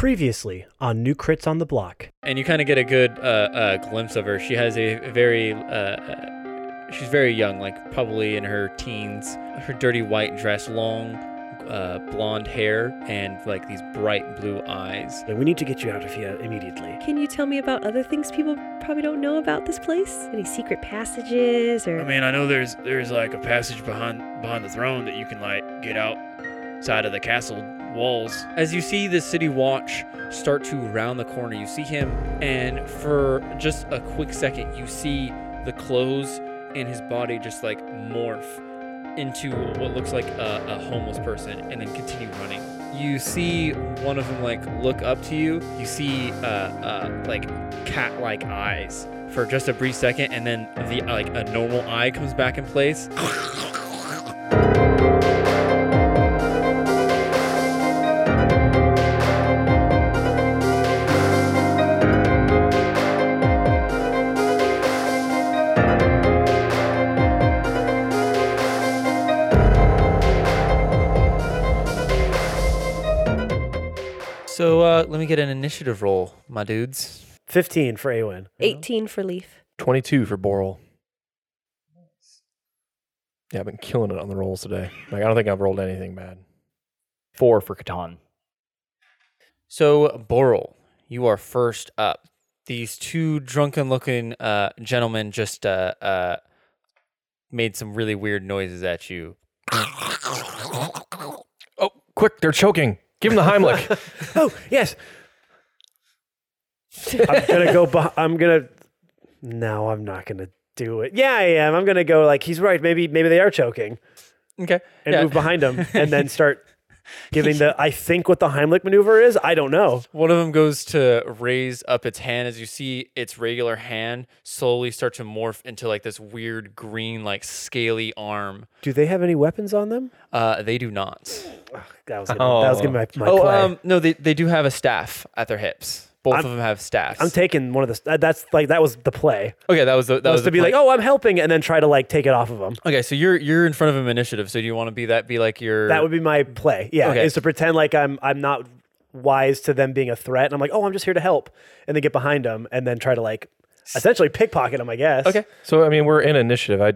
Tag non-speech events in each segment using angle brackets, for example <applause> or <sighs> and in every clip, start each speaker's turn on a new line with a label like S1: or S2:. S1: Previously on New Crits on the Block.
S2: and you kind of get a good uh, uh, glimpse of her. She has a very, uh, uh, she's very young, like probably in her teens. Her dirty white dress, long uh, blonde hair, and like these bright blue eyes.
S1: We need to get you out of here immediately.
S3: Can you tell me about other things people probably don't know about this place? Any secret passages or
S4: I mean, I know there's there's like a passage behind behind the throne that you can like get out side of the castle walls.
S2: As you see the city watch start to round the corner, you see him, and for just a quick second, you see the clothes and his body just like morph into what looks like a, a homeless person and then continue running. You see one of them like look up to you. You see uh, uh, like cat like eyes for just a brief second, and then the uh, like a normal eye comes back in place.
S5: So uh, let me get an initiative roll, my dudes.
S1: 15 for Awen.
S3: 18 for Leaf?
S6: 22 for Boral. Yeah, I've been killing it on the rolls today. Like, I don't think I've rolled anything bad.
S7: Four for Catan.
S5: So Boral, you are first up. These two drunken-looking uh, gentlemen just uh, uh, made some really weird noises at you.
S6: Oh, quick, they're choking. Give them the Heimlich.
S1: <laughs> Oh, yes. I'm going to go. Beh- I'm going to. No, I'm not going to do it. Yeah, I am. I'm going to go like, he's right. Maybe maybe they are choking
S5: Okay.
S1: and
S5: yeah.
S1: move behind him and
S5: <laughs>
S1: then start giving the, I think what the Heimlich maneuver is. I don't know.
S5: One of them goes to raise up its hand as you see its regular hand slowly start to morph into like this weird green, like scaly arm.
S1: Do they have any weapons on them?
S5: Uh, they do not.
S1: That was gonna, that was
S5: Oh.
S1: gonna be my, my
S5: oh,
S1: play.
S5: um, no, they, they do have a staff at their hips. Both
S1: I'm-
S5: of them have staffs.
S1: I'm taking one of the. that- That's like that was the play.
S5: okay, that was the that,
S1: That was,
S5: was,
S1: to
S5: the
S1: be
S5: plan.
S1: like, oh, I'm helping, and then try to like take it off of them.
S5: Okay, so you're you're in front of him initiative. So do you want to be that? Be like your
S1: That would be my play. Yeah,
S5: Okay.
S1: is to pretend like I'm I'm not wise to them being a threat, and I'm like, oh, I'm just here to help, and then get behind them, and then try to like essentially pickpocket them, I guess.
S5: Okay.
S6: <laughs> so, I mean, we're in initiative. I,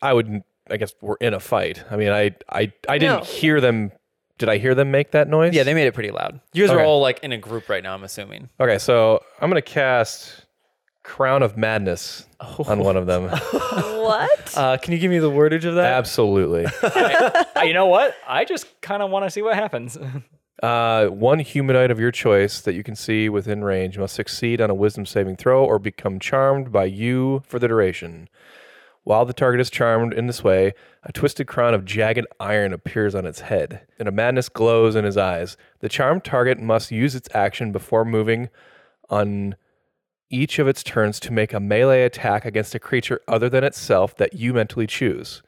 S6: I would, I guess we're in a fight. I mean, I, I, I didn't
S3: No.
S6: hear them. Did I hear them make that noise?
S5: yeah. They made it pretty loud. You guys are
S6: Okay.
S5: all like in a group right now. I'm assuming.
S6: Okay, so I'm gonna cast Crown of Madness on one of <laughs> them.
S3: What?
S5: Uh, can you give me the wordage of that?
S6: Absolutely.
S7: Uh, you know what? I just kind of want to see what happens.
S6: Uh, one humanoid of your choice that you can see within range must succeed on a wisdom saving throw or become charmed by you for the duration. While the target is charmed in this way, a twisted crown of jagged iron appears on its head, and a madness glows in his eyes. The charmed target must use its action before moving on each of its turns to make a melee attack against a creature other than itself that you mentally choose.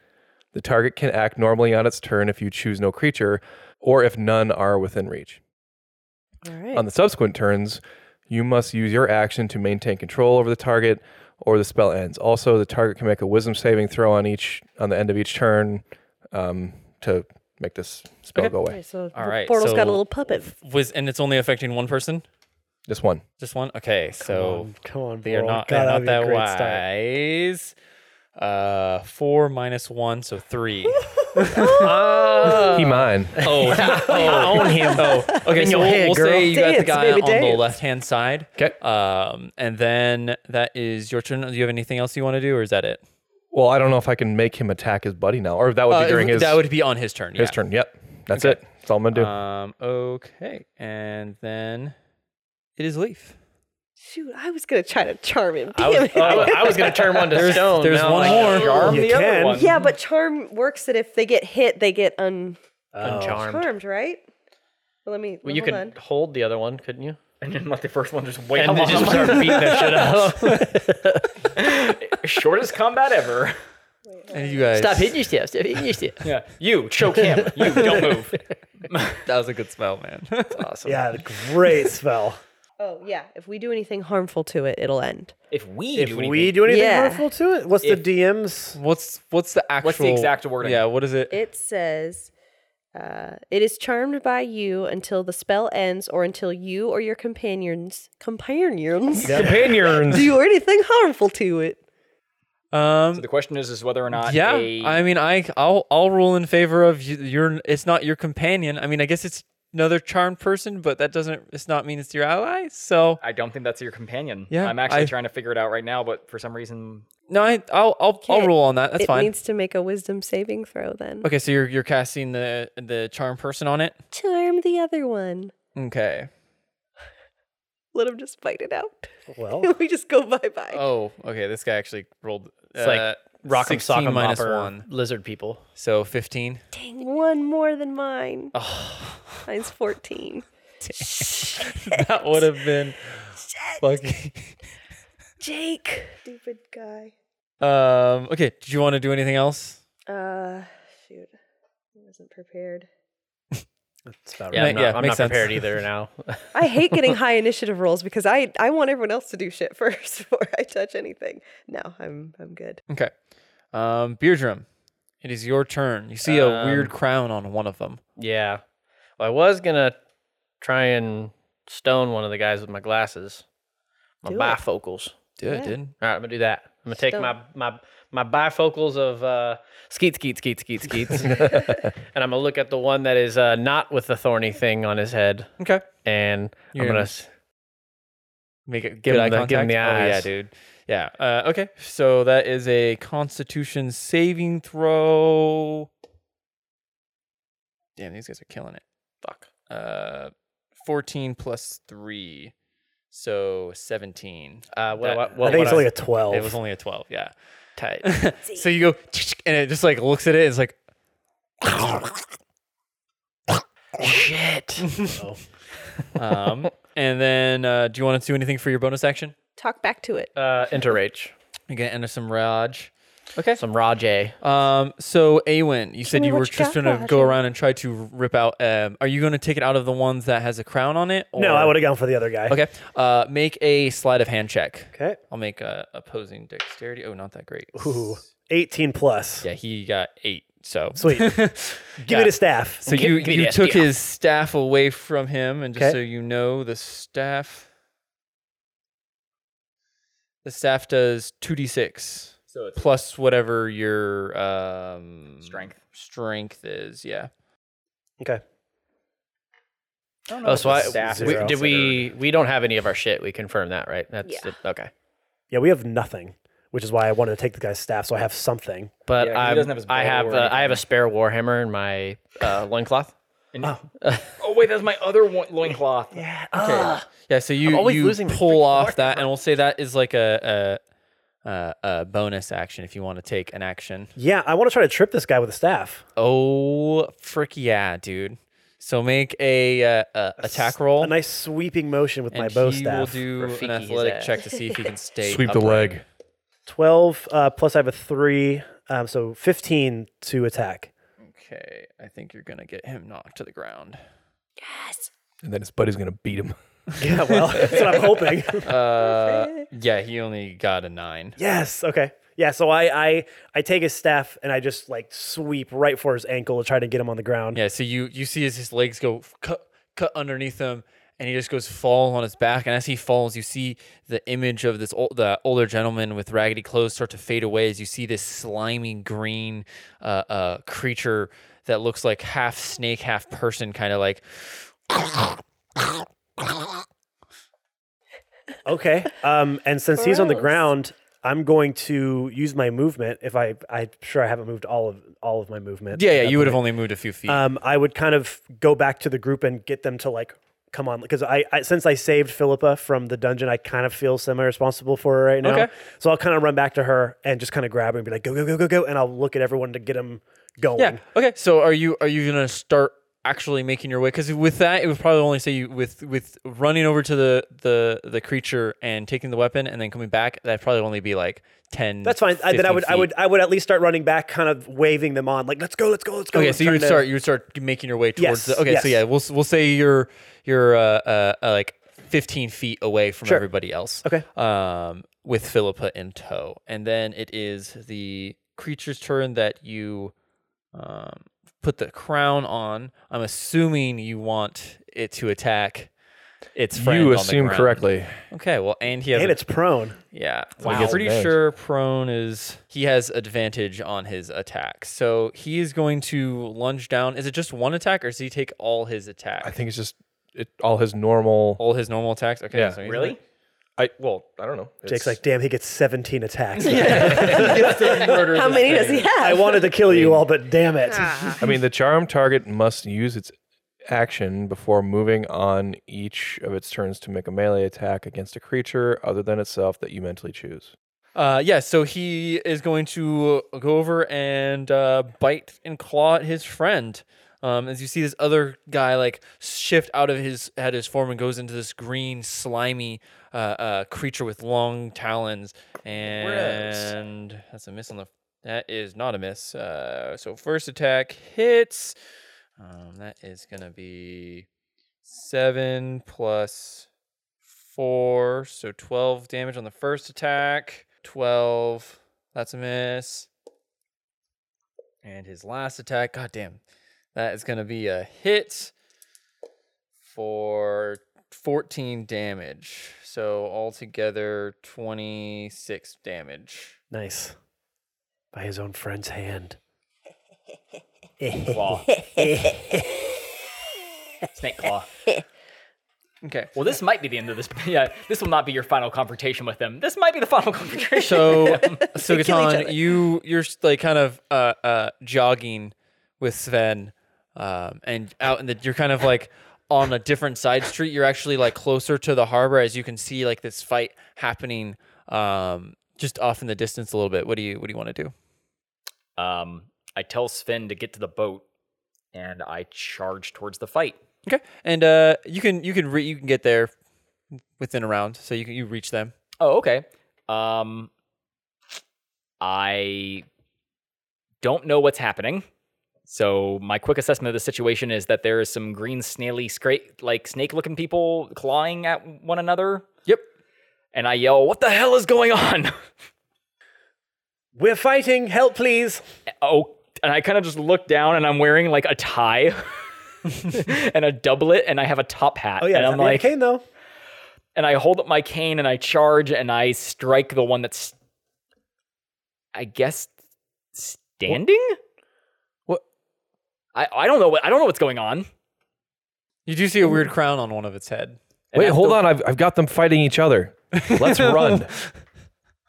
S6: The target can act normally on its turn if you choose no creature, or if none are within reach.
S3: <laughs> All right.
S6: On the subsequent turns, you must use your action to maintain control over the target, or the spell ends. Also, the target can make a Wisdom saving throw on each on the end of each turn um, to make this spell go away.
S3: Okay, so
S5: All
S3: the
S5: right,
S3: Bortle's
S5: so-
S3: got a little puppet.
S5: Was and it's only affecting one person.
S6: Just one.
S5: Just one. Okay, so
S1: on, come on,
S5: they are
S1: Boral.
S5: not
S1: God,
S5: they're not
S1: that'd be a
S5: that
S1: great start.
S5: wise. Uh, four minus one, so three. Uh.
S6: he mine.
S5: <laughs> Oh, oh, own him. Oh, okay. So we'll, we'll say you got the
S3: Dance,
S5: guy on
S3: baby,
S5: the
S3: dance.
S5: left hand side.
S6: 'Kay.
S5: Um, and then that is your turn. Do you have anything else you want to do, or is that it?
S6: Well, I don't know if I can make him attack his buddy now, or if that would be during his
S5: Uh, that would be on his turn.
S6: his
S5: yeah.
S6: turn. Yep, that's
S5: Okay.
S6: it. That's all I'm gonna do.
S5: Um. Okay. And then it is Leaf.
S3: Shoot, I was gonna try to charm him. Damn
S7: I was,
S3: it. <laughs>
S7: I was- I was gonna turn one to stone.
S5: there's
S7: now
S5: one
S7: I
S5: more.
S7: Charm
S1: You
S7: the
S1: can.
S7: other one.
S3: yeah, but charm works that if they get hit, they get uncharmed,
S1: Oh,
S7: Uncharmed.
S3: right? Well, let me.
S8: Well, you
S3: hold
S8: could
S3: on.
S8: hold the other one, couldn't you?
S7: And then let the first one just wail
S8: and then
S7: on
S8: just
S7: them.
S8: start beating the shit out. of 'em.
S5: <laughs>
S8: <laughs>
S7: Shortest combat ever.
S5: And you guys.
S8: Stop hitting yourself. Stop hitting yourself.
S7: Yeah. You choke him. You
S8: <laughs>
S7: don't move.
S5: That was a good spell, man.
S8: Awesome.
S1: Yeah, great <laughs> spell.
S3: Oh yeah, if we do anything harmful to it, it'll end.
S7: If we
S1: if
S7: do anything,
S1: we do anything
S3: Yeah.
S1: harmful to it, what's
S7: If-
S1: the DM's?
S5: what's what's the actual?
S7: the exact wording?
S5: Yeah. What is it?
S3: It says, Uh, it is charmed by you until the spell ends or until you or your companions
S5: <laughs>
S3: companions
S6: Companions.
S3: do anything harmful to it.
S5: Um,
S7: So the question is, is whether or not
S5: yeah,
S7: a-
S5: I mean, I I'll I'll rule in favor of you, your. It's not your companion. I mean, I guess it's another charmed person, but that doesn't. It's not mean it's your ally. So
S7: I don't think that's your companion.
S5: Yeah,
S7: I'm actually
S5: I-
S7: trying to figure it out right now, but for some reason,
S5: no, I I'll I'll, I'll
S3: Okay,
S5: rule on that. That's
S3: it
S5: fine.
S3: needs to make a wisdom saving throw then.
S5: okay, so you're you're casting the the charm person on it.
S3: Charm the other one.
S5: Okay.
S3: Let him just fight it out. <laughs>
S1: Well,
S3: we just go bye bye.
S5: Oh, okay. This guy actually rolled.
S8: It's like
S5: uh,
S8: Rock 'em, sock
S5: 16
S8: 'em,
S5: minus
S8: popper,
S5: one.
S8: lizard people.
S5: So fifteen.
S3: Dang, one more than mine.
S5: Oh, <laughs>
S3: Mine's 14.
S5: that would
S8: <laughs>
S5: have been fucking.
S3: Jake. Stupid guy.
S5: Um. Okay. Did you want to do anything else?
S3: Uh, shoot. I wasn't prepared.
S1: that's about
S8: Yeah,
S1: right.
S8: I'm
S5: Ma-
S8: not,
S5: yeah,
S8: I'm
S5: makes
S8: not prepared
S5: sense. <laughs>
S8: either now.
S3: I hate getting high initiative rolls because I, I want everyone else to do shit <laughs> first before I touch anything. No, I'm I'm good.
S5: Okay. Um, Beardrum, it is your turn. You see a weird
S8: Um,
S5: crown on one of them.
S8: yeah. Well, I was gonna try and stone one of the guys with my glasses, my
S3: Do it.
S8: bifocals.
S5: Yeah,
S3: it Yeah.
S5: did.
S8: All right, I'm gonna do that. I'm gonna take my my my bifocals of uh, skeet skeet skeet
S6: <laughs>
S8: skeet <laughs> skeets, and I'm gonna look at the one that is uh, not with the thorny thing on his head,
S5: Okay.
S8: and
S5: You're
S8: I'm
S5: gonna
S8: gonna s-
S5: Make it good
S8: Give him
S5: eye
S8: the- give him
S5: contact.
S8: the
S5: Oh, yeah,
S8: eyes.
S5: dude. Yeah. Uh, okay. So that is a Constitution saving throw. Damn, these guys are killing it. Fuck. Uh, fourteen plus three, so seventeen.
S8: uh, what,
S1: I
S5: That-
S8: what, what,
S1: think it's
S8: what
S1: only a 12.
S5: It was only a twelve. Yeah. <laughs>
S8: tight.
S5: so you go and it just like looks at it. It's like <laughs>
S8: Shit.
S5: Oh. Um, and then, uh, do you want to do anything for your bonus action?
S3: Talk back to it.
S8: Uh, enter rage.
S5: You can enter some Raj.
S8: Some Rajay.
S5: Um, so Awen, you said
S3: me
S5: you
S3: what
S5: were
S3: you
S5: just
S3: got,
S5: gonna go
S3: Raj.
S5: around and try to rip out. Um, are you gonna take it out of the ones that has a crown on it?
S1: no, I
S5: or-
S1: would have gone for the other guy.
S5: Okay. Uh, make a sleight of hand check.
S1: Okay.
S5: I'll make a opposing dexterity. Oh, not that great.
S1: Ooh, 18 plus.
S5: Yeah, he got eight. So <laughs>
S1: Sweet. Give me the staff.
S5: So you
S8: give me
S5: you
S8: this,
S5: took
S8: yeah.
S5: his staff away from him, and just
S1: Okay.
S5: so you know, the staff. The staff does two d six
S7: so it's
S5: plus whatever your um,
S7: Strength.
S5: strength is. Yeah,
S1: Okay.
S7: I don't know
S8: Oh,
S7: if
S8: so
S7: the
S8: I,
S7: staff is
S8: we,
S1: zero.
S8: did we we don't have any of our shit. We confirm that, right? That's
S3: Yeah.
S8: it. okay.
S1: Yeah, we have nothing, which is why I wanted to take the guy's staff so I have something.
S8: But
S7: Yeah, 'cause he
S8: I'm-
S7: doesn't have his
S8: I
S7: bow
S8: have
S7: or
S8: uh, I have
S7: anything.
S8: a spare warhammer in my uh, loincloth.
S7: considered. Oh wait, that's my other one, loincloth.
S1: Yeah.
S5: yeah. So you
S8: always
S5: you
S8: losing my
S5: pull
S8: freaking
S5: off that, and we'll say that is like a a, a, a bonus action if you want to take an action.
S1: Yeah, I want to try to trip this guy with a staff.
S5: Oh frick yeah, dude! So make a, uh a attack roll.
S1: A nice sweeping motion with my
S5: and
S1: bow
S5: he
S1: staff.
S5: will do an
S8: Rafiki his
S5: athletic
S8: ass.
S5: check to see if he can stay.
S6: Sweep the
S5: upright.
S6: leg.
S1: 12 uh, plus I have a 3, um, so 15 to
S5: <laughs>
S1: attack.
S5: Okay, I think you're gonna get him knocked to the ground.
S6: And then his buddy's going to beat him.
S1: Yeah, well, that's what I'm hoping.
S5: Uh, yeah, he only got a nine.
S1: <laughs> yes, okay. Yeah, so I, I I take his staff and I just like sweep right for his ankle to try to get him on the ground.
S5: Yeah, so you you see as his legs go f- cut cut underneath him, and he just goes fall on his back. And as he falls, you see the image of this old the older gentleman with raggedy clothes start to fade away as you see this slimy green uh, uh, creature that looks like half snake, half person, kind of like
S1: Okay. Um, and since he's on the
S3: Gross.
S1: ground, I'm going to use my movement. If I, I'm sure I haven't moved all of all of my movement.
S5: yeah,
S1: at
S5: yeah.
S1: that
S5: You would have
S1: point.
S5: only moved a few feet.
S1: Um, I would kind of go back to the group and get them to like come on because I, I since I saved Philippa from the dungeon, I kind of feel semi responsible for her right now.
S5: Okay.
S1: So I'll kind of run back to her and just kind of grab her and be like, go go go go go, and I'll look at everyone to get them going.
S5: Yeah. Okay. So are you are you gonna start actually making your way? Because with that, it would probably only say you with with running over to the the the creature and taking the weapon and then coming back. That'd probably only be like ten.
S1: That's fine. I, then I
S5: 15
S1: would, I
S5: feet.
S1: would, I would at least start running back, kind of waving them on, like let's go, let's go, let's go.
S5: Okay,
S1: let's
S5: so you
S1: try
S5: would
S1: to-
S5: start. You would start making your way
S1: Yes,
S5: towards. the, okay,
S1: yes.
S5: so yeah, we'll s- we'll say you're you're uh, uh, uh, like 15 feet away from
S1: Sure.
S5: everybody else.
S1: Okay.
S5: Um, with Philippa in tow, and then it is the creature's turn that you um put the crown on. I'm assuming you want it to attack its friend.
S6: You
S5: on the
S6: assume
S5: ground.
S6: correctly.
S5: Okay, well, and he has
S1: and
S5: a-
S1: it's prone.
S5: yeah.
S6: he
S5: I'm
S6: gets
S5: pretty
S6: advantage.
S5: sure prone is he has advantage on his attack. So he is going to lunge down. Is it just one attack or does he take all his attack?
S6: I think it's just it, all his normal.
S5: all his normal attacks. Okay.
S6: Yeah.
S5: so he's
S8: Really?
S6: I well, I don't know.
S1: Jake's
S6: It's-
S1: like, damn, he gets 17
S5: <laughs>
S1: attacks. <laughs>
S3: How many does he have?
S1: I wanted to kill you all, but damn it.
S6: I mean, the charm target must use its action before moving on each of its turns to make a melee attack against a creature other than itself that you mentally choose.
S5: Uh, yeah, so he is going to go over and uh, bite and claw at his friend. Um, as you see this other guy like shift out of his at his form and goes into this green slimy uh, uh, creature with long talons, and that's a miss on the. That is not a miss. Uh, so first attack hits. Um, that is gonna be seven plus four, so 12 damage on the first attack. 12, that's a miss. And his last attack, goddamn, that is going to be a hit for 14 damage. So altogether, 26 damage.
S1: <laughs> Nice. By his own friend's hand.
S9: Snake claw.
S5: Okay.
S9: Well, this might be the end of this. <laughs> Yeah, this will not be your final confrontation with them. This might be the final
S5: <laughs>
S9: confrontation.
S3: <laughs>
S5: So, so
S3: They kill each
S5: Gatan,
S3: other.
S5: you you're s- like kind of uh, uh, jogging with Sven, um, and out in the you're kind of like on a different side street. You're actually like closer to the harbor, as you can see like this fight happening, um, just off in the distance a little bit. What do you what do you want to do?
S9: um, I tell Sven to get to the boat, and I charge towards the fight.
S5: Okay, and uh, you can you can re- you can get there within a round, so you can you reach them.
S9: Oh, okay. Um, I don't know what's happening. So my quick assessment of the situation is that there is some green, snaily, scra- like snake-looking people clawing at one another.
S5: Yep.
S9: And I yell, "What the hell is going on?" <laughs>
S1: We're fighting. Help, please.
S9: oh, and I kind of just look down, and I'm wearing like a tie and a doublet, and I have a top hat.
S1: Oh, yeah.
S9: and
S1: it's
S9: I'm
S1: not
S9: like,
S1: Kane, though.
S9: and I hold up my cane and I charge and I strike the one that's, I guess, standing.
S6: What?
S9: I I don't know. What, I don't know what's going on.
S5: You do see a weird crown on one of its
S3: <laughs>
S5: head. <laughs>
S9: And
S6: Wait,
S9: I
S6: hold
S9: have
S6: on. I've, I've got them fighting each <laughs> other. Let's run.
S9: to-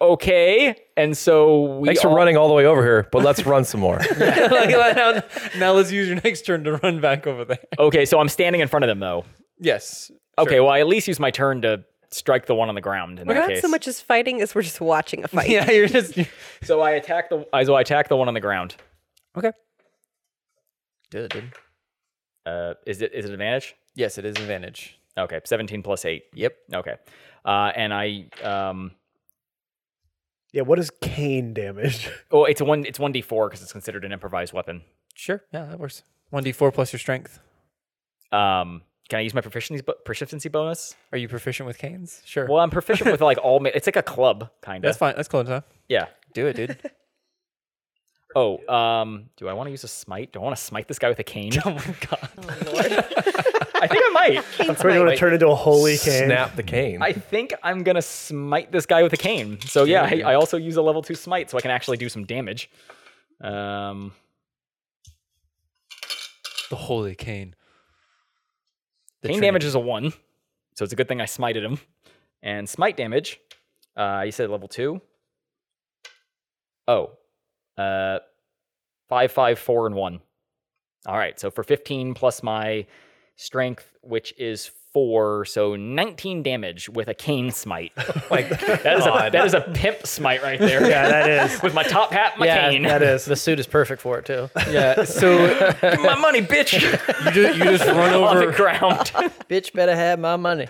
S9: Okay, and so we.
S6: Thanks for
S9: all-
S6: running all the way over here, but let's run some more.
S5: Like, now, now let's use your next turn to run back over there.
S9: Okay, so I'm standing in front of them though.
S5: Yes.
S9: Okay, well I at least use my turn to strike the one on the ground in
S3: We're
S9: that
S3: not
S9: case.
S3: so much as fighting as we're just watching a
S5: <laughs>
S3: fight.
S5: Yeah, you're just
S9: So I attack the. I- So I attack the one on the ground.
S5: Okay. Good, dude.
S9: Uh, is it is it advantage?
S5: Yes, it is advantage.
S9: Okay, 17 plus eight.
S5: Yep.
S9: Okay, uh, and I um.
S1: Yeah, what is Kane damage? <laughs>
S9: Oh, it's a one. It's one d four because it's considered an improvised weapon.
S5: Sure. Yeah, that works. One d four plus your strength.
S9: Um, can I use my proficiency bo- proficiency bonus?
S5: Are you proficient with canes? Sure.
S9: Well, I'm proficient with like all. Ma- it's like a club kind
S5: That's
S9: of.
S5: fine. That's close enough.
S9: Yeah.
S5: Do it, dude.
S9: Oh, um, do I want to use a smite? Do I want to smite this guy with a cane? <laughs> oh my god! I think I might.
S3: Kane's
S1: We're going
S3: might-
S1: to turn into a holy Kane.
S6: Snap the cane.
S9: I think I'm gonna smite this guy with a cane. So yeah, I, I also use a level two smite, so I can actually do some damage. Um,
S5: the holy cane.
S9: cane damage is a one, so it's a good thing I smited him. And smite damage, uh, you said level two. Oh, uh, five, five, four, and one. All right, so for 15 plus my strength, which is four, so 19 damage with a
S5: <laughs>
S9: cane smite. like that is, a, that is a pimp smite right there.
S1: Yeah,
S5: <laughs>
S1: that is.
S9: With my top hat, and my
S8: Yeah,
S9: cane.
S1: That is.
S8: The suit is perfect for it too.
S5: Yeah. So
S9: Give me <laughs> my money, bitch.
S5: you just, you just run
S9: <laughs> On the
S5: over.
S9: ground.
S8: <laughs> Bitch, better have my money.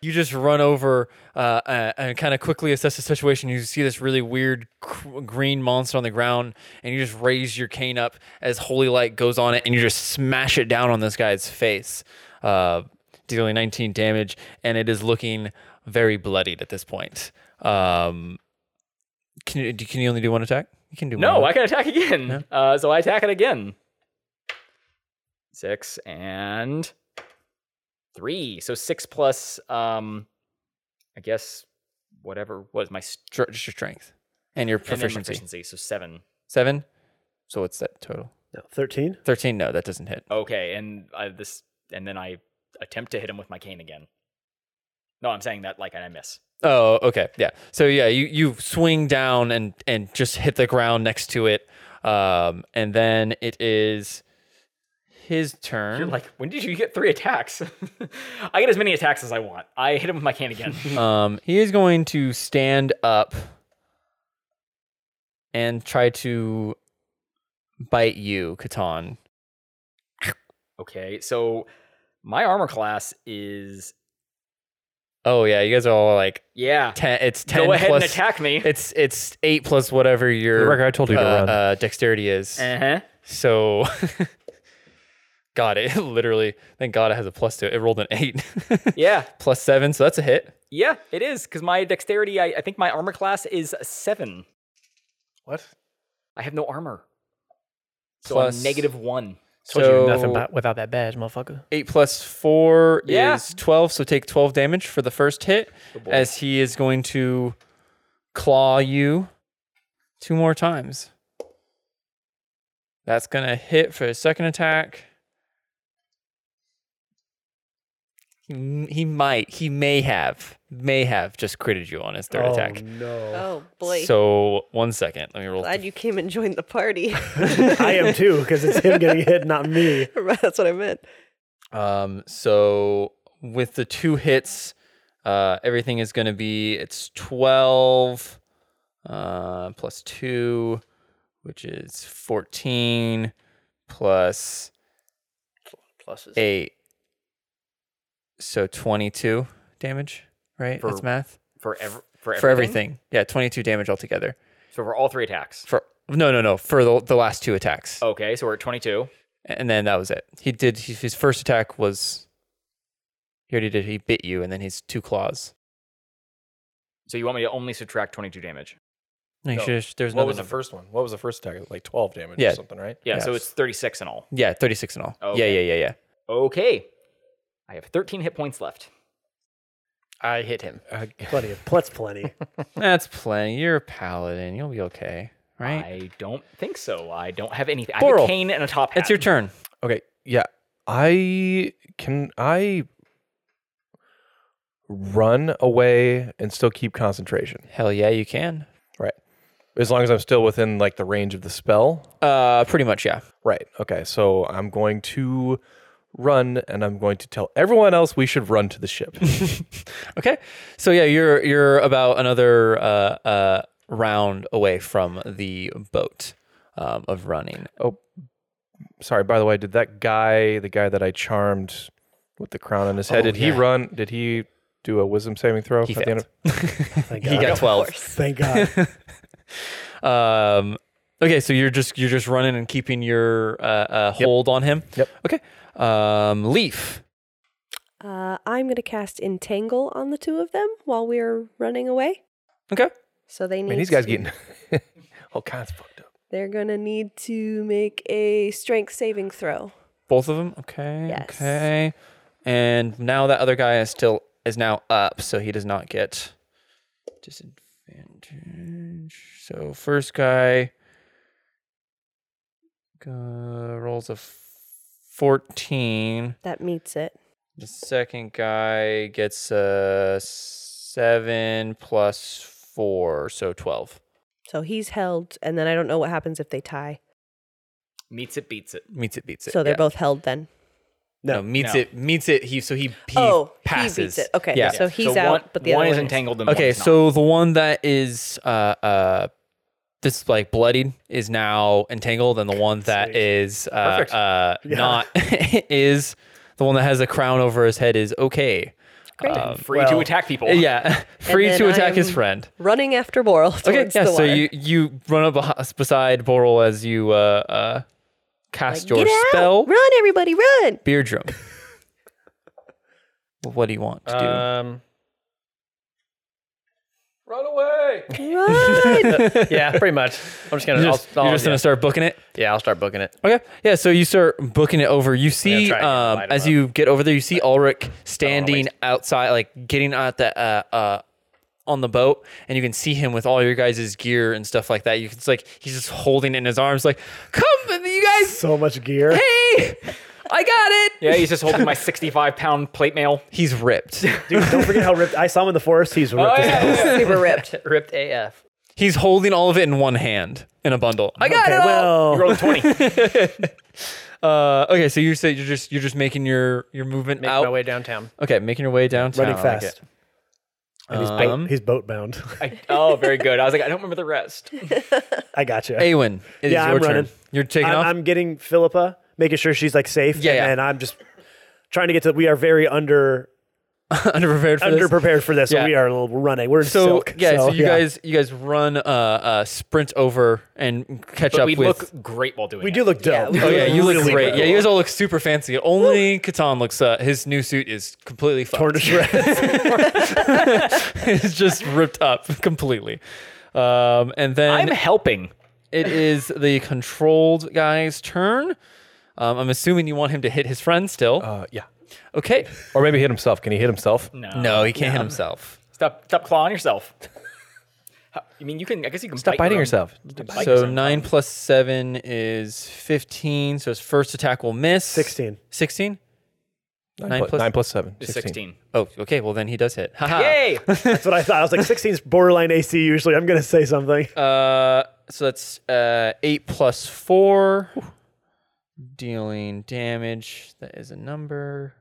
S5: You just run over uh, uh, and kind of quickly assess the situation. You see this really weird cr- green monster on the ground, and you just raise your cane up as holy light goes on it, and you just smash it down on this guy's face, uh, dealing 19 damage, and it is looking very bloodied at this point. Um, can you do- can you only do one attack? You can do
S9: No,
S5: one.
S9: I can attack again. Uh, so I attack it again. six and three. So six plus, um, I guess whatever was my str-
S5: Str- just your strength and your
S9: and then my
S5: proficiency.
S9: proficiency. So seven.
S5: Seven. So what's that total?
S1: No, 13?
S5: Thirteen. No, that doesn't hit.
S9: Okay, and I, this, and then I attempt to hit him with my cane again. No, I'm saying that like and I miss.
S5: Oh, okay. Yeah. So yeah, you you swing down and and just hit the ground next to it. Um, and then it is his turn.
S9: You're like, when did you get three attacks? <laughs> I get as many attacks as I want. I hit him with my cane again.
S5: Um, he is going to stand up and try to bite you, Catan.
S9: okay, so my armor class is
S5: Oh yeah, you guys are all like
S9: yeah.
S5: ten. It's ten
S9: Go ahead
S5: plus.
S9: and
S5: <laughs>
S9: attack me.
S5: It's it's eight plus whatever
S6: For
S5: your
S6: the record, I told you to
S5: uh,
S6: run.
S5: uh, dexterity is.
S9: Uh-huh.
S5: So, <laughs> God, it <laughs> literally. Thank God it has a plus to it. It rolled an eight. <laughs>
S9: Yeah,
S5: plus seven, so that's a hit.
S9: yeah, it is because my dexterity. I, I think my armor class is a seven.
S6: what?
S9: I have no armor, so
S5: Plus-
S9: I'm negative one.
S5: So
S8: without that badge, motherfucker.
S5: eight plus four
S9: Yeah.
S5: is 12 so take 12 damage for the first hit as he is going to claw you two more times that's gonna hit for his second attack he, m- he might he may have may have just critted you on his third attack
S1: no.
S3: Oh boy.
S5: so one second let me roll
S3: Glad you came and joined
S5: <laughs>
S3: the party. <laughs>
S5: Oh.
S1: I am too, because it's him getting hit, not me.
S3: Right, That's what I meant.
S5: Um, so with the two hits, uh, everything is going to be it's 12 uh, plus 2, which is 14 plus
S8: Pluses.
S5: 8. So 22 damage, right? That's math.
S9: for ev- for everything?
S5: For everything. Yeah, 22 damage altogether.
S9: So for all three attacks.
S5: For no, no, no, for the, the last two attacks.
S9: Okay, so we're at 22.
S5: and then that was it. He did he- his first attack was he already did he bit you, and then his two claws.
S9: So you want me to only subtract 22 damage?
S5: No, you
S6: No.
S5: should've- there's
S6: What
S5: another
S6: was the
S5: number.
S6: first one? What was the first attack? It was Like 12 damage
S5: Yeah.
S6: or something, right?
S9: Yeah, so
S5: Yes.
S9: it's 36 in all.
S5: Yeah, thirty six and all.
S6: Oh,
S9: Okay.
S5: Yeah, yeah, yeah, yeah.
S9: Okay. I have 13 hit points left.
S8: I hit him.
S6: Uh,
S1: Plenty of plus plenty.
S5: That's plenty. You're a paladin. You'll be okay, right?
S9: I don't think so. I don't have anything. I have
S5: Boral,
S9: a cane and a top hat.
S5: It's your turn.
S6: Okay, yeah. I can I run away and still keep concentration
S5: Hell yeah, you can.
S6: as long as I'm still within like the range of the spell.
S5: Uh, pretty much, yeah.
S6: Right. Okay. So I'm going to run and I'm going to tell everyone else we should run to the ship.
S5: <laughs> Okay, so yeah, you're you're about another uh, uh, round away from the boat um, of running.
S6: Sorry. By the way, did that guy, the guy that I charmed with the crown on his head,
S5: Oh,
S6: did he
S5: yeah.
S6: run? Did he do a wisdom saving throw?
S5: He
S6: at the end
S5: failed.
S1: Thank
S5: he
S1: God.
S5: got twelve.
S1: Thank God.
S5: um okay so you're just you're just running and keeping your uh, uh hold on him
S6: Yep.
S5: okay um leaf
S3: Uh, I'm going to cast Entangle on the two of them while we're running away.
S5: okay
S3: So they
S6: I
S3: need.
S6: mean, these guys
S3: to-
S6: getting <laughs> all kinds fucked up.
S3: <laughs> They're going to need to make a strength saving throw.
S5: both of them okay
S3: Yes.
S5: okay and now that other guy is still is now up so he does not get disadvantage so first guy uh, rolls a 14
S3: That meets it.
S5: The second guy gets a seven plus four, so twelve.
S3: So he's held, and then I don't know what happens if they tie.
S9: Meets it, beats it.
S5: Meets it, beats it.
S3: So they're
S5: yeah.
S3: both held then.
S5: no, meets
S9: no.
S5: it, meets it. He so he, he
S3: oh,
S5: passes.
S3: he beats it. Okay,
S5: Yeah.
S3: so he's
S9: one,
S3: out, but the
S9: one
S3: other
S9: is
S3: one is-
S9: entangled. And
S5: Okay,
S9: one's not.
S5: so the one that is uh uh this like bloodied is now entangled, and the one that
S1: Sweet.
S5: is uh,
S6: Perfect.
S5: uh
S1: Yeah.
S5: not <laughs> is the one that has a crown over his head is okay.
S3: Great.
S5: Um,
S9: free to
S1: well,
S9: attack people.
S5: Yeah, <laughs> free
S3: then
S5: to attack his
S3: I'm-
S5: friend.
S3: running after Boral towards
S5: Okay, yeah.
S3: the water.
S5: So you you run up beh- beside Boral as you uh, uh
S3: Like,
S5: cast
S3: Get
S5: your
S3: out!
S5: spell,
S3: Run, everybody,
S5: <laughs>
S3: run!
S5: beer
S3: <laughs>
S5: drum.
S8: Uh,
S5: well, what do you want to do?
S8: Um,
S6: Run away. away.
S3: Run!
S5: <laughs>
S8: yeah, pretty much. I'm just gonna.
S5: You're just,
S8: I'll, I'll,
S5: you're just
S8: yeah.
S5: gonna start booking it.
S8: yeah, I'll start booking it.
S5: Okay. Yeah. So you start booking it over. You see,
S8: try and
S5: um,
S8: light 'em
S5: as
S8: up. oh,
S5: you get over there, you see Ulrich standing outside, like getting out the uh, uh, on the boat, and you can see him with all your guys' gear and stuff like that. You can it's like he's just holding it in his arms, like, "Come, you guys!
S1: So much gear.
S5: Hey, I got it."
S9: <laughs> Yeah, he's just holding my 65 pound plate mail.
S1: <laughs>
S5: He's ripped.
S1: Dude, don't forget how ripped. I saw him in the forest. He's
S5: Oh,
S1: ripped. as hell.
S3: Super ripped.
S9: <laughs>
S8: Ripped AF.
S5: He's holding all of it in one hand in a bundle. I got
S1: Okay,
S5: it. all.
S1: well,
S9: Roll 20.
S5: Uh, okay, so you say you're just you're just making your your movement
S8: Make
S5: out.
S8: my way downtown.
S5: Okay, making your way downtown.
S1: running
S5: I like it.
S1: fast. and he's, boat, he's boat bound.
S9: <laughs> I, oh, very good. I was like, I don't remember the rest.
S1: <laughs> I got you.
S5: Awen, it is
S1: Yeah,
S5: your
S1: I'm
S5: turn.
S1: running.
S5: You're taking
S1: I'm,
S5: off.
S1: I'm getting Philippa, making sure she's like safe.
S5: Yeah, yeah.
S1: And then I'm just trying to get to. We are very under
S5: <laughs> underprepared for this.
S1: underprepared for this.
S5: Yeah.
S1: We are a little running. We're in
S5: so
S1: silk.
S5: yeah, so, you guys you guys run uh, uh sprint over and catch
S9: But
S5: up
S9: we
S5: with.
S9: look great while doing
S1: we
S9: it.
S1: do look dope.
S5: oh yeah, you look
S1: Really
S5: great.
S1: dope.
S5: Yeah, you guys all look super fancy. Only Catan looks. Uh, his new suit is completely fucked.
S1: Torn to shreds.
S5: <laughs> it's just ripped up completely. Um, and
S9: I'm
S5: then
S9: helping.
S5: it is the controlled guy's turn. Um, I'm assuming you want him to hit his friend still.
S6: Uh, yeah.
S5: okay.
S6: Or maybe hit himself. Can he hit himself?
S9: uh,
S5: No, he can't hit himself.
S9: Stop, stop clawing yourself. How- I mean, you can. I guess you can
S6: Stop
S9: bite
S6: biting
S9: your own-
S6: yourself.
S9: bite
S5: So
S9: yourself.
S5: nine plus seven is fifteen. So his first attack will miss.
S1: 16.
S5: 16?
S6: Nine,
S5: Nine
S6: plus,
S5: plus-
S6: nine plus seven.
S9: It's 16.
S5: Oh, okay. Well, then he does hit. Haha.
S9: <laughs> Yay!
S1: That's what I thought. I was like, 16 is borderline AC usually. I'm going to say something.
S5: Uh, so that's uh, eight plus four, dealing damage. That is a number.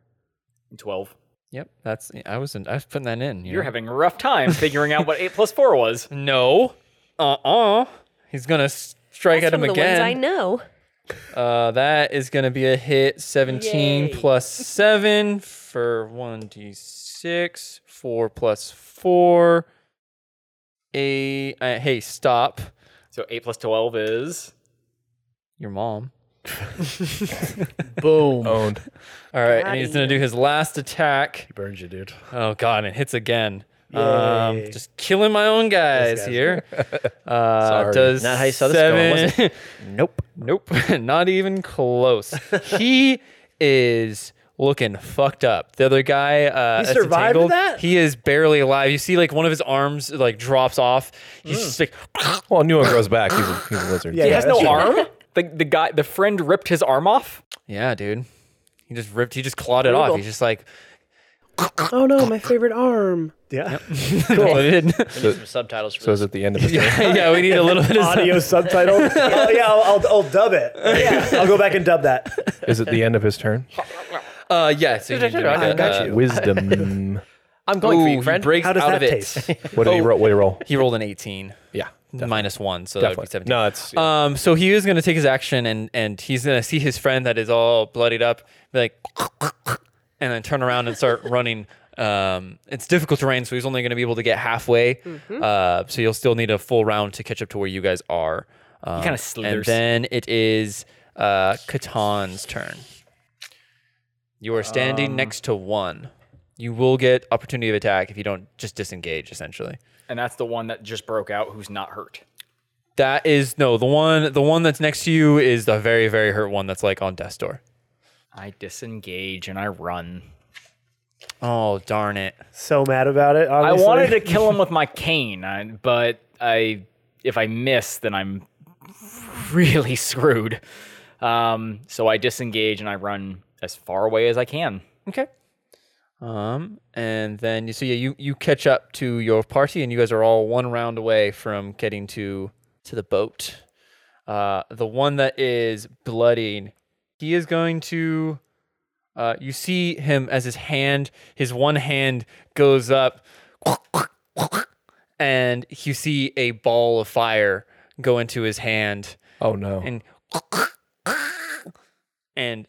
S9: 12.
S5: Yep, that's. I was. In, I was putting that in. you
S9: You're
S5: know?
S9: having a rough time figuring out what 8 plus 4 was.
S5: no. Uh uh-uh. uh. He's gonna strike at
S3: That's
S5: him
S3: some of the ones I
S5: again.
S3: know.
S5: Uh, that is gonna be a hit. Seventeen
S3: Yay.
S5: plus seven for one d six. Four plus four. A uh, hey, stop.
S9: So 8 plus 12 is.
S5: Your mom.
S8: Boom.
S6: Owned.
S5: All right, and
S3: Outta
S5: he's gonna do his last attack.
S1: He burns you, dude.
S5: Oh god, and it hits again. Um,
S1: Yay.
S5: just killing my own guys,
S1: guys. <laughs>
S5: here. Uh, Does
S8: Not how you saw this going, was
S5: seven-
S8: Nope.
S5: nope, <laughs> not even close. he is looking fucked up. The other guy, uh,
S1: He
S5: that's
S1: survived
S5: entangled,
S1: that?
S5: He is barely alive. You see, like one of his arms like drops off. He's just like, <clears throat>
S6: Well, a new one grows back. He's a, he's a lizard.
S9: He has
S1: that's
S9: no
S1: true.
S9: arm? <laughs> The, the guy, the friend ripped his arm off?
S5: yeah, dude. He just ripped. He just clawed it off.
S3: Brutal.
S5: He's just like,
S1: Oh no, my favorite arm. Yeah.
S5: <laughs> clawed it in.
S8: We need some subtitles for
S6: So is
S8: this.
S6: it the end of his turn?
S5: yeah, we need a little
S1: <laughs>
S5: bit
S1: <laughs>
S5: of
S1: Audio subtitle.
S5: <laughs>
S1: Oh yeah, I'll, I'll, I'll dub it. Yeah. I'll go back and dub that.
S6: Is it the end of his turn?
S5: Uh, yeah. So you need to make
S8: I
S5: a-
S8: got
S5: uh,
S6: Wisdom.
S8: I'm going for
S5: ooh,
S8: you,
S5: he
S8: friend.
S5: breaks
S1: How does
S5: out
S1: that
S5: of it. Oh,
S1: taste?
S6: What did he roll? What did he roll?
S5: He rolled an 18
S6: Yeah.
S5: minus one, so that would be 17.
S6: Definitely. No, it's yeah.
S5: Um, so he is going to take his action and and he's going to see his friend that is all bloodied up, be like, <laughs> and then turn around and start <laughs> running. Um, it's difficult terrain, so he's only going to be able to get halfway. Uh, so you'll still need a full round to catch up to where you guys are. Um,
S9: kinda slithers.
S5: And then it is uh, Katan's turn. You are standing next to one. You will get opportunity of attack if you don't just disengage, essentially.
S9: And that's the one that just broke out who's not hurt.
S5: That is no the one. The one that's next to you is the very very hurt one that's like on death's door.
S9: I disengage and I run.
S5: Oh darn it!
S1: So mad about it.
S9: I
S1: Obviously.
S9: wanted to kill him with my cane, I- but I if I miss, then I'm really <laughs> screwed. Um, so I disengage and I run as far away as I can.
S5: Okay. Um, and then you so yeah you you catch up to your party and you guys are all one round away from getting to to the boat. Uh, the one that is bloodied, he is going to. Uh, you see him as his hand, his one hand goes up, and you see a ball of fire go into his hand
S6: Oh no.
S5: and and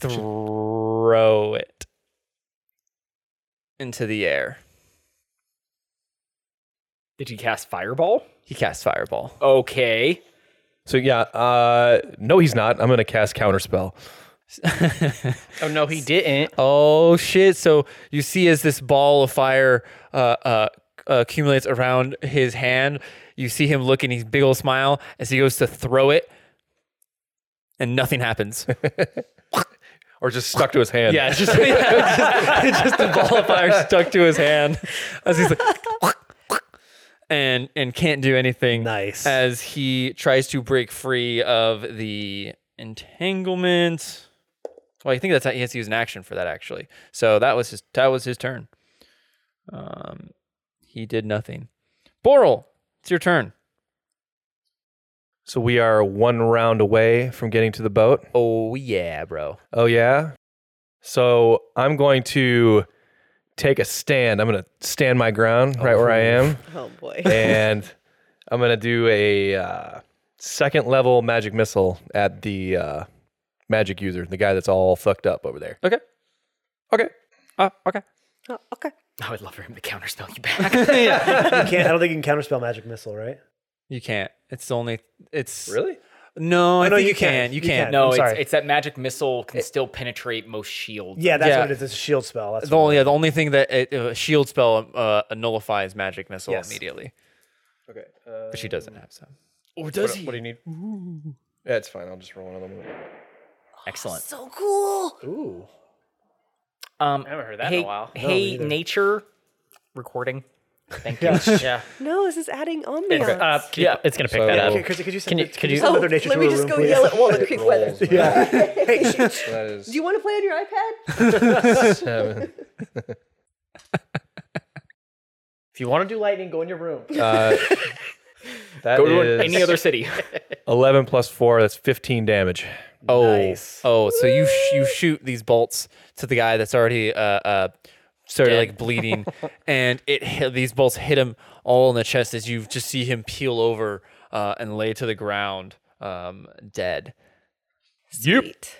S5: throw it into the air.
S9: Did he cast fireball?
S5: He casts fireball. <laughs>
S9: Okay.
S6: So yeah, uh, no, he's not. I'm gonna cast counterspell.
S8: oh no, he didn't.
S5: Oh shit! So you see as this ball of fire uh, uh, uh, accumulates around his hand. You see him look and he's big old smile as he goes to throw it, and nothing happens. <laughs>
S6: or just stuck to his hand.
S5: Yeah, it's just, yeah, it's just, it's just a ball of fire stuck to his hand as he's like, and and can't do anything.
S1: Nice.
S5: As he tries to break free of the entanglement. Well, I think that's how he has to use an action for that actually. So that was his that was his turn. Um, he did nothing. Boral, it's your turn.
S6: So we are one round away from getting to the boat.
S5: Oh yeah, bro.
S6: Oh yeah. So I'm going to take a stand. I'm going to stand my ground right where I am,
S3: Oh boy.
S6: and I'm going to do a uh, second level magic missile at the uh, magic user, the guy that's all fucked up over there.
S5: Okay.
S6: Okay.
S5: Oh, okay.
S3: Oh, okay.
S9: I would love for him to counterspell you back.
S1: You can't. I don't think you can counterspell magic missile, right?
S5: You can't. It's only it's
S6: Really?
S5: No, I
S9: Oh,
S1: no,
S5: think
S1: you
S5: you can.
S1: can.
S5: You
S1: You
S5: can.
S8: Uh,
S1: can.
S9: no,
S1: I'm
S9: it's,
S1: sorry.
S9: it's that magic missile can still penetrate most shields.
S1: Yeah, that's
S5: Yeah.
S1: what it is. It's a shield spell. That's
S5: The
S1: what it
S5: only,
S1: is.
S5: yeah, the only thing that it, uh, shield spell uh, nullifies magic missile
S1: Yes.
S5: immediately,
S6: Okay. Uh,
S5: but she doesn't have some.
S9: Or does
S6: what, what do you need? That's fine. I'll just roll one of them.
S9: Excellent.
S3: So cool.
S1: Ooh.
S9: Um,
S8: I haven't heard that
S9: hey,
S8: in a while.
S9: Hey,
S1: either.
S9: nature recording. Thank you.
S8: <laughs> Yeah.
S3: No, this is adding ambiance.
S8: It's, uh, yeah. It's going to pick
S6: So-
S8: that
S1: Okay,
S6: <laughs>
S8: up.
S1: Chris, could you send,
S8: Can you-
S1: could
S8: can
S1: you
S8: you-
S1: send
S3: Oh,
S1: Mother Nature
S3: let
S1: to
S3: me
S1: a
S3: just
S1: room,
S3: go
S1: please?
S3: yell at Walnut
S1: <laughs>
S3: Creek Weather.
S6: Rolls, man.
S1: Yeah.
S3: <laughs> Hey, shoot.
S6: <laughs> That is
S3: do you want to play on your
S1: <laughs>
S3: iPad?
S6: seven.
S8: If you want to do lightning, go in your room.
S6: Uh, that
S9: Go to
S6: is
S9: any other city.
S6: 11 plus 4. That's 15 damage.
S5: Oh,
S1: Nice.
S5: oh, so you sh- you shoot these bolts to the guy that's already uh, uh started
S9: Dead.
S5: like bleeding,
S6: <laughs>
S5: and it hit, these bolts hit him all in the chest as you just see him peel over uh, and lay to the ground, um, dead.
S3: Sweet.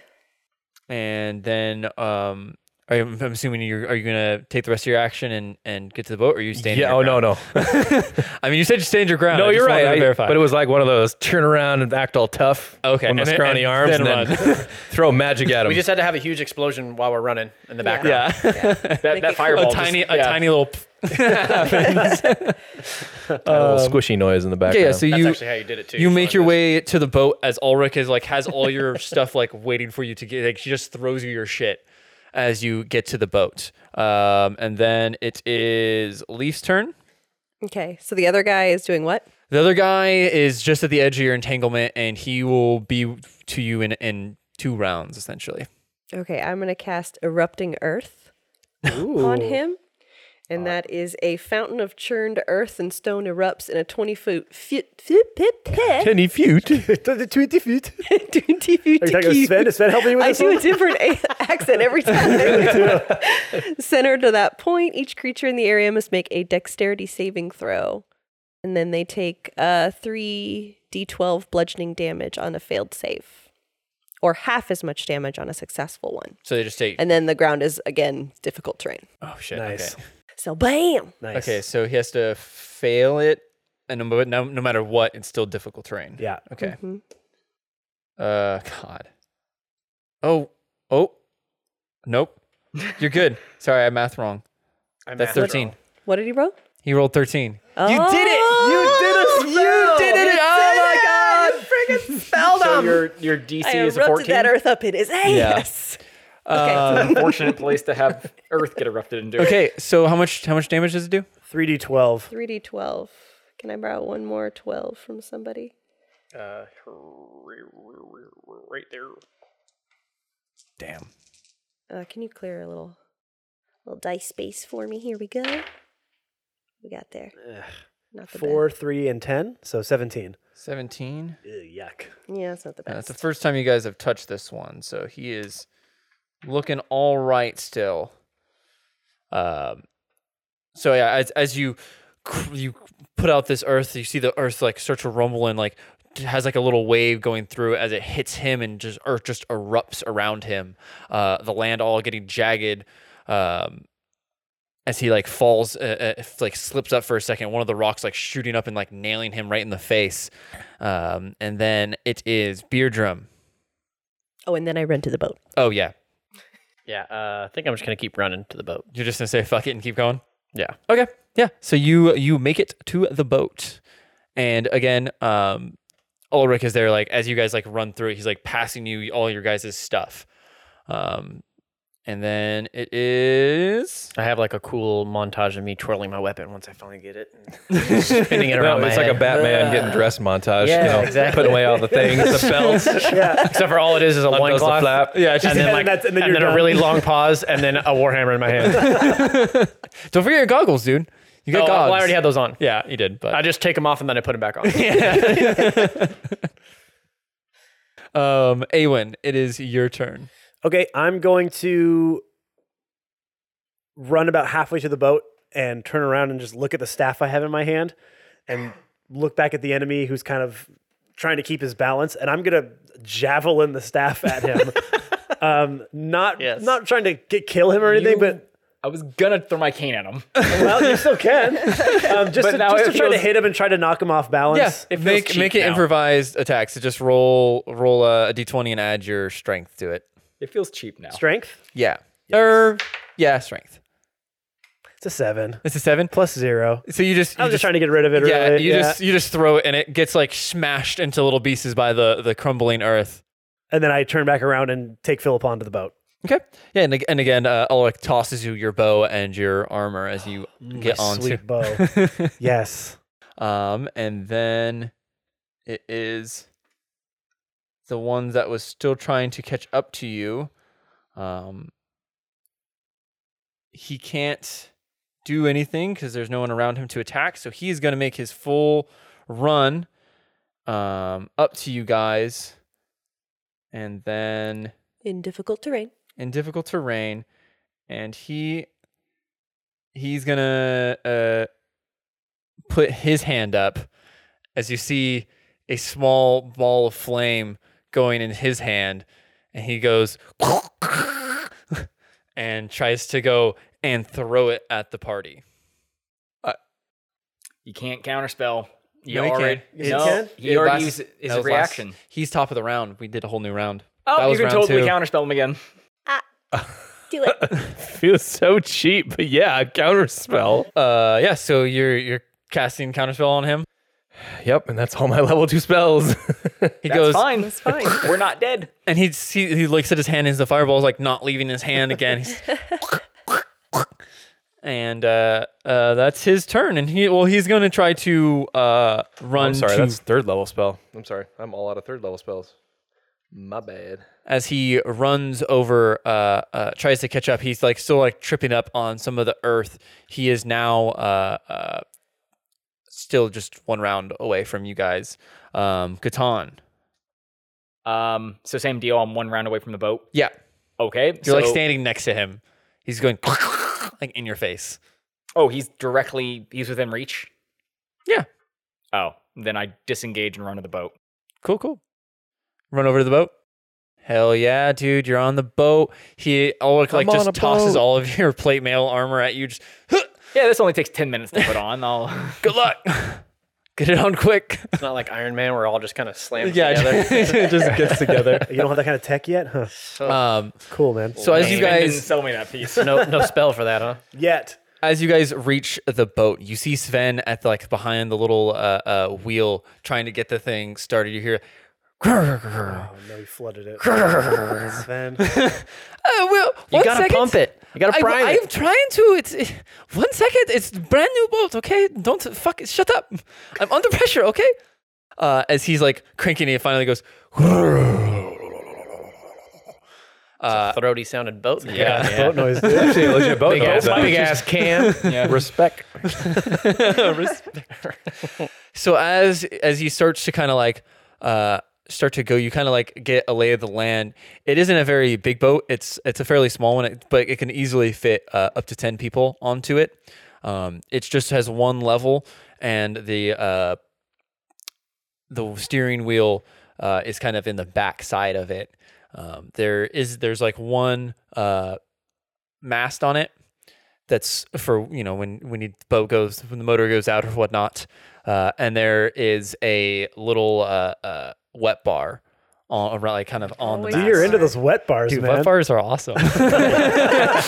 S5: And then um, are you, I'm assuming you're are you gonna take the rest of your action and and get to the boat, or are you staying?
S6: yeah. Oh, no, no.
S5: I mean, you said you stand your ground.
S6: No,
S5: <laughs> I
S6: you're
S5: just wanted
S6: right.
S5: to
S6: I-
S5: verify.
S6: but it was like one of those turn around and act all tough.
S5: Okay,
S6: On the
S5: and then-
S6: scrawny
S5: and
S6: arms
S5: then
S6: and then <laughs> throw magic at him.
S8: We just had to have a huge explosion while we're running in the background.
S5: yeah,
S9: that that
S3: it
S9: fireball.
S5: a
S9: just-
S5: tiny, a
S9: yeah.
S5: tiny little. pff.
S6: a little squishy noise in the
S5: Okay, um,
S6: background.
S5: yeah. So
S8: That's
S5: you
S8: actually how you did it too.
S5: you make
S8: So
S5: your
S8: that's-
S5: way to the boat as Ulrich is like has all your <laughs> stuff like waiting for you to get. Like she just throws you your shit as you get to the boat. Um, and then it is Leaf's turn.
S3: Okay, so the other guy is doing what?
S5: The other guy is just at the edge of your entanglement, and he will be to you in in two rounds essentially.
S3: Okay, I'm going to cast Erupting Earth on him. And that is a fountain of churned earth and stone erupts in a 20 foot. Fi- fi- pi- pi-
S6: Kenny Feud.
S1: The 20
S5: <laughs>
S1: feet.
S3: 20 foot
S1: Are you talking to
S3: cube.
S1: Sven? Is Sven helping you with
S3: I
S1: this
S3: do
S1: one?
S3: a different a-
S1: <laughs>
S3: accent every time. Centered to that point, each creature in the area must make a dexterity saving throw. And then they take uh, 3d12 bludgeoning damage on a failed save, or half as much damage on a successful one.
S5: So they just take.
S3: And then the ground is, again, difficult terrain.
S5: oh shit!
S1: Nice.
S5: Okay.
S3: So, bam!
S1: Nice.
S5: Okay, so he has to fail it, and no, no, no matter what, it's still difficult terrain.
S1: Yeah.
S5: Okay.
S3: Mhm.
S5: Uh, God. Oh, oh, nope. You're good. Sorry, I math wrong.
S8: I'm
S5: That's
S8: after all.
S5: thirteen.
S3: What did he roll? Oh,
S5: He rolled thirteen.
S3: You did
S1: You did a spell!
S5: Did it! Oh
S3: Friggin' spelled
S9: So
S3: him!
S9: your your DC
S3: I
S9: is a
S3: erupted
S9: fourteen.
S3: that earth up in his ass. Okay.
S1: Um,
S9: Unfortunate place to have Earth get erupted into.
S5: my God. Okay, so how much how much damage does it do?
S1: 3d12.
S3: 3d12. Can I borrow one more 12 from somebody?
S8: Uh, right there.
S5: Damn.
S3: Uh, can you clear a little little dice space for me? Here we go. We got there. Not the
S1: Four, three, and 10. So 17.
S5: Seventeen.
S1: Ew, yuck.
S3: best. Yeah, that's not the
S5: Yeah, That's
S3: best.
S5: the first time you guys have touched this one, so he is looking all right still. Um, so yeah, as as you cr- you put out this earth, you see the earth like start to rumble and like t- has like a little wave going through it as it hits him and just earth just erupts around him. Uh, the land all getting jagged. Um, as he like falls, uh, uh, f- like slips up for a second, one of the rocks like shooting up and like nailing him right in the face. Um, and then it is beer drum.
S3: oh, and then I rented the boat.
S5: Oh yeah,
S8: Yeah, uh, I think I'm just gonna keep running to the boat.
S5: you're just gonna say <laughs> fuck it and keep going. Yeah. Okay. Yeah. So you you make it to the boat, and again, um, Ulrich is there. Like as you guys like run through it, he's like passing you all your guys' stuff. Um, and then it is
S8: I have like a cool montage of me twirling my weapon once I finally get it, and spinning it
S9: <laughs>
S8: around
S6: No,
S8: my
S6: it's
S8: head.
S6: like a Batman getting dressed montage.
S8: Yeah,
S6: you know,
S8: exactly.
S6: Putting away all the things,
S8: <laughs>
S6: the belts.
S8: Except for all it is is a
S6: Up
S8: one
S6: goes the
S8: cloth,
S6: flap.
S5: yeah. Just,
S8: and then
S1: And
S8: like
S1: that's- and
S8: and
S1: then you're
S8: then, a
S1: done.
S8: really long pause, and then a warhammer in my hand.
S5: don't forget your goggles, dude. You got
S8: oh,
S5: goggles.
S8: well, I already had those on.
S5: yeah, you did. But
S8: I just take them off and then I put them back on.
S5: um, Awen, it is your turn.
S1: Okay, I'm going to run about halfway to the boat and turn around and just look at the staff I have in my hand
S9: <sighs>
S1: and look back at the enemy who's kind of trying to keep his balance and I'm going to javelin the staff at
S9: <laughs>
S1: him. um not
S8: Yes.
S1: not trying to get, kill him or anything
S9: You-
S1: but
S9: I was gonna throw my cane at him.
S1: well you still
S9: <laughs>
S1: can. Um just
S9: But
S1: to,
S9: now
S1: just to
S9: it
S1: try to
S9: feels-
S1: hit him and try to knock him off balance.
S9: It feels
S5: make
S9: cheap
S5: make it
S9: now.
S5: improvised attacks. So just roll roll a, a d20 and add your strength to it.
S9: It feels cheap now.
S1: Strength?
S5: Yeah. Or yeah, strength.
S1: It's a 7
S5: It's a seven.
S1: plus 0.
S5: So you just
S1: I
S5: you
S1: was just trying to get rid of it
S5: yeah,
S1: really.
S5: you just you just throw it and it gets like smashed into little pieces by the the crumbling earth.
S1: and then I turn back around and take Philip onto the boat.
S5: Okay. Yeah, and, ag- and again, uh, Ulrich tosses you your bow and your armor as you get
S1: My
S5: onto.
S1: sweet bow.
S5: <laughs>
S1: yes.
S5: um, and then it is the one that was still trying to catch up to you. Um, he can't do anything because there's no one around him to attack, so he's going to make his full run um, up to you guys, and then
S3: in difficult terrain.
S5: in difficult terrain, and he he's gonna uh, put his hand up as you see a small ball of flame going in his hand, and he goes <laughs> and tries to go and throw it at the party.
S9: You can't counterspell. You
S5: No, he
S9: already.
S5: can't.
S1: Yes, he
S9: no,
S1: can.
S9: he
S5: It
S9: already
S5: lasts-
S9: used his
S5: that was last-
S9: reaction.
S5: he's top of the round. We did a whole new round. That
S9: Oh,
S5: was
S9: you can
S5: round
S9: totally
S5: two.
S9: counterspell him again.
S3: Ah,
S5: <laughs>
S3: Do it.
S6: Feels so cheap, but yeah, counter spell.
S5: Uh, yeah. So you're you're casting counterspell on him.
S6: Yep, and that's all my <laughs> level two spells.
S5: He
S9: That's
S5: goes
S9: fine.
S3: That's fine.
S9: <laughs> We're not dead.
S5: and he he, he looks at his hand and the fireball's like not leaving his hand again. He's- <laughs> and uh, uh, that's his turn. And he well he's gonna try to uh, run
S6: Oh, I'm sorry,
S5: to-
S6: that's third level spell. I'm sorry, I'm all out of third level spells. My bad.
S5: as he runs over uh, uh, tries to catch up. He's like still like tripping up on some of the earth. He is now uh, uh, still just one round away from you guys. Um, Catan.
S9: Um, so same deal. I'm one round away from the boat.
S5: Yeah,
S9: Okay.
S5: you're like
S9: so-
S5: standing next to him. He's going <laughs> like in your face.
S9: Oh, he's directly. He's within reach.
S5: Yeah.
S9: Oh, then I disengage and run to the boat.
S5: Cool, cool. Run over to the boat. Hell yeah, dude! You're on the boat. He Ulrich like
S6: I'm on
S5: just
S6: a
S5: tosses
S6: boat.
S5: all of <laughs> your plate mail armor at you. Just
S9: Yeah, this only takes ten minutes to put
S5: <laughs>
S9: on. I'll.
S5: good luck. Get it on quick.
S8: It's not like Iron Man, we're all just kind of
S5: <laughs>
S8: slammed together.
S5: it just gets together.
S1: <laughs> You don't have that kind of tech yet? Huh.
S5: Um,
S1: Cool, man.
S5: so as you
S9: didn't
S5: guys
S9: sell me that piece.
S8: no, no spell for that, huh?
S1: Yet.
S5: as you guys reach the boat, you see Sven at the, like behind the little uh, uh, wheel trying to get the thing started. You hear.
S1: Oh, no, you flooded
S5: <laughs>
S1: it. Sven.
S5: Oh well,
S8: You gotta pump it. You gotta prime
S5: I,
S8: it.
S5: I'm trying to. It's eh, one second. It's brand new boat. Okay, don't fuck. it. Shut up. I'm under pressure. Okay. Uh, as he's like cranking, it, it finally goes. Uh,
S8: Throaty sounded boat.
S5: yeah. <laughs>
S1: Boat noise, dude.
S6: Actually, a legit boat.
S9: Oh,
S8: Big
S6: noise,
S8: ass,
S6: though.
S8: big ass can.
S6: Respect. <laughs>
S5: so as as he starts to kind of like uh start to go you kind of like get a lay of the land it isn't a very big boat it's it's a fairly small one it- but it can easily fit uh, up to 10 people onto it um it just has one level and the uh the steering wheel uh is kind of in the back side of it um there is there's like one uh mast on it that's for you know when when the boat goes when the motor goes out or whatnot uh, and there is a little uh, uh, wet bar on around, like kind of on the
S3: Always
S5: map.
S3: Nice.
S1: Dude, you're into those wet bars,
S5: Dude,
S1: man.
S5: wet bars
S1: <laughs>
S5: are awesome. <laughs> you gotta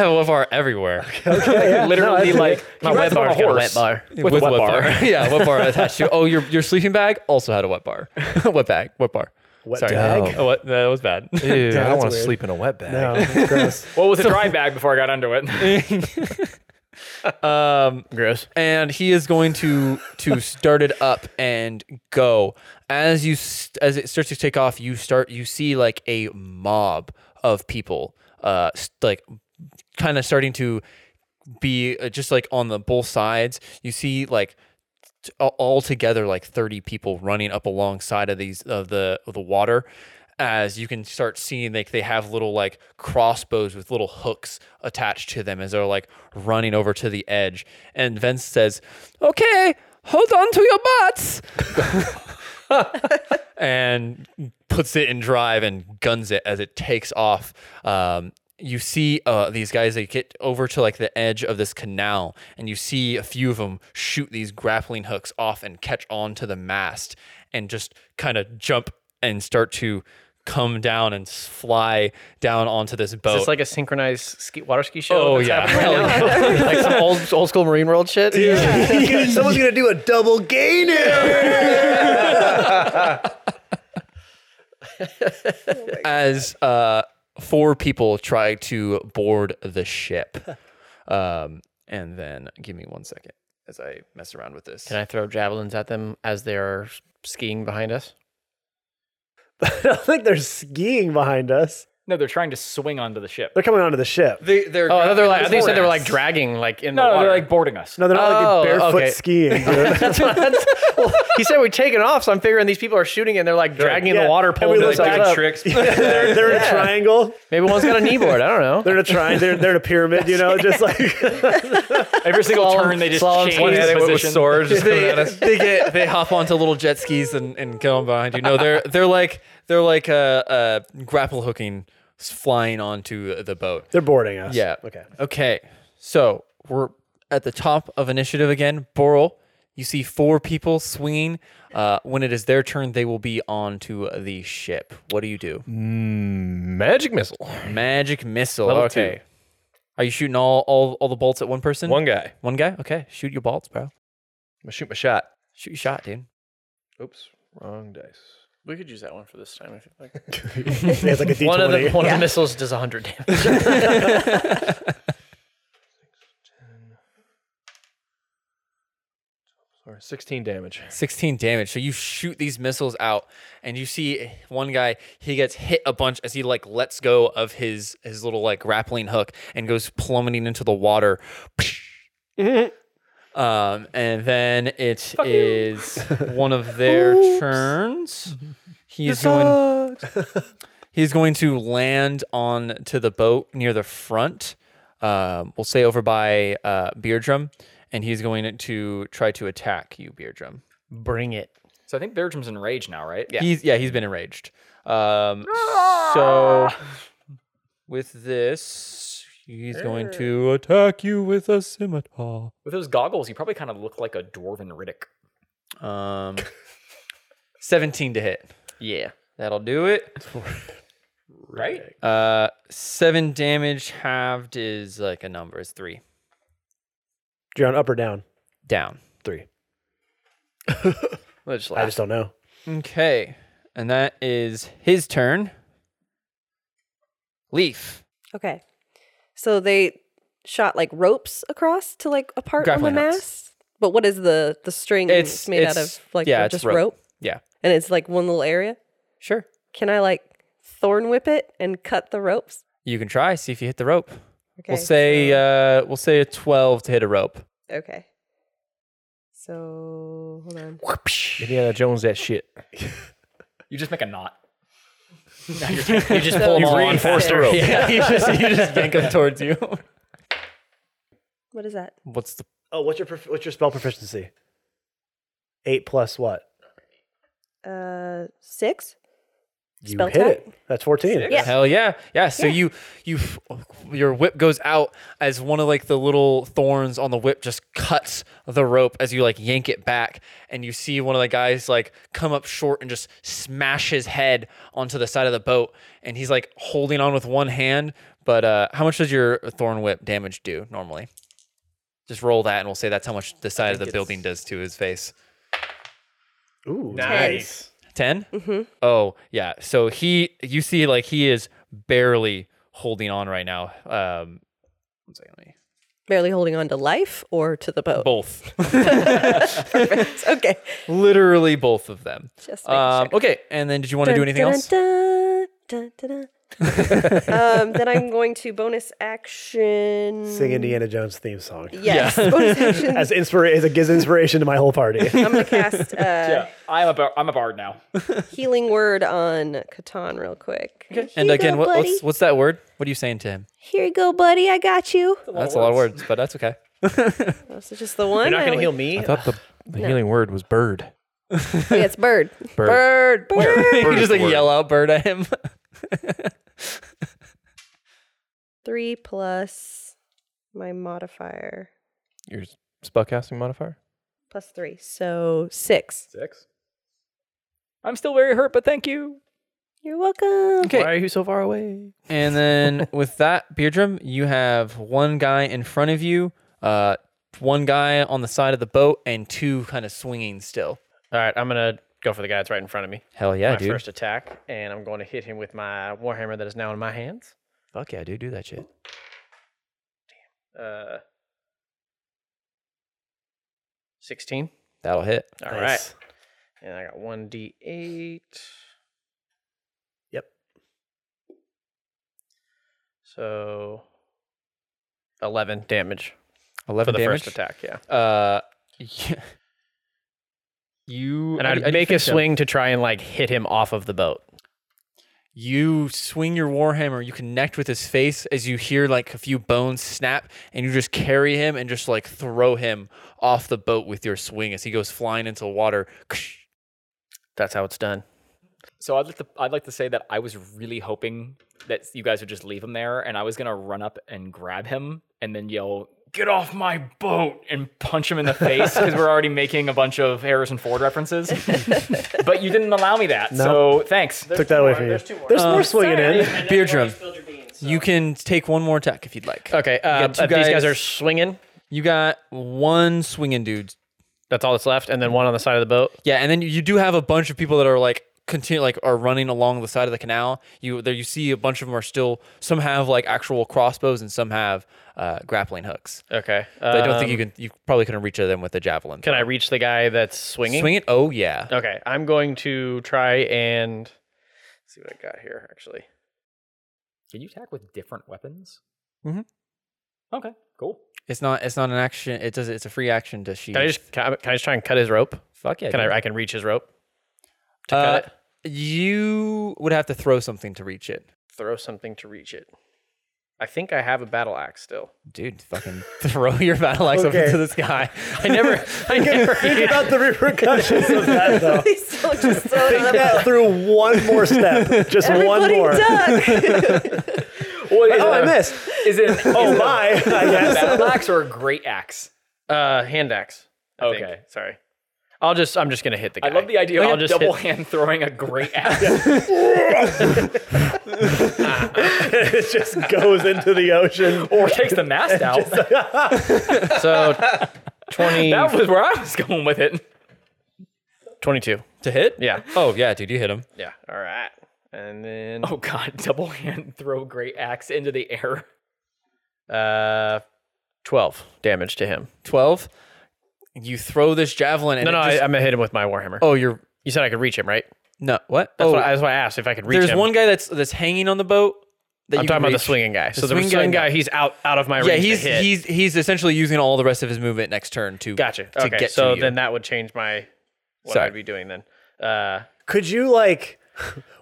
S5: have a wet bar everywhere
S9: Literally, like my wet bar
S8: got a wet bar.
S5: with, a wet, bar. <laughs>
S8: <laughs>
S5: yeah, wet bar attached to. Oh, your your sleeping bag also had a wet bar, <laughs> wet bag, wet bar.
S1: Wet
S5: Sorry,
S1: bag?
S5: Oh, what- that was bad. <laughs>
S6: Ew, I don't
S1: that's
S6: want to
S1: weird.
S6: sleep in a wet bag.
S1: No, it's gross.
S9: Well, with a dry bag before I got under it.
S8: Gross.
S5: Um, and he is going to to start it up and go as you st- as it starts to take off you start you see like a mob of people uh s- like kind of starting to be uh, just like on the both sides you see like t- all- all together like 30 people running up alongside of these of the of the water as you can start seeing like they have little like crossbows with little hooks attached to them as they're like running over to the edge and Vince says okay hold on to your butts and puts it in drive and guns it as it takes off. Um, you see uh, these guys, they get over to like the edge of this canal, and you see a few of them shoot these grappling hooks off and catch onto the mast and just kind of jump and start to come down and s- fly down onto this boat.
S8: Is this like a synchronized ski, water ski show?
S5: oh,
S8: that's
S5: yeah.
S8: happening right now? <laughs> like some old old school Marine World shit.
S1: <laughs> Someone's gonna do a double gainer. <laughs>
S5: as uh, four people try to board the ship.
S8: <laughs>
S5: Um, and then give me one second as I mess around with this.
S8: Can I throw javelins at them as they are skiing behind us?
S1: I don't think they're skiing behind us.
S9: no, they're trying to swing onto the ship.
S1: They're coming onto the ship.
S5: They, they're
S8: Oh, I thought they were like. I think you said they were
S5: Boris.
S8: like dragging, like in the
S9: No,
S8: water.
S9: they're like boarding us.
S1: No, they're not
S8: Oh,
S1: like barefoot
S5: <laughs>
S8: okay.
S1: skiing. Dude.
S8: that's what. That's, well, he said we're taking off, so I'm figuring these people are shooting and they're like dragging in
S1: Yeah.
S8: the water,
S1: And
S8: pulling
S1: we look
S8: themselves
S1: back,
S8: up.
S1: tricks. they're, they're in a triangle.
S8: Maybe one's got a knee board. I don't know.
S1: They're in a triangle. They're, they're in a pyramid. You
S5: <laughs>
S1: know, just like
S9: Every single turn, they just
S8: slalom
S9: change
S8: swing. Yeah,
S9: his
S8: they went with
S9: position.
S6: Swords just coming at us.
S5: <laughs> they get they hop onto little jet skis and, and go on behind you. No, they're they're like they're like uh, uh, grapple hooking, s- flying onto the
S1: <laughs>
S5: boat.
S1: they're boarding us.
S5: Yeah.
S1: Okay.
S5: Okay. So we're at the top of initiative again. Boral, you see four people swinging. Uh, when it is their turn, they will be onto the ship. What do you do?
S6: Mm, Magic missile.
S5: Magic missile.
S6: Level
S5: okay. Are you shooting all, all all the bolts at one person?
S6: One guy. I'm
S5: One guy. Okay. Shoot your bolts, bro.
S6: gonna shoot my shot.
S5: Shoot your shot, dude.
S6: Oops, wrong dice.
S8: We could use that one for this time. I feel like.
S1: It's like a D
S8: One of the
S1: twenty.
S8: one of
S3: Yeah.
S8: the missiles does 100 damage.
S6: Or 16 damage.
S5: 16 damage. So you shoot these missiles out and you see one guy, he gets hit a bunch as he like lets go of his his little like grappling hook and goes plummeting into the water. um and then it is one of their turns. He's going He's going to land on to the boat near the front. Um, we'll say over by uh, Beardrum, and he's going to try to attack you, Beardrum.
S8: Bring it.
S9: <laughs> So I think Bertram's enraged now, right? Yeah.
S5: He's yeah, he's been enraged. Um, so with this, he's going to attack you with a scimitar.
S9: With those goggles, you probably kind of look like a dwarven Riddick.
S5: Um, <laughs> seventeen to hit.
S8: Yeah.
S5: That'll do it.
S9: Right?
S5: Uh, seven damage halved is like a number. It's three
S1: You're on up or down.
S5: down.
S1: Three.
S8: Let's just
S1: I
S8: laugh.
S1: just don't know.
S5: Okay, and that is his turn. Leaf
S3: Okay. So they shot like ropes across to like a part on
S5: Grappling
S3: the
S5: hooks.
S3: mast. But what is the the string
S5: It's-
S3: made out
S5: it's-
S3: of? Like
S5: yeah, it's
S3: just
S5: rope.
S3: rope.
S5: Yeah.
S3: And it's like one little area.
S5: Sure.
S3: Can I like thorn whip it and cut the ropes?
S5: You can try. See if you hit the <laughs> rope.
S3: Okay.
S5: we'll say uh, we'll say a twelve to hit a rope.
S3: so- okay. So hold
S5: <laughs>
S3: on.
S6: Indiana Jones, that shit.
S9: You just make a knot.
S8: You just pull
S3: <laughs>
S8: them all on
S3: reinforced
S9: <laughs>
S8: faster. Yeah.
S5: <laughs> you just you just yank them towards you.
S3: What is that?
S5: What's the
S1: Oh, what's your prof- what's your spell proficiency? Eight plus what?
S3: Uh six?
S1: You
S3: Spell
S1: hit
S3: attack?
S1: it. That's 14.
S3: Yeah.
S5: Hell yeah, yeah. So you you your whip goes out as one of like the little thorns on the whip just cuts the rope as you like yank it back, and you see one of the guys like come up short and just smash his head onto the side of the boat, and he's like holding on with one hand. But uh, how much does your thorn whip damage do normally? Just roll that, and we'll say that's how much the side of the building does to his face.
S1: Ooh.
S8: Nice.
S5: 10 oh yeah so he you see like he is barely holding on right now um one second, let me-
S3: Barely holding on to life or to the boat?
S5: both
S3: Perfect. Okay.
S5: literally both of them
S3: Just making
S5: um,
S3: sure.
S5: okay and then did you want to do anything else
S3: um, then I'm going to bonus action.
S1: Sing Indiana Jones theme song.
S3: Yes. Bonus
S1: <laughs>
S3: action.
S1: As inspira- as it gives inspiration to my whole party.
S3: I'm
S5: <laughs>
S3: going to cast uh,
S9: I'm a bar- I'm a bard now.
S3: Healing Word on Catan real quick.
S5: and
S3: Here you
S5: again
S3: go,
S5: what,
S3: buddy.
S5: what's what's that word what are you saying to him
S3: Here you go, buddy. I got you.
S5: that's a lot of words but that's
S3: <laughs>
S5: okay <laughs>
S3: This is just the one.
S8: You're not
S3: I
S8: gonna
S3: only-
S8: heal me.
S6: I thought the, the healing word was bird.
S3: Oh, yeah, it's bird.
S6: Bird.
S5: you
S6: Bird is
S5: just like
S6: the word.
S5: yell out bird at
S8: <laughs>
S5: him
S3: Three plus my modifier
S6: Your spellcasting modifier.
S3: plus three, so six.
S8: Six.
S9: I'm still very hurt, but thank you.
S3: You're welcome.
S5: okay
S8: Why are you so far away?
S5: And then with that, Beardrum, you have one guy in front of you, uh, one guy on the side of the boat, and two kind of swinging still.
S8: All right, I'm gonna go for the guy that's right in front of me.
S5: Hell yeah,
S8: my
S5: dude.
S8: first attack, and I'm going to hit him with my warhammer that is now in my hands.
S5: Fuck yeah, dude. Do that shit.
S8: Uh, sixteen.
S5: That'll hit.
S8: All right,
S1: Nice.
S8: and I got one d eight.
S1: Yep.
S8: So eleven damage
S5: 11
S8: for the
S5: damage.
S8: first attack. Yeah,
S5: Uh, <laughs> yeah. You
S8: and
S5: how do-
S8: I'd
S5: how do you
S8: make a
S5: finish him?
S8: swing to try and like hit him off of the boat.
S5: You swing your warhammer. You connect with his face as you hear like a few bones snap, and you just carry him and just like throw him off the boat with your swing as he goes flying into the water.
S8: That's how it's done.
S9: So I'd like to I'd like to say that I was really hoping that you guys would just leave him there, and I was gonna run up and grab him and then yell, "Get off my boat!" and punch him in the face because we're already making a bunch of Harrison
S1: <laughs>
S9: Ford references. but you didn't allow me that, so thanks.
S1: Took that away from you. There's,
S3: Oh,
S1: more swinging in.
S5: Beardrum, you can take one more attack if you'd like.
S8: Okay, uh,
S5: got two
S8: if these guys
S5: guys-
S8: are swinging.
S5: You got one swinging dude.
S8: That's all that's left, and then one on the side of the boat.
S5: Yeah, and then you do have a bunch of people that are like continue like are running along the side of the canal. You there you see a bunch of them are still some have like actual crossbows and some have uh, grappling hooks.
S8: Okay, um,
S5: But I don't think you can. You probably couldn't reach them with a javelin.
S8: Can I reach the guy that's swinging?
S5: swing it? Oh yeah.
S8: Okay, I'm going to try and let's see what I got here. Actually,
S9: Can you attack with different weapons?
S1: Mm-hmm.
S5: Mhm.
S9: Okay, cool.
S5: It's not. It's not an action. It does. It's a free action to sheath.
S8: can I just can I, can I just try and cut his rope?
S5: Fuck yeah.
S8: Can
S5: dude.
S8: I? I can reach his rope. To
S5: Uh,
S8: cut it.
S5: You would have to throw something to reach it,
S8: Throw something to reach it. I think I have a battle axe still.
S5: dude. Fucking <laughs> throw your battle axe up
S1: Okay.
S5: into the sky.
S8: <laughs>
S5: <laughs>
S8: I never. I never.
S1: Think about the repercussions of that,
S3: <laughs>
S1: though.
S3: <laughs> Please don't just throw it
S1: Think
S5: <laughs>
S3: on the
S1: that through one more step. Just one
S3: Everybody
S1: more.
S5: <laughs>
S3: duck.
S1: Oh, I missed.
S9: Is it?
S1: <laughs> Oh,
S9: is it a
S1: my. I guess.
S9: battle axe or a great axe?
S8: Uh, hand axe. I think.
S9: Okay.
S8: Sorry. I'll just. I'm just gonna hit the guy.
S9: I love the idea
S8: I'll
S9: of
S8: just
S9: double
S8: hit-
S9: hand throwing a
S1: <laughs>
S9: great axe.
S1: <laughs> it just goes into the ocean.
S9: or takes
S1: <laughs>
S9: the mast out.
S5: <laughs>
S8: So twenty.
S9: that was where I was <laughs> going with it.
S8: Twenty-two.
S5: to hit?
S8: Yeah.
S5: Oh yeah, dude. You hit him.
S8: Yeah. All right. And then
S9: Oh god, double hand throw great axe into the air.
S8: uh, twelve damage to him.
S5: 12 you throw this javelin and
S8: No,
S5: it
S8: no,
S5: just-
S8: I, I'm gonna hit him with my warhammer.
S5: oh you're
S8: You said I could reach him, right?
S5: no what
S8: That's,
S5: oh
S8: what, I- that's why I asked if I could reach
S5: there's
S8: him.
S5: one guy that's that's hanging on the boat that
S8: I'm
S5: you
S8: talking
S5: can
S8: about the
S5: reach.
S8: swinging guy.
S5: The
S8: so the
S5: swing
S8: swinging
S5: guy, no.
S8: guy, he's out out of my
S5: yeah
S8: range. to
S5: he's
S8: hit.
S5: he's he's essentially using all the rest of his movement next turn to
S8: gotcha.
S5: to
S8: okay,
S5: get
S8: so
S5: to you.
S8: then that would change my what
S5: Sorry.
S8: I'd be doing then. Uh,
S1: Could you, like,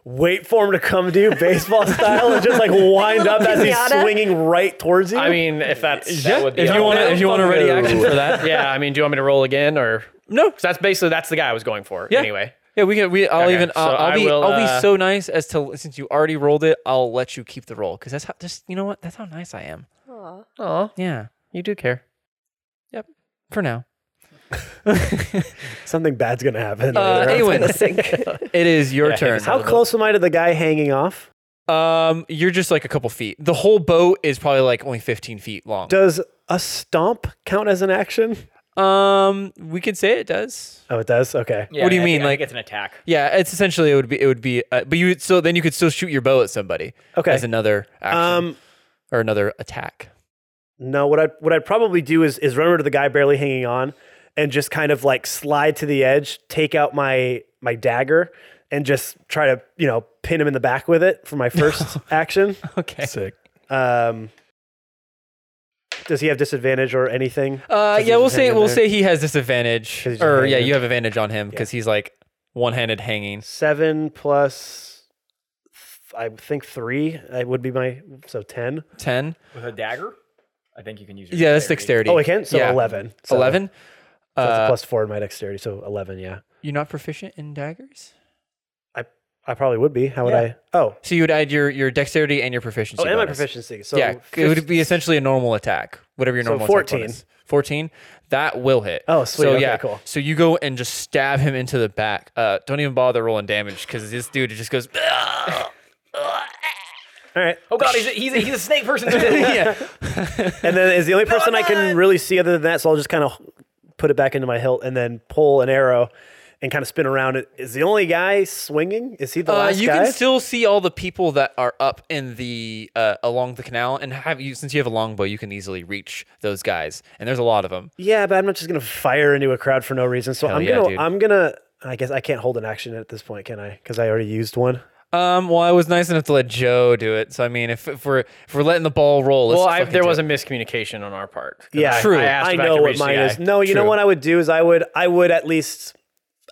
S1: wait for him to come to you baseball style and just, like, wind up as he's
S3: pinata?
S1: swinging right towards you?
S8: I mean, if that's yeah,
S5: if you want if you want a ready action for that <laughs>
S8: yeah. I mean, do you want me to roll again or
S5: no
S8: 'cause that's basically that's the guy I was going for
S5: Yeah.
S8: anyway.
S5: Yeah, we can. We. I'll
S8: Okay,
S5: even.
S8: so
S5: I'll, I'll
S8: I
S5: be.
S8: will,
S5: I'll be
S8: uh,
S5: so nice as to since you already rolled it, I'll let you keep the roll because that's how. Just you know what? That's how nice I am.
S3: Aw.
S5: Oh. Yeah. You do care. Yep. For now.
S1: <laughs> Something bad's gonna happen.
S5: Uh,
S1: later.
S5: anyway,
S3: Gonna <laughs> sink.
S5: it is your
S8: Yeah,
S5: turn.
S1: How close am I to the guy hanging off?
S5: Um, you're just like a couple feet. The whole boat is probably like only 15 feet long.
S1: Does a stomp count as an action?
S5: um, we could say it does.
S1: Oh, it does. Okay.
S5: What do you
S9: I
S5: mean,
S9: think- I
S5: like-
S9: think it's an attack?
S5: Yeah, it's essentially it would be it would be, uh, but you would- so then you could still shoot your bow at somebody
S1: Okay.
S5: as another action
S1: Um,
S5: or another attack.
S1: no. What I what I'd probably do is is run over to the guy barely hanging on, and just kind of like slide to the edge, take out my my dagger, and just try to you know pin him in the back with it
S5: <laughs>
S1: for my first action.
S5: Okay.
S6: <laughs> Sick.
S1: Um, does he have disadvantage or anything?
S5: Uh,
S1: Since
S5: yeah,
S1: he's
S5: we'll
S1: just
S5: say
S1: hanging
S5: we'll
S1: there.
S5: say he has disadvantage,
S1: 'Cause he's just
S5: or yeah,
S1: hanging.
S5: you have advantage on him because he's like one-handed hanging.
S1: Seven plus, th- I think three. It would be my so ten.
S5: Ten.
S9: With a dagger? I think you can use. Your
S5: Yeah, that's dexterity.
S1: Oh, I can. So
S5: Yeah.
S1: eleven. So-
S5: Eleven.
S1: So that's a
S5: Uh,
S1: plus four in my dexterity. So eleven. Yeah,
S5: you're not proficient in daggers,
S1: I probably would be. How would
S5: Yeah.
S1: I? Oh,
S5: so you would add your your dexterity and your proficiency.
S1: oh, and my
S5: bonus.
S1: proficiency. So
S5: yeah, it
S1: fif-
S5: would be essentially a normal attack, whatever your
S1: So
S5: normal
S1: 14.
S5: attack is. 14. That will hit.
S1: Oh, sweet.
S5: So,
S1: Okay,
S5: yeah.
S1: cool.
S5: So you go and just stab him into the back. Uh, don't even bother rolling damage because this dude
S1: <laughs>
S5: just goes. <laughs>
S1: All right.
S9: Oh god, he's a, he's a, he's a snake person.
S5: <laughs> yeah.
S1: And then is the only person I can really see other than that. So I'll just kind of put it back into my hilt and then pull an arrow and kind of spin around it. Is the only guy swinging? Is he the
S5: Uh,
S1: last
S5: you
S1: guy?
S5: can still see all the people that are up in the uh, along the canal, and have you since you have a longbow, you can easily reach those guys, and there's a lot of them.
S1: Yeah, but I'm not just gonna fire into a crowd for no reason. So
S5: Hell
S1: I'm
S5: yeah,
S1: gonna
S5: dude.
S1: I'm gonna I guess I can't hold an action at this point, can I? Because I already used one.
S5: Um, well, I was nice enough to let Joe do it, so I mean, if, if we're if we're letting the ball roll, let's
S8: Well, I,
S5: fucking
S8: there
S5: do
S8: was
S5: it.
S8: a miscommunication on our part.
S1: Yeah,
S5: True.
S8: I asked
S1: I
S8: if I
S1: know
S8: could
S1: what
S8: reach the
S1: mine
S8: guy.
S1: is. No, you know
S5: True.
S1: what I would do is I would I would at least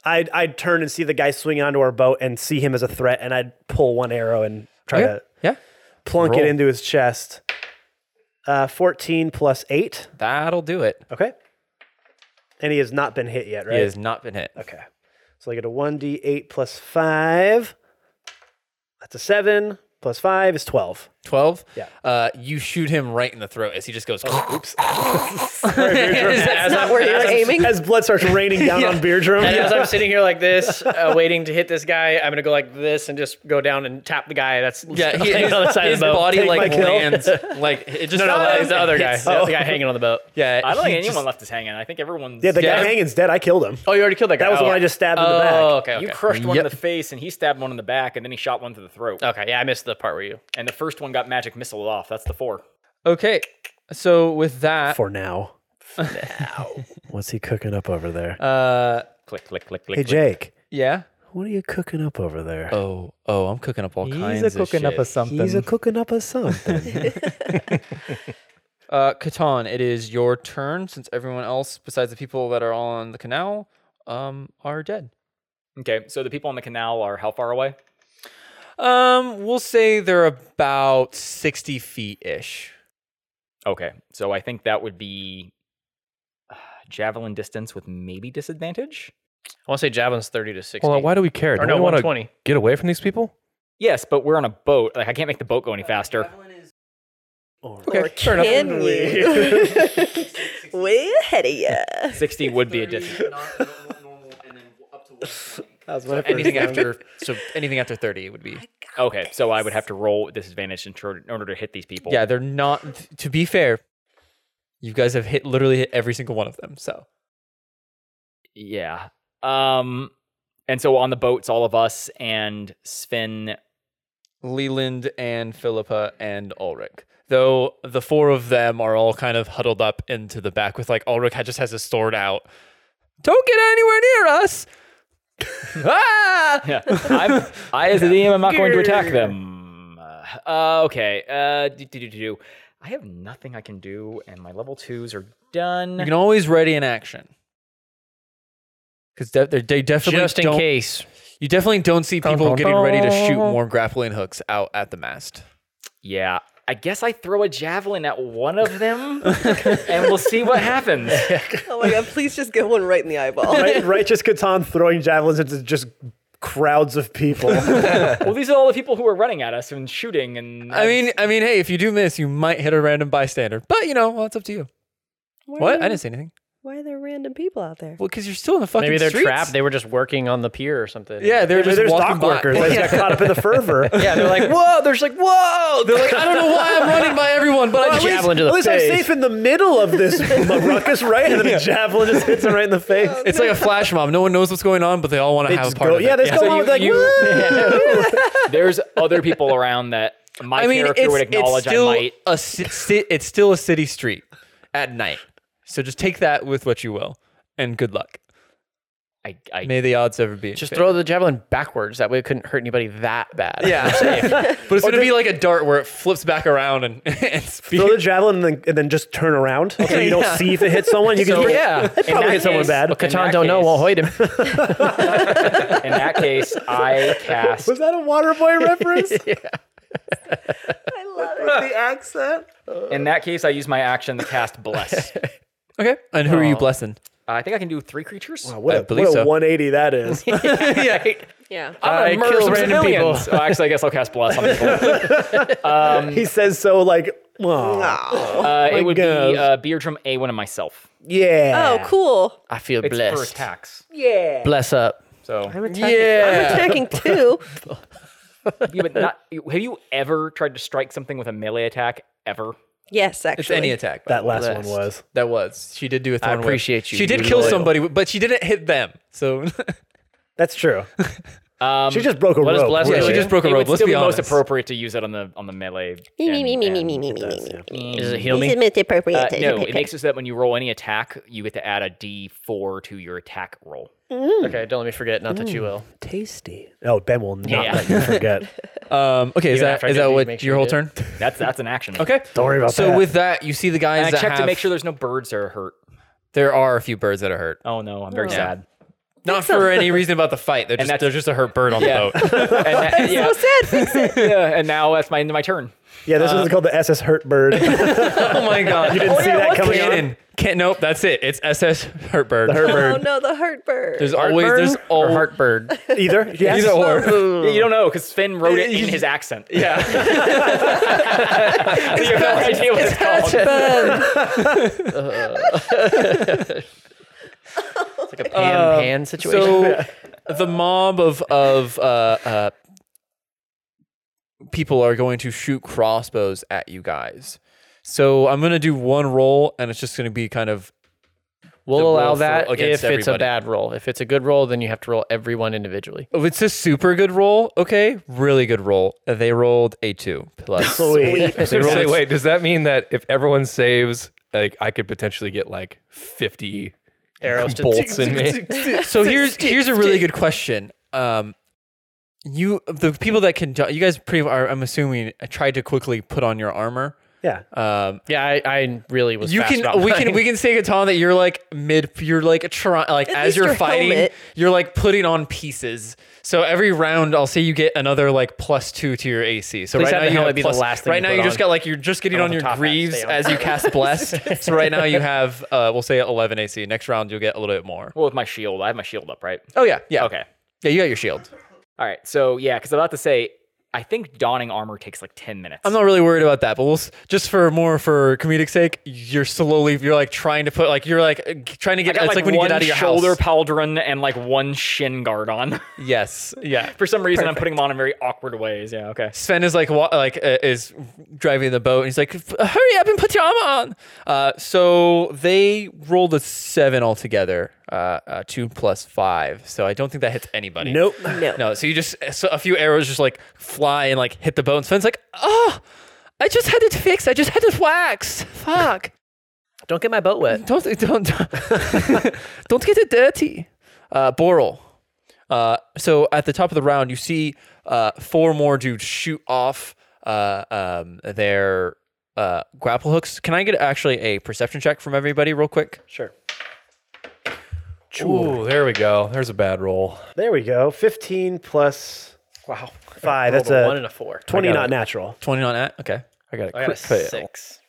S1: I'd I'd turn and see the guy swinging onto our boat and see him as a threat, and I'd pull one arrow and try
S5: Okay.
S1: to
S5: yeah.
S1: plunk
S5: Roll.
S1: it into his chest. Uh, 14 plus 8.
S5: That'll do it.
S1: Okay. And he has not been hit yet, right?
S5: He has not been hit.
S1: Okay. So I get a 1d8 plus 5. That's a 7. Plus 5 is 12.
S5: 12
S1: Yeah.
S5: uh you shoot him right in the throat as he just goes
S1: Oops. Sorry, Deirdre.
S3: That's not where you were aiming.
S1: As blood starts raining down on Beardrum.
S8: And as I'm sitting here like this, uh, waiting to hit this guy, I'm gonna go like this and just go down and tap the guy that's <laughs>
S5: yeah he,
S8: hanging
S5: his,
S8: on the side
S5: his
S8: of the boat.
S5: body
S1: Take
S5: like
S1: my kill.
S5: lands like it just
S8: no, no,
S5: lands
S8: it's the
S5: and
S8: other guy,
S5: hits.
S8: the other guy hanging on the boat.
S5: yeah
S9: I don't
S5: he
S9: think anyone
S5: just-
S9: left is hanging. I think
S1: <laughs>
S9: everyone's.
S1: yeah, the
S5: Yeah.
S1: guy hanging's dead. I killed him.
S8: Oh, you already killed that guy.
S1: That was the
S8: oh,
S1: one I just stabbed in the back.
S8: Oh, okay, okay.
S9: You crushed one
S5: Yep.
S9: in the face, and he stabbed one in the back, and then he shot one through the throat.
S8: okay, yeah, I missed the part where you.
S9: And the first one got magic missile off. That's the four.
S5: okay so with that
S1: For now. For now. What's he cooking up over there?
S5: uh
S9: Click, click, click, click.
S1: hey,
S9: click.
S1: Jake,
S5: yeah
S1: what are you cooking up over there?
S5: oh oh i'm cooking up all kinds
S7: He's a cooking
S5: of
S7: up
S5: shit.
S7: a something.
S1: He's a cooking up a
S3: <laughs>
S1: something.
S5: uh Catan, it is your turn since everyone else besides the people that are on the canal um are dead
S9: Okay, so the people on the canal are how far away?
S5: um we'll say they're about 60 feet ish
S9: Okay, so I think that would be uh, javelin distance with maybe disadvantage.
S8: I want to say javelin's thirty to sixty.
S6: Hold on, why do we care?
S8: or
S6: Don't
S8: no,
S6: we
S8: one
S6: want to
S8: twenty.
S6: get away from these people?
S9: Yes, but we're on a boat. Like I can't make the boat go any faster.
S3: Or can <laughs> you? Way ahead of ya.
S9: Sixty would be a distance.
S5: anything after so anything after 30 would be
S9: Okay, so I would have to roll with disadvantage in, tr- in order to hit these people.
S5: Yeah, they're not. t- To be fair, you guys have hit literally hit every single one of them. So
S9: Yeah. Um, and so on the boats, all of us and Sven. <laughs>
S5: Leland and Philippa and Ulrich. Though the four of them are all kind of huddled up into the back with like Ulrich had- just has his sword out. Don't get anywhere near us. <laughs> ah!
S9: Yeah, I'm,
S5: <laughs>
S9: I as a DM, I'm not going to attack them. Uh, okay. Uh, do, do, do, do. I have nothing I can do, and my level twos are done.
S5: You can always ready an action. Because de- they're- they definitely
S8: Just in
S5: don't,
S8: case.
S5: you definitely don't see people
S6: dun,
S5: getting ready to shoot
S6: dun.
S5: more grappling hooks out at the mast.
S9: yeah, I guess I throw a javelin at one
S5: <laughs>
S9: of them, and we'll see what happens.
S3: Oh my god, please just get one right in the eyeball. <laughs>
S1: right, righteous Catan throwing javelins into just crowds of people.
S9: well, these are all the people who are running at us and shooting. And
S5: I mean, I mean, hey, if you do miss, you might hit a random bystander. But you know, well, it's up to you.
S3: Why
S5: What?
S3: Are
S5: I didn't say anything.
S3: Why are there random people out there?
S5: Well, because you're still in the fucking
S8: Maybe they're
S5: streets.
S8: trapped. They were just working on the pier or something.
S5: Yeah, they're just
S1: There's dock
S5: walking by.
S1: workers. They got caught up in the fervor.
S8: Yeah, they're <laughs> like, whoa. There's like, whoa.
S5: They're <laughs> like, I don't know why I'm running by everyone, but I
S8: Well,
S5: just
S8: at javelin to the
S1: At least I'm
S8: face.
S1: safe in the middle of this ruckus, right? And then a javelin just hits him right in the face.
S5: It's like a flash mob. No one knows what's going on, but they all want to
S1: They
S5: have a
S1: just
S5: part
S1: go,
S5: of it.
S1: yeah, they just go
S9: So
S1: on
S9: you-
S1: with like,
S9: you-
S1: "Woo!"
S9: "Ah!" there's other people around that my
S5: I mean,
S9: character
S5: it's,
S9: would
S5: it's
S9: acknowledge
S5: still
S9: I might.
S5: a ci- ci- it's still a city street at night. So just take that with what you will, and good luck.
S9: I, I
S5: May the odds ever be in
S8: Just
S5: favor.
S8: throw the javelin backwards. That way it couldn't hurt anybody that bad.
S5: Yeah, but it's gonna be like a dart where it flips back around and <laughs> and speed.
S1: Throw the javelin and then, and then just turn around so you don't see if it hits someone. You can
S9: So-
S1: <laughs>
S8: Yeah.
S1: it probably hit someone
S9: case-
S1: bad.
S9: okay. In
S8: Catan
S9: that
S8: don't know.
S9: case-
S8: Won't <laughs> hit him.
S9: in that case, I cast.
S1: Was that a Waterboy reference?
S3: I love it. The accent.
S9: In that case, I use my action to cast bless. Uh,
S5: Okay, and who are you blessing?
S9: I think I can do three creatures.
S1: Wow, what a,
S5: believe
S1: what a
S5: so.
S1: 180 that is.
S3: <laughs> Yeah.
S9: I'm
S8: Uh, it kills random people.
S9: Oh, actually, I guess I'll cast bless on people.
S1: he says so like, "Aw,
S9: Uh, it would
S1: gosh.
S9: be uh, Beardrum, Awen, and myself.
S1: yeah.
S3: Oh, cool.
S8: I feel
S9: It's for
S8: blessed.
S9: attacks.
S3: Yeah.
S8: Bless up.
S9: So
S3: I'm attacking two.
S9: yeah, but not, have you ever tried to strike something with a melee attack ever?
S3: Yes, actually.
S5: It's any attack. by
S1: That
S5: the way.
S1: last one was.
S5: That was. She did do a thorn. whip.
S8: appreciate you.
S5: She did
S8: You're
S5: kill
S8: loyal.
S5: somebody, but she didn't hit them. So <laughs>
S1: That's true.
S9: Um,
S1: She just broke a
S9: What
S1: rope.
S9: is bless?
S5: Yeah, she
S9: really?
S5: just broke a
S9: It
S5: rope,
S9: would
S5: let's
S9: still
S5: be
S9: be most
S5: honest.
S9: appropriate to use it on the on the melee.
S3: Me, me,
S9: and-
S3: me, me, me,
S9: and-
S3: me, me, me, me.
S8: Does it heal
S3: Is
S8: me?
S3: it misappropriate?
S9: Uh, no, it makes it so that when you roll any attack, you get to add a D4 to your attack roll.
S5: Hmm.
S8: Okay, don't let me forget. Not that you will.
S1: Tasty. Oh, Ben will not
S9: Yeah.
S1: let you forget.
S5: Um, okay, is
S8: Even
S5: that
S8: after I
S5: is
S8: did
S5: that
S8: these,
S5: what
S8: make sure
S5: your
S8: you
S5: whole
S8: do
S5: turn?
S9: That's that's an action.
S5: Okay.
S1: Don't worry about
S5: So
S1: that.
S5: with that, you see the guys
S9: And I
S5: that
S9: checked to
S5: have-
S9: make sure there's no birds that are hurt.
S5: there are a few birds that are hurt.
S9: Oh no, I'm very sad.
S5: Not for any reason about the fight. They're just
S9: that's-
S5: they're just a hurt bird on
S9: Yeah.
S5: the
S9: <laughs>
S5: boat.
S9: and, that- yeah,
S3: So sad. Fix it.
S9: <laughs> yeah, and now that's my end of my turn.
S1: yeah, this one's called the SS Hurt Bird. you
S5: oh my
S9: <laughs>
S5: god! You
S1: didn't see that coming on?
S5: Cannon. Can't. Nope. That's it. It's SS hurt
S1: <laughs>
S5: bird.
S1: The Hurt
S3: Oh
S1: Bird.
S3: no, the heartburn.
S5: There's always there's all
S8: Or heartbird.
S1: Either. Yes.
S5: Either or.
S9: <laughs> Yeah, you don't know because Finn wrote it
S5: <laughs>
S9: in his accent. <laughs> Yeah. so you have no idea what it's called.
S8: It's like a pan pan situation.
S6: <laughs>
S5: So
S1: <laughs>
S5: the mob of of uh, uh, people are going to shoot crossbows at you guys. So I'm gonna do one roll, and it's just gonna be kind of the
S8: we'll
S5: roll
S8: allow
S5: for-
S8: that
S5: against
S8: if it's
S5: everybody.
S8: a bad roll. If it's a good roll, then you have to roll
S5: <laughs>
S8: everyone individually.
S5: oh, it's a super good roll. Okay, really good roll. Uh, They rolled a two
S1: <laughs>
S5: plus.
S1: Sweet.
S5: They rolled a-
S6: Wait, wait, does that mean that if everyone saves, like I could potentially get like fifty
S8: Arrows to
S6: bolts in me?
S5: so here's here's a really good question. Um, you the people that can you guys pretty are I'm assuming tried to quickly put on your armor.
S1: <laughs> Yeah.
S5: Um,
S8: Yeah, I, I really was.
S5: you
S8: fast about
S5: can we can
S8: mine.
S5: we can say Catan that you're like mid you're like trying like
S3: At
S5: as
S3: least
S5: you're
S3: your
S5: fighting
S3: helmet.
S5: you're like putting on pieces. So every round I'll say you get another like plus two to your AC. So
S8: Please
S5: right
S8: have
S5: now
S8: the
S5: you
S8: helmet
S5: have
S8: be the
S5: plus,
S8: last thing
S5: right
S8: you
S5: now
S8: put
S5: you just
S8: on.
S5: got like you're just getting
S8: I
S5: on
S8: want
S5: your
S8: the top hat to
S5: greaves
S8: stay on.
S5: as you cast bless.
S8: <laughs>
S5: so right now you have uh, we'll say 11 AC. Next round you'll get a little bit more.
S9: Well, with my shield, I have my shield up, right?
S5: Oh yeah, yeah.
S9: Okay.
S5: Yeah, you got your shield.
S9: All right. So yeah, because I'm about to say, I think donning armor takes like ten minutes.
S5: I'm not really worried about that, but we'll s- just for more for comedic sake, you're slowly you're like trying to put like you're like uh, trying to
S9: I
S5: get
S9: got
S5: it's
S9: like,
S5: like, when you
S9: one
S5: get out of your
S9: shoulder
S5: house.
S9: pauldron and like one shin guard on. <laughs>
S5: yes, yeah.
S9: For some reason, I'm putting them on in very awkward ways. Yeah. Okay.
S5: Sven is like wa- like uh, is driving the boat and he's like, "F- "Hurry up and put your armor on." Uh, so they rolled a seven altogether, uh, uh, two plus five. So I don't think that hits anybody.
S1: Nope.
S3: No.
S5: <laughs> No. So you just so a few arrows just like fly and like hit the boat. And Sven's like, "Oh, I just had it fixed. I just had it waxed. Fuck."
S8: <laughs> Don't get my boat wet.
S5: don't <laughs> don't don't- don't get it dirty. Uh, Boral. Uh, so at the top of the round, you see uh, four more dudes shoot off uh, um, their uh, grapple hooks. Can I get actually a perception check from everybody real quick?
S1: Sure.
S6: Ooh, there we go. There's a bad roll.
S1: There we go. 15 plus
S8: Wow.
S1: five. That's
S8: Rolled
S1: a,
S8: one and a four.
S1: 20
S6: I got
S1: not
S6: it.
S1: natural.
S5: Twenty on that. Okay.
S6: I got a
S8: I
S6: quick
S8: got a
S6: fail.
S8: six.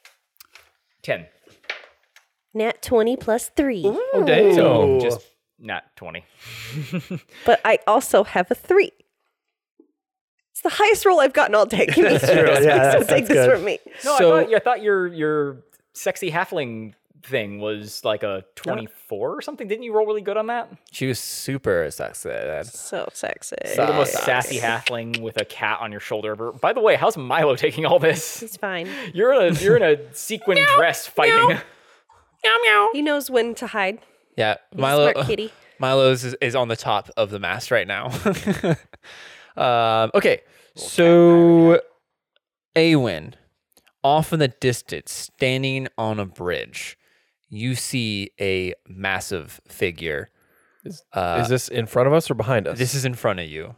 S9: Ten.
S3: Nat 20 plus 3.
S6: Oh damn!
S1: Ooh.
S6: Just
S9: not 20.
S3: But I also have a three. It's the highest roll I've gotten
S5: <laughs>
S3: all day. Give me
S1: true. Yeah,
S3: so
S1: that's-
S3: take
S1: that's
S3: this
S1: good.
S3: from me.
S9: No,
S5: So-
S9: I thought, yeah, I thought your your sexy halfling thing was like a 24 or something. Didn't you roll really good on that?
S5: She was super sexy.
S3: So sexy.
S9: You're the most sassy halfling with a cat on your shoulder. But- By the way, how's Milo taking all this? <laughs>
S3: He's fine.
S9: You're in a you're in a sequin dress fighting.
S3: He knows when to hide.
S5: Yeah,
S3: Milo,
S5: Milo. uh,
S3: smart kitty.
S5: Milo's is, is on the top of the mast right now. <laughs> um, okay, so Awen, off in the distance, standing on a bridge, you see a massive figure.
S6: is this in front of us or behind us?
S5: This is in front of you.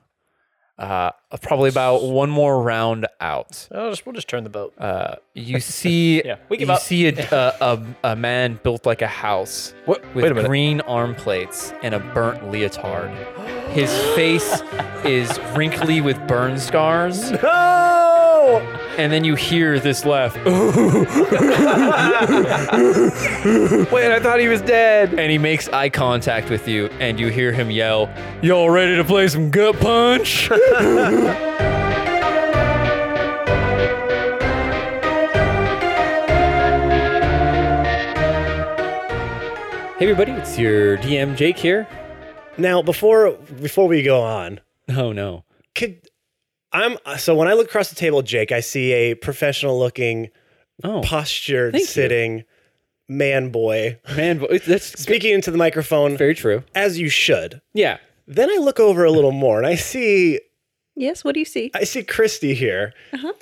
S5: Uh, probably about one more round out.
S8: Oh, just, we'll just turn the boat.
S5: Uh,
S9: <laughs>
S5: you see,
S9: Yeah, we give
S5: you
S9: up.
S5: see a, a, a, a man built like a house
S6: What-
S5: with
S6: wait a minute.
S5: green arm plates and a burnt leotard. His <gasps> face is wrinkly with burn scars,
S1: Oh!
S5: and then you hear this <laughs> laugh,
S6: Wait, I thought he was dead.
S5: and he makes eye contact with you, and you hear him yell, "Y'all ready to play some gut punch?" <laughs> Hey everybody, it's your DM Jake here.
S1: Now, before before we go on,
S5: Oh no.
S1: could I'm so when I look across the table, at Jake, I see a professional looking,
S5: Oh,
S1: postured,
S5: thank you.
S1: sitting man boy
S5: man, but it- that's
S1: speaking into the microphone
S5: very true.
S1: as you should.
S5: Yeah.
S1: Then I look over a little more and I see
S3: Yes, what do you see?
S1: I see Christy here.
S10: Uh-huh.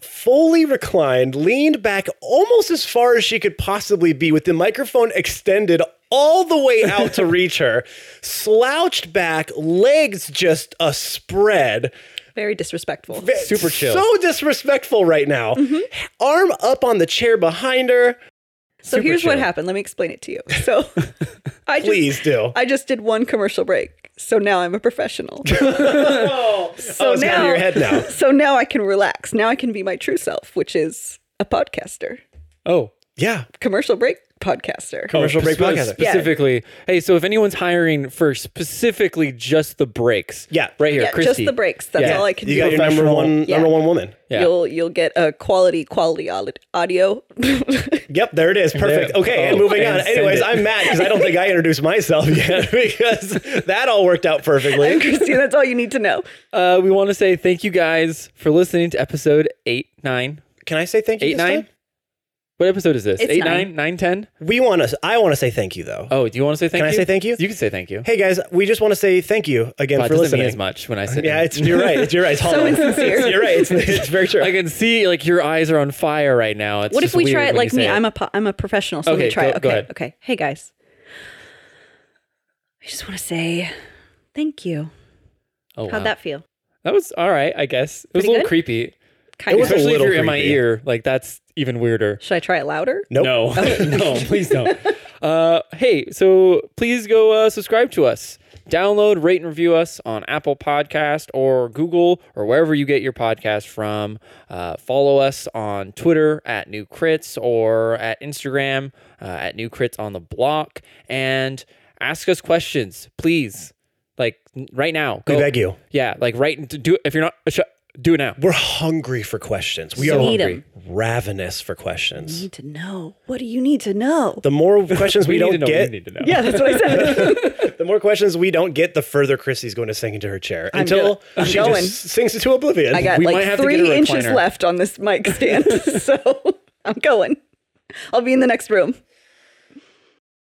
S1: Fully reclined, leaned back almost as far as she could possibly be, with the microphone extended all the way out
S10: <laughs>
S1: to reach her, slouched back, legs just a spread.
S3: Very disrespectful.
S1: Super chill. So disrespectful right now.
S10: Mm-hmm.
S1: Arm up on the chair behind her.
S10: So here's what
S5: chill.
S10: happened. Let me explain it to you.
S5: <laughs>
S10: So I just
S1: Please do.
S10: I just did one commercial break. So now I'm a professional.
S5: <laughs>
S1: oh,
S10: so Oh,
S1: it's out of your head
S10: <laughs>
S1: now.
S10: So now I can relax. Now I can be my true self, which is a podcaster.
S5: Oh,
S1: Yeah.
S10: Commercial break podcaster.
S1: Commercial break
S5: spe-
S1: podcast.
S10: Yeah.
S5: Specifically, hey, so if anyone's hiring for specifically just the breaks,
S1: Yeah.
S5: right here,
S10: yeah, just
S5: Christy.
S10: the breaks. That's all I can
S1: You
S10: do.
S1: got your number one
S10: Yeah.
S1: number one woman.
S5: Yeah.
S10: You'll you'll get a quality quality au- audio.
S1: Yep, there it is. Perfect.
S5: There.
S1: Okay,
S5: Oh,
S1: and moving
S5: and
S1: on.
S5: send
S1: Anyways,
S5: it.
S1: I'm Matt because I don't think I introduced myself <laughs>
S5: <laughs>
S1: yet because that all worked out perfectly.
S10: Christy, that's all Oh, you need to know.
S5: Uh, we want to say thank you guys for listening to episode eight, nine,
S1: Can I say thank you?
S5: eight,
S1: this
S5: nine.
S1: time?
S5: What episode is this?
S10: It's
S5: eight, nine,
S10: nine.
S5: nine, ten.
S1: We want to. I want to say thank you though.
S5: Oh, do you want to say thank
S1: Can I
S5: you?
S1: say thank you?
S5: You can say thank you.
S1: Hey guys, we just want to say thank you again
S5: Wow, it
S1: for
S5: doesn't
S1: listening.
S5: mean as much when I say
S1: Yeah, it's
S5: <laughs>
S1: you're right. It's you're right.
S10: <laughs>
S1: It's
S10: So
S1: hollow. <laughs>
S10: insincere.
S1: You're right. It's, it's very true.
S5: I can see like your eyes are on fire right now. It's
S10: What if
S5: just
S10: we
S5: weird
S10: try it
S5: when
S10: like
S5: you
S10: me?
S5: say it.
S10: I'm a po- I'm a professional, so
S5: Okay,
S10: we
S5: go-
S10: try it.
S5: go
S10: Okay,
S5: ahead.
S10: okay. Hey guys, I just want to say thank you.
S5: Oh, wow.
S10: How'd that feel?
S5: That was all right, I guess. It was
S10: Pretty
S5: a little
S10: good?
S5: creepy.
S10: Kind of.
S1: was a
S5: Especially if
S1: little
S5: you're in my
S1: creepy.
S5: ear, like that's even weirder.
S10: Should I try it louder?
S1: nope.
S5: No, <laughs>
S10: <laughs>
S5: no, please don't. Uh, hey, so please go uh, subscribe to us. Download, rate, and review us on Apple Podcast or Google or wherever you get your podcast from. Uh, follow us on Twitter at New Crits or at Instagram uh, at New Crits on the Block and ask us questions, please. Like n- right now,
S1: We
S5: Go-
S1: beg you.
S5: Yeah, like right. Do it if you're not. Sh- do it now.
S1: We're hungry for questions. We
S10: So
S1: are
S10: Need 'em.
S5: hungry.
S1: ravenous for
S10: You
S1: questions.
S10: need to know. What do you need to know?
S1: The
S5: <laughs>
S1: more questions we,
S5: need to
S1: don't
S5: know,
S1: get,
S5: We need to know.
S10: yeah, that's what I said.
S1: the more questions we don't get, the further Christy's going to sink into her chair
S10: I'm
S1: until
S10: go- I'm
S1: she
S10: going.
S1: just sinks into oblivion.
S10: <laughs> I got
S5: We might
S10: like
S5: have to get a
S10: three inches
S5: recliner.
S10: left on this mic stand, <laughs> so I'm going. I'll be in the next room.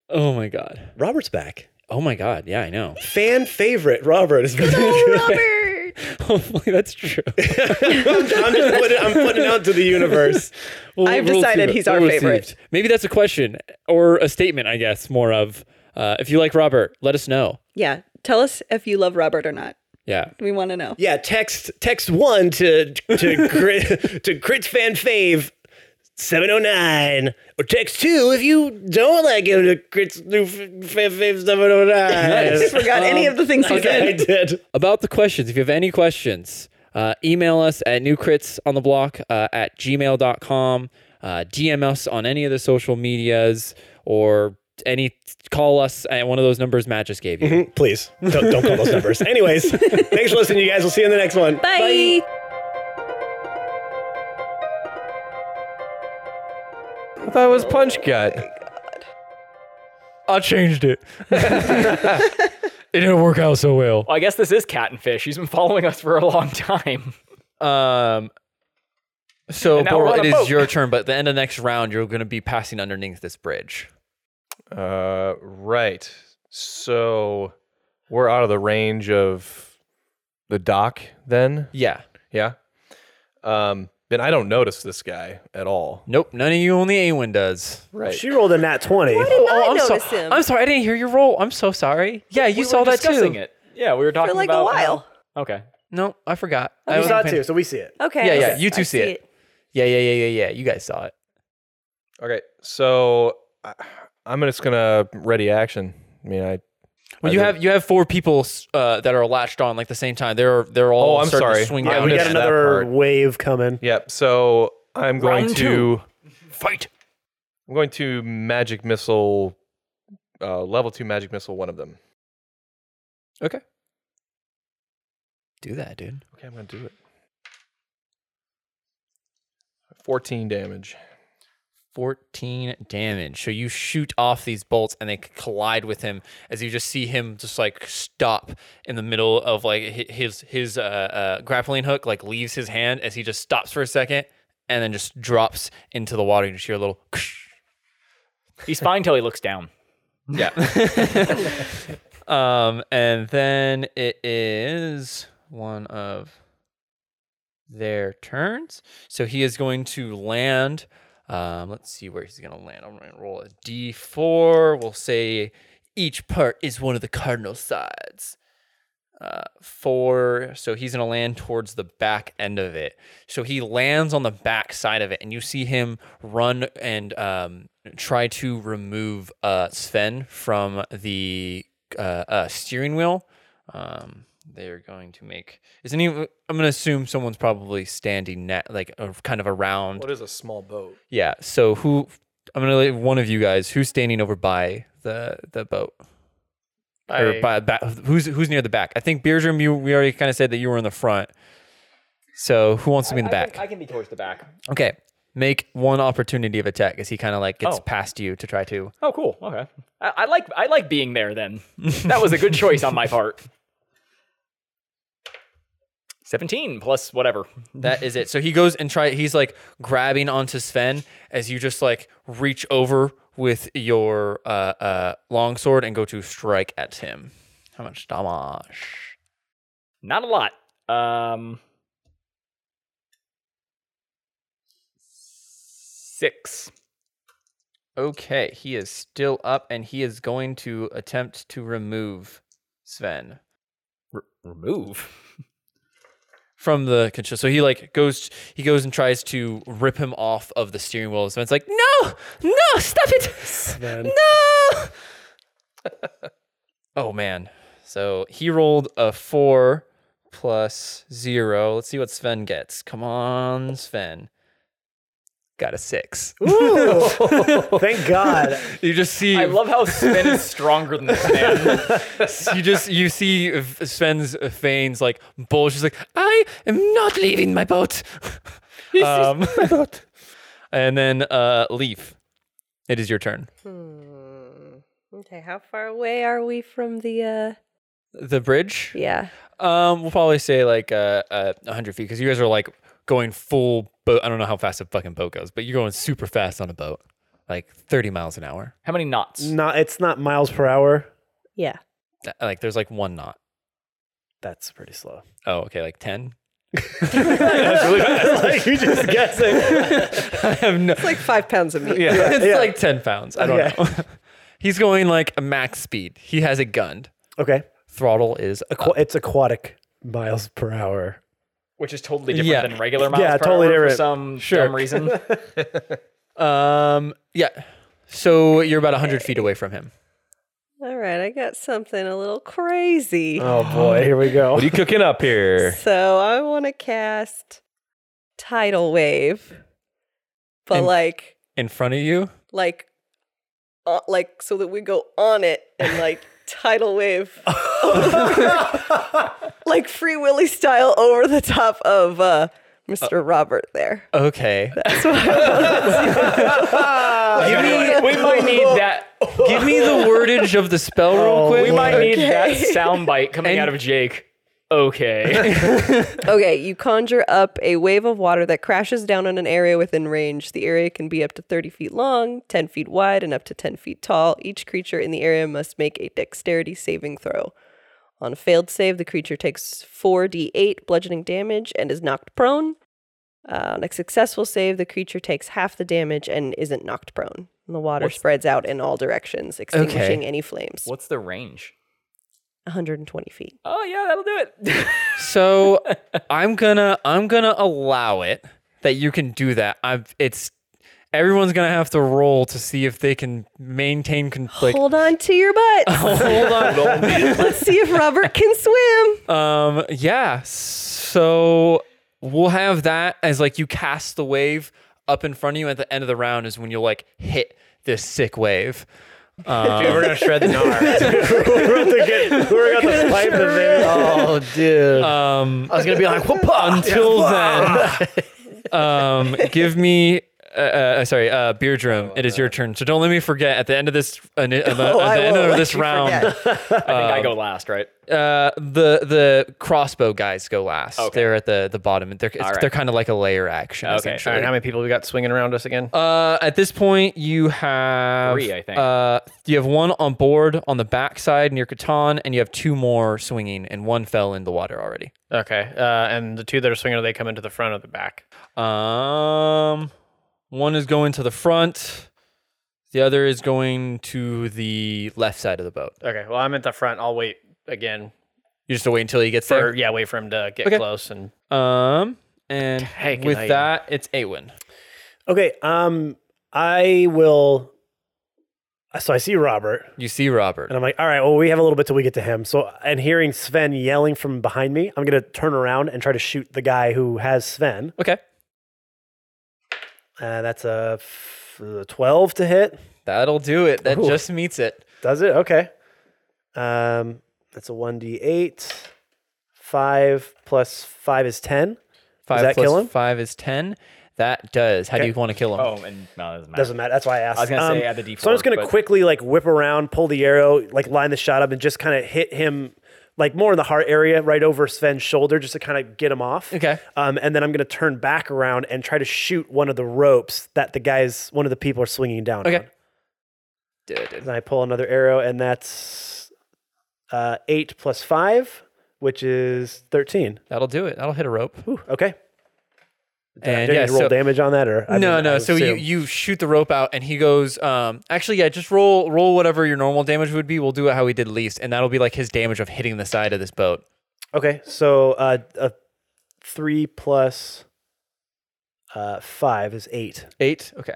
S5: Oh my god.
S1: Robert's back.
S5: Oh my god. Yeah, I know. <laughs>
S1: Fan favorite Robert is <laughs> back.
S10: Robert.
S5: Hopefully that's true.
S1: I'm just putting, I'm putting it out to the universe.
S5: <laughs> Well,
S10: I've
S5: we'll
S10: decided
S5: see.
S10: he's our
S5: We'll
S10: favorite.
S5: see. Maybe that's a question or a statement, I guess, more of. Uh, if you like Robert, let us know.
S10: Yeah, tell us if you love Robert or not.
S5: Yeah.
S10: We want to know.
S1: Yeah, text text one to to crit, <laughs> to crit fan fave. 709 or text 2 if you don't like him to crit's new f- fan fave 709
S10: Forgot any
S5: um,
S10: of the things you
S1: okay, <laughs>
S10: said.
S1: i did
S5: About the questions, if you have any questions, uh, email us at newcritsontheblock uh, at gmail.com, uh, DM us on any of the social medias, or
S2: any call us at one of those numbers Matt just gave you.
S11: Mhm, Please don't, don't call those numbers. Anyways, thanks for listening, you guys. We'll see you in the next one.
S3: Bye.
S6: I thought it was punch gut.
S5: I changed it. it didn't work out so well.
S9: Well, I guess this is Cat and Fish. He's been following us for a long time.
S5: Um. So
S9: And now we're
S5: Boral,
S9: on
S5: it
S9: a
S5: is
S9: boat.
S5: your turn, but at the end of next round, you're going to be passing underneath this bridge.
S6: Uh, right. So we're out of the range of the dock then?
S5: Yeah.
S6: Yeah. Um, then I don't notice this guy at all.
S5: Nope, none of you, only Awen does.
S6: Right.
S1: She rolled a nat 20.
S5: Oh,
S3: I
S5: I'm
S3: notice
S5: so-
S3: him.
S5: I'm sorry, I didn't hear your roll. I'm so sorry. Yeah, you
S9: We were
S5: saw that
S9: discussing
S5: too.
S9: It. Yeah, we were talking
S3: like, a
S9: about
S3: while.
S9: how- Okay.
S5: No, I forgot. I
S1: We
S5: wasn't
S1: saw it
S5: paying-
S1: too, so we see it.
S3: Okay.
S5: Yeah,
S3: I
S5: yeah,
S3: s-
S5: you
S3: I
S5: two see it. Yeah, yeah, yeah, yeah, yeah. You guys saw it.
S6: Okay. So I, I'm just going to ready action. I mean, I.
S5: Well,
S6: I
S5: you
S6: don't-
S5: have you have four people s- uh, that are latched on like the same time. They're they're all
S6: Oh, I'm
S5: starting to
S6: sorry.
S5: swing
S6: I
S5: down.
S1: we got
S6: missed that
S1: another
S6: part.
S1: wave coming.
S6: Yep. So I'm going to
S9: Round two. Fight.
S6: I'm going to magic missile, uh, level two magic missile, one of them.
S5: Do that, dude.
S6: Okay, I'm going to do it. 14 damage.
S5: Fourteen damage. So you shoot off these bolts and they c- collide with him as you just see him just like stop in the middle of like hi- his his uh, uh, grappling hook like leaves his hand as he just stops for a second and then just drops into the water. You just hear a little.
S9: He's fine till he looks down.
S5: Yeah. um, and then it is one of their turns. So he is going to land. Um, let's see where he's going to land. I'm going to roll a d4. We'll say each part is one of the cardinal sides. Uh, four. So he's going to land towards the back end of it. So he lands on the back side of it, and you see him run and um, try to remove uh, Sven from the uh, uh, steering wheel. Um, they're going to make. Isn't he? I'm gonna assume someone's probably standing net, like uh, kind of around.
S6: What is a small boat?
S5: Yeah. So who? I'm gonna leave one of you guys. Who's standing over by the the boat? Or
S8: I-
S5: by back, who's who's near the back? I think Beardrum, you we already kind of said that you were in the front. So who wants to be <laughs> in the back?
S9: I can be towards the back.
S5: Okay. Make one opportunity of attack as he kind of like gets
S9: Oh.
S5: past you to try to.
S9: Oh, cool. Okay. I, I like I like being there then. <laughs> That was a good choice on my part. 17 plus whatever.
S5: That is it. So he goes and try. He's like grabbing onto Sven as you just like reach over with your uh, uh, longsword and go to strike at him. How much damage?
S9: Not a lot. Um 6.
S5: Okay, he is still up and he is going to attempt to remove Sven.
S9: Remove. <laughs>
S5: from the control. So he like goes he goes and tries to rip him off of the steering wheel. And Sven's like, no, no, stop it, no. oh man. So he rolled a four plus zero. Let's see what Sven gets. Come on, Sven. Got a six.
S1: Ooh, <laughs> thank God.
S5: <laughs> You just see
S9: I love how Sven is stronger than this <laughs> man.
S5: you just you see v- Sven's veins like bulge. He's like, I am not leaving my boat. um, my boat. <laughs> And then uh, Leaf, it is your turn.
S3: Okay, how far away are we from the uh
S5: The bridge.
S3: yeah.
S5: Um, we'll probably say like uh, uh, 100 feet because you guys are like going full boat. I don't know how fast a fucking boat goes, but you're going super fast on a boat, like 30 miles an hour.
S9: How many knots?
S1: Not, it's not miles per hour.
S3: Yeah.
S5: Th- Like there's like one knot.
S1: That's pretty <laughs> slow.
S5: Oh, okay, like 10.
S1: like you just guessing.
S5: I have no.
S3: It's like five pounds of
S5: <laughs>
S3: meat.
S5: it's
S1: yeah.
S5: like 10 pounds. I don't
S1: Okay.
S5: know. <laughs> He's going like a max speed. He has it gunned.
S1: Okay.
S5: Throttle is
S1: Aqu- it's aquatic miles per hour.
S9: Which is totally different
S5: Yeah.
S9: than regular miles
S1: Yeah,
S9: per
S1: totally
S9: hour for
S1: different.
S9: some
S5: Sure.
S9: dumb
S1: <laughs>
S9: reason. <laughs>
S5: um yeah. So you're about 100 feet away from him.
S3: All right, I got something a little crazy.
S1: Oh boy, here we go.
S6: What are you cooking up here?
S3: So I want to cast tidal wave, but
S5: And-
S3: like
S5: In front of you?
S3: like on, like so that we go on it and like tidal wave, <laughs> over- like Free Willy style, over the top of uh, Mr. Robert there.
S5: uh, Okay.
S9: we might need that.
S5: Give me the wordage of the spell real quick.
S9: We might need that
S1: <laughs>
S3: Okay.
S9: soundbite coming out of Jake.
S5: <laughs>
S9: Okay.
S3: Okay, you conjure up a wave of water that crashes down on an area within range. The area can be up to 30 feet long, 10 feet wide, and up to 10 feet tall. Each creature in the area must make a dexterity saving throw. On a failed save, the creature takes 4d8 bludgeoning damage and is knocked prone. Uh, on a successful save, the creature takes half the damage and isn't knocked prone. And the water
S9: What's-
S3: spreads out in all directions, extinguishing any flames.
S9: What's the range?
S3: 120 feet.
S9: Oh yeah, that'll do it. <laughs>
S5: So I'm gonna I'm gonna allow it that you can do that. I've it's everyone's gonna have to roll to see if they can maintain con- like
S3: Hold on to your butt.
S5: <laughs> hold on.
S3: Let's see if Robert can swim.
S5: Um, yeah. So we'll have that as like you cast the wave up in front of you. At the end of the round is when you'll like hit this sick wave. Um,
S8: Dude, we're gonna shred the
S1: <laughs>
S8: gnar.
S1: we're about to get, we're about to pipe them in.
S8: <laughs> oh, dude.
S5: um,
S8: I was gonna be like, whoop
S5: <laughs> until
S3: <laughs>
S5: then, um, give me. Uh, uh, sorry, uh, beer drum. it is your turn. So don't let me forget. At the end of this, uh, at the,
S3: <laughs> Oh,
S5: at
S3: I
S5: the end
S3: won't
S5: of
S3: let
S5: this
S3: you
S5: round,
S3: forget.
S9: I think I
S5: Um,
S9: go last, right?
S5: Uh, the the crossbow guys go last. They're at the the bottom. They're it's,
S9: right.
S5: they're kind of like a layer action.
S9: Okay.
S5: essentially.
S8: All right, how many people we got swinging around us again?
S5: Uh, at this point, you have
S9: Three, I think.
S5: Uh, you have one on board on the backside near Catan, and you have two more swinging, and one fell in the water already.
S8: Okay. Uh, and the two that are swinging, they come into the front or the back?
S5: Um, one is going to the front, the other is going to the left side of the boat.
S8: Okay. Well, I'm at the front. I'll wait again.
S5: You just wait until he gets
S8: For,
S5: there.
S8: yeah, wait for him to get
S5: Okay.
S8: close. And
S5: Um, and
S8: Dang,
S5: with
S8: I-
S5: that, it's Awen.
S1: Okay, um, I will. So I see Robert,
S5: You see Robert.
S1: and I'm like, all right, well, we have a little bit till we get to him. So, and hearing Sven yelling from behind me, I'm gonna turn around and try to shoot the guy who has Sven.
S5: Okay,
S1: Uh, that's a f- 12 to hit.
S5: that'll do it. That
S1: Ooh.
S5: just meets it.
S1: Does it? Okay. Um, that's a 1d8. 5 plus 5 is 10.
S5: Five
S1: that
S5: plus
S1: kill him?
S5: five is ten. That does. How do
S1: Okay.
S5: you want to kill him?
S9: Oh, and no, it doesn't matter.
S1: Doesn't matter. That's why I asked.
S9: I was gonna say
S1: Um,
S9: add the D4.
S1: So I'm just gonna
S9: but-
S1: quickly like whip around, pull the arrow, like line the shot up, and just kind of hit him like more in the heart area, right over Sven's shoulder, just to kind of get him off.
S5: Okay.
S1: Um, and then I'm gonna turn back around and try to shoot one of the ropes that the guys, one of the people are swinging down.
S5: Okay.
S1: On.
S5: Duh, duh,
S1: And I pull another arrow, and that's uh, eight plus five, which is thirteen.
S5: That'll do it. That'll hit a rope.
S1: Ooh, okay. Did I-
S5: And
S1: did I
S5: yeah,
S1: need to roll
S5: so-
S1: damage on that, or I
S5: no,
S1: mean, I
S5: no.
S1: would
S5: So you,
S1: assume-
S5: you shoot the rope out, and he goes. Um, actually, yeah, just roll roll whatever your normal damage would be. We'll do it how we did least, and that'll be like his damage of hitting the side of this boat.
S1: okay? So uh, uh, three plus uh, five is eight.
S5: Eight. Okay.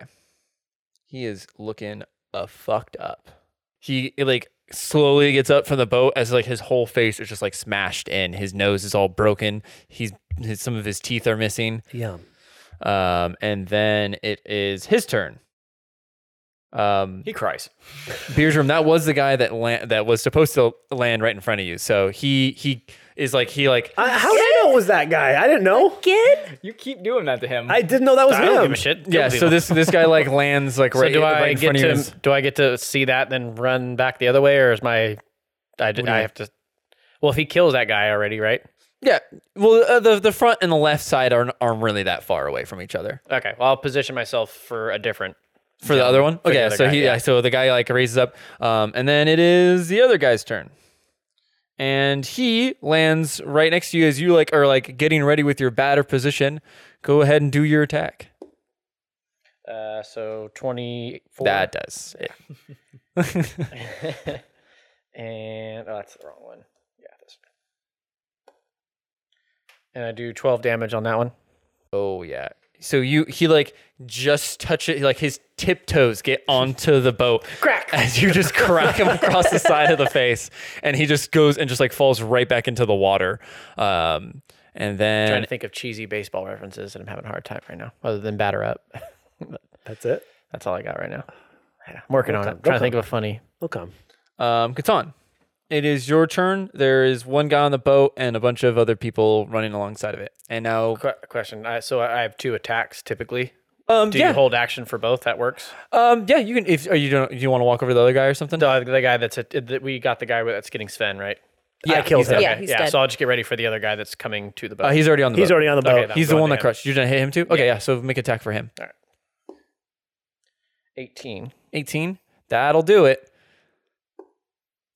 S5: He is looking uh, fucked up. He it, like slowly gets up from the boat as like his whole face is just like smashed in. His nose is all broken. He's his, some of his teeth are missing.
S1: Yum.
S5: Um, and then it is his turn. Um,
S9: He cries.
S5: Beardrum, that was the guy that la- that was supposed to land right in front of you. So he he is like he like
S1: Uh, how did I know it was that guy? I didn't know.
S3: Kid?
S9: You keep doing that to him.
S1: I didn't know that was
S8: I don't give
S1: him.
S8: a shit. Kill
S5: yeah. So
S8: people.
S5: this this guy
S8: <laughs>
S5: like lands like
S8: So
S5: right,
S8: do I
S5: right in
S8: get
S5: front
S8: to
S5: of you.
S8: do I get to see that then run back the other way, or is my I,
S5: do
S8: d-
S5: you
S8: I
S5: mean?
S8: have to? Well, if he kills that guy already, right?
S5: Yeah. Well, uh, the the front and the left side aren't aren't really that far away from each other.
S8: Okay. Well, I'll position myself for a different.
S5: For the other one,
S8: the
S5: okay.
S8: other
S5: So
S8: guy,
S5: he
S8: yeah.
S5: yeah. So the guy like raises up, um, and then it is the other guy's turn, and he lands right next to you as you like are like getting ready with your batter position. Go ahead and do your attack.
S8: Uh, so twenty four.
S5: That does. it.
S8: <laughs> and oh, that's the wrong one. Yeah, this. one. And I do twelve damage on that one.
S5: <laughs> Oh yeah. So you he like just touch it like his tiptoes get onto the boat. Crack <laughs> as you just crack him across the side of the face. And he just goes and just like falls right back into the water. Um and
S8: trying
S5: then
S8: to think of cheesy baseball <laughs> references, and I'm having a hard time right now. Other than batter up,
S1: That's it.
S8: that's all I got right now. I'm working on it. I'm trying to think of a funny.
S1: We'll come.
S5: Um, Catan, it is your turn. There is one guy on the boat and a bunch of other people running alongside of it. And now,
S8: Qu- question. I, so I have two attacks typically.
S5: Um,
S8: Do
S5: yeah.
S8: you hold action for both? That works.
S5: um, yeah, you can. If are you don't, you want to walk over to the other guy or something?
S8: No, the guy that's a, that we got the guy that's getting Sven right.
S5: Yeah, I killed
S8: he's
S5: him.
S8: dead.
S5: Yeah,
S8: Okay,
S5: he's
S8: yeah.
S5: dead.
S8: So I'll just get ready for the other guy that's coming to the boat.
S5: Uh, he's already on the. boat.
S8: Okay,
S5: he's
S8: I'm
S5: the
S8: going
S5: one
S8: to
S5: that
S8: him.
S5: crushed. You're gonna hit him too. Okay, yeah. So make attack for him.
S8: Eighteen
S5: 18. That'll do it.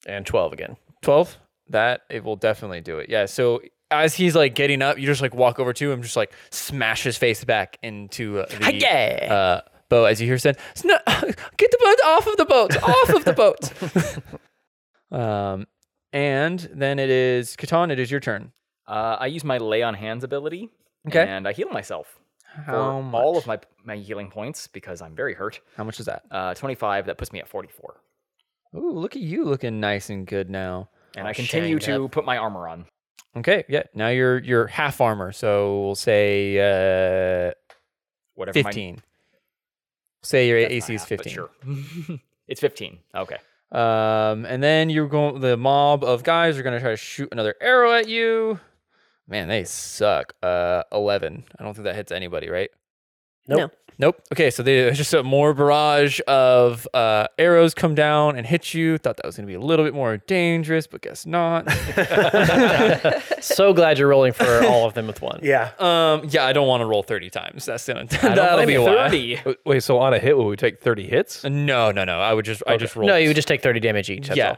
S8: and twelve <laughs> again.
S5: 12. That it will definitely do it. Yeah. So as he's like getting up, you just like walk over to him, just like smash his face back into uh, the
S9: Hi-ya!
S5: uh, boat. As you hear said, "No, <laughs> get the boat off of the boat, off of the boat." <laughs> um, and then it is Catan. It is your turn.
S9: Uh, I use my lay on hands ability.
S5: Okay.
S9: And I heal myself.
S5: How
S9: for all of my my healing points because I'm very hurt.
S5: How much is that?
S9: Uh, 25. That puts me at 44.
S5: Ooh, look at you looking nice and good now.
S9: And I continue
S5: Oh, shang
S9: to put my armor on.
S5: Okay, yeah. Now you're you're half armor, so we'll say uh,
S9: Whatever my-
S5: fifteen. say your
S9: That's
S5: AC
S9: not
S5: is
S9: half, but
S5: fifteen.
S9: Sure. <laughs> it's 15.
S5: <laughs>
S9: Okay.
S5: Um, and then you're going. The mob of guys are going to try to shoot another arrow at you. Man, they suck. Uh, eleven. I don't think that hits anybody, right?
S1: Nope. No.
S5: Nope. Okay, so they <laughs> it's just a more barrage of uh, arrows come down and hit you. Thought that was going to be a little bit more dangerous, but guess
S8: <laughs>
S5: not.
S8: so glad you're rolling for all of them with one.
S1: Yeah.
S5: Um. Yeah, I don't want to roll thirty times. That's gonna. <laughs>
S8: don't
S5: That'll
S8: blame
S5: be
S8: you.
S5: a while.
S8: 30.
S6: <laughs> Wait, so on a hit, will we take 30 hits?
S5: No, no, no. I would just, I just roll.
S8: No, you would just take thirty damage each. That's
S5: yeah,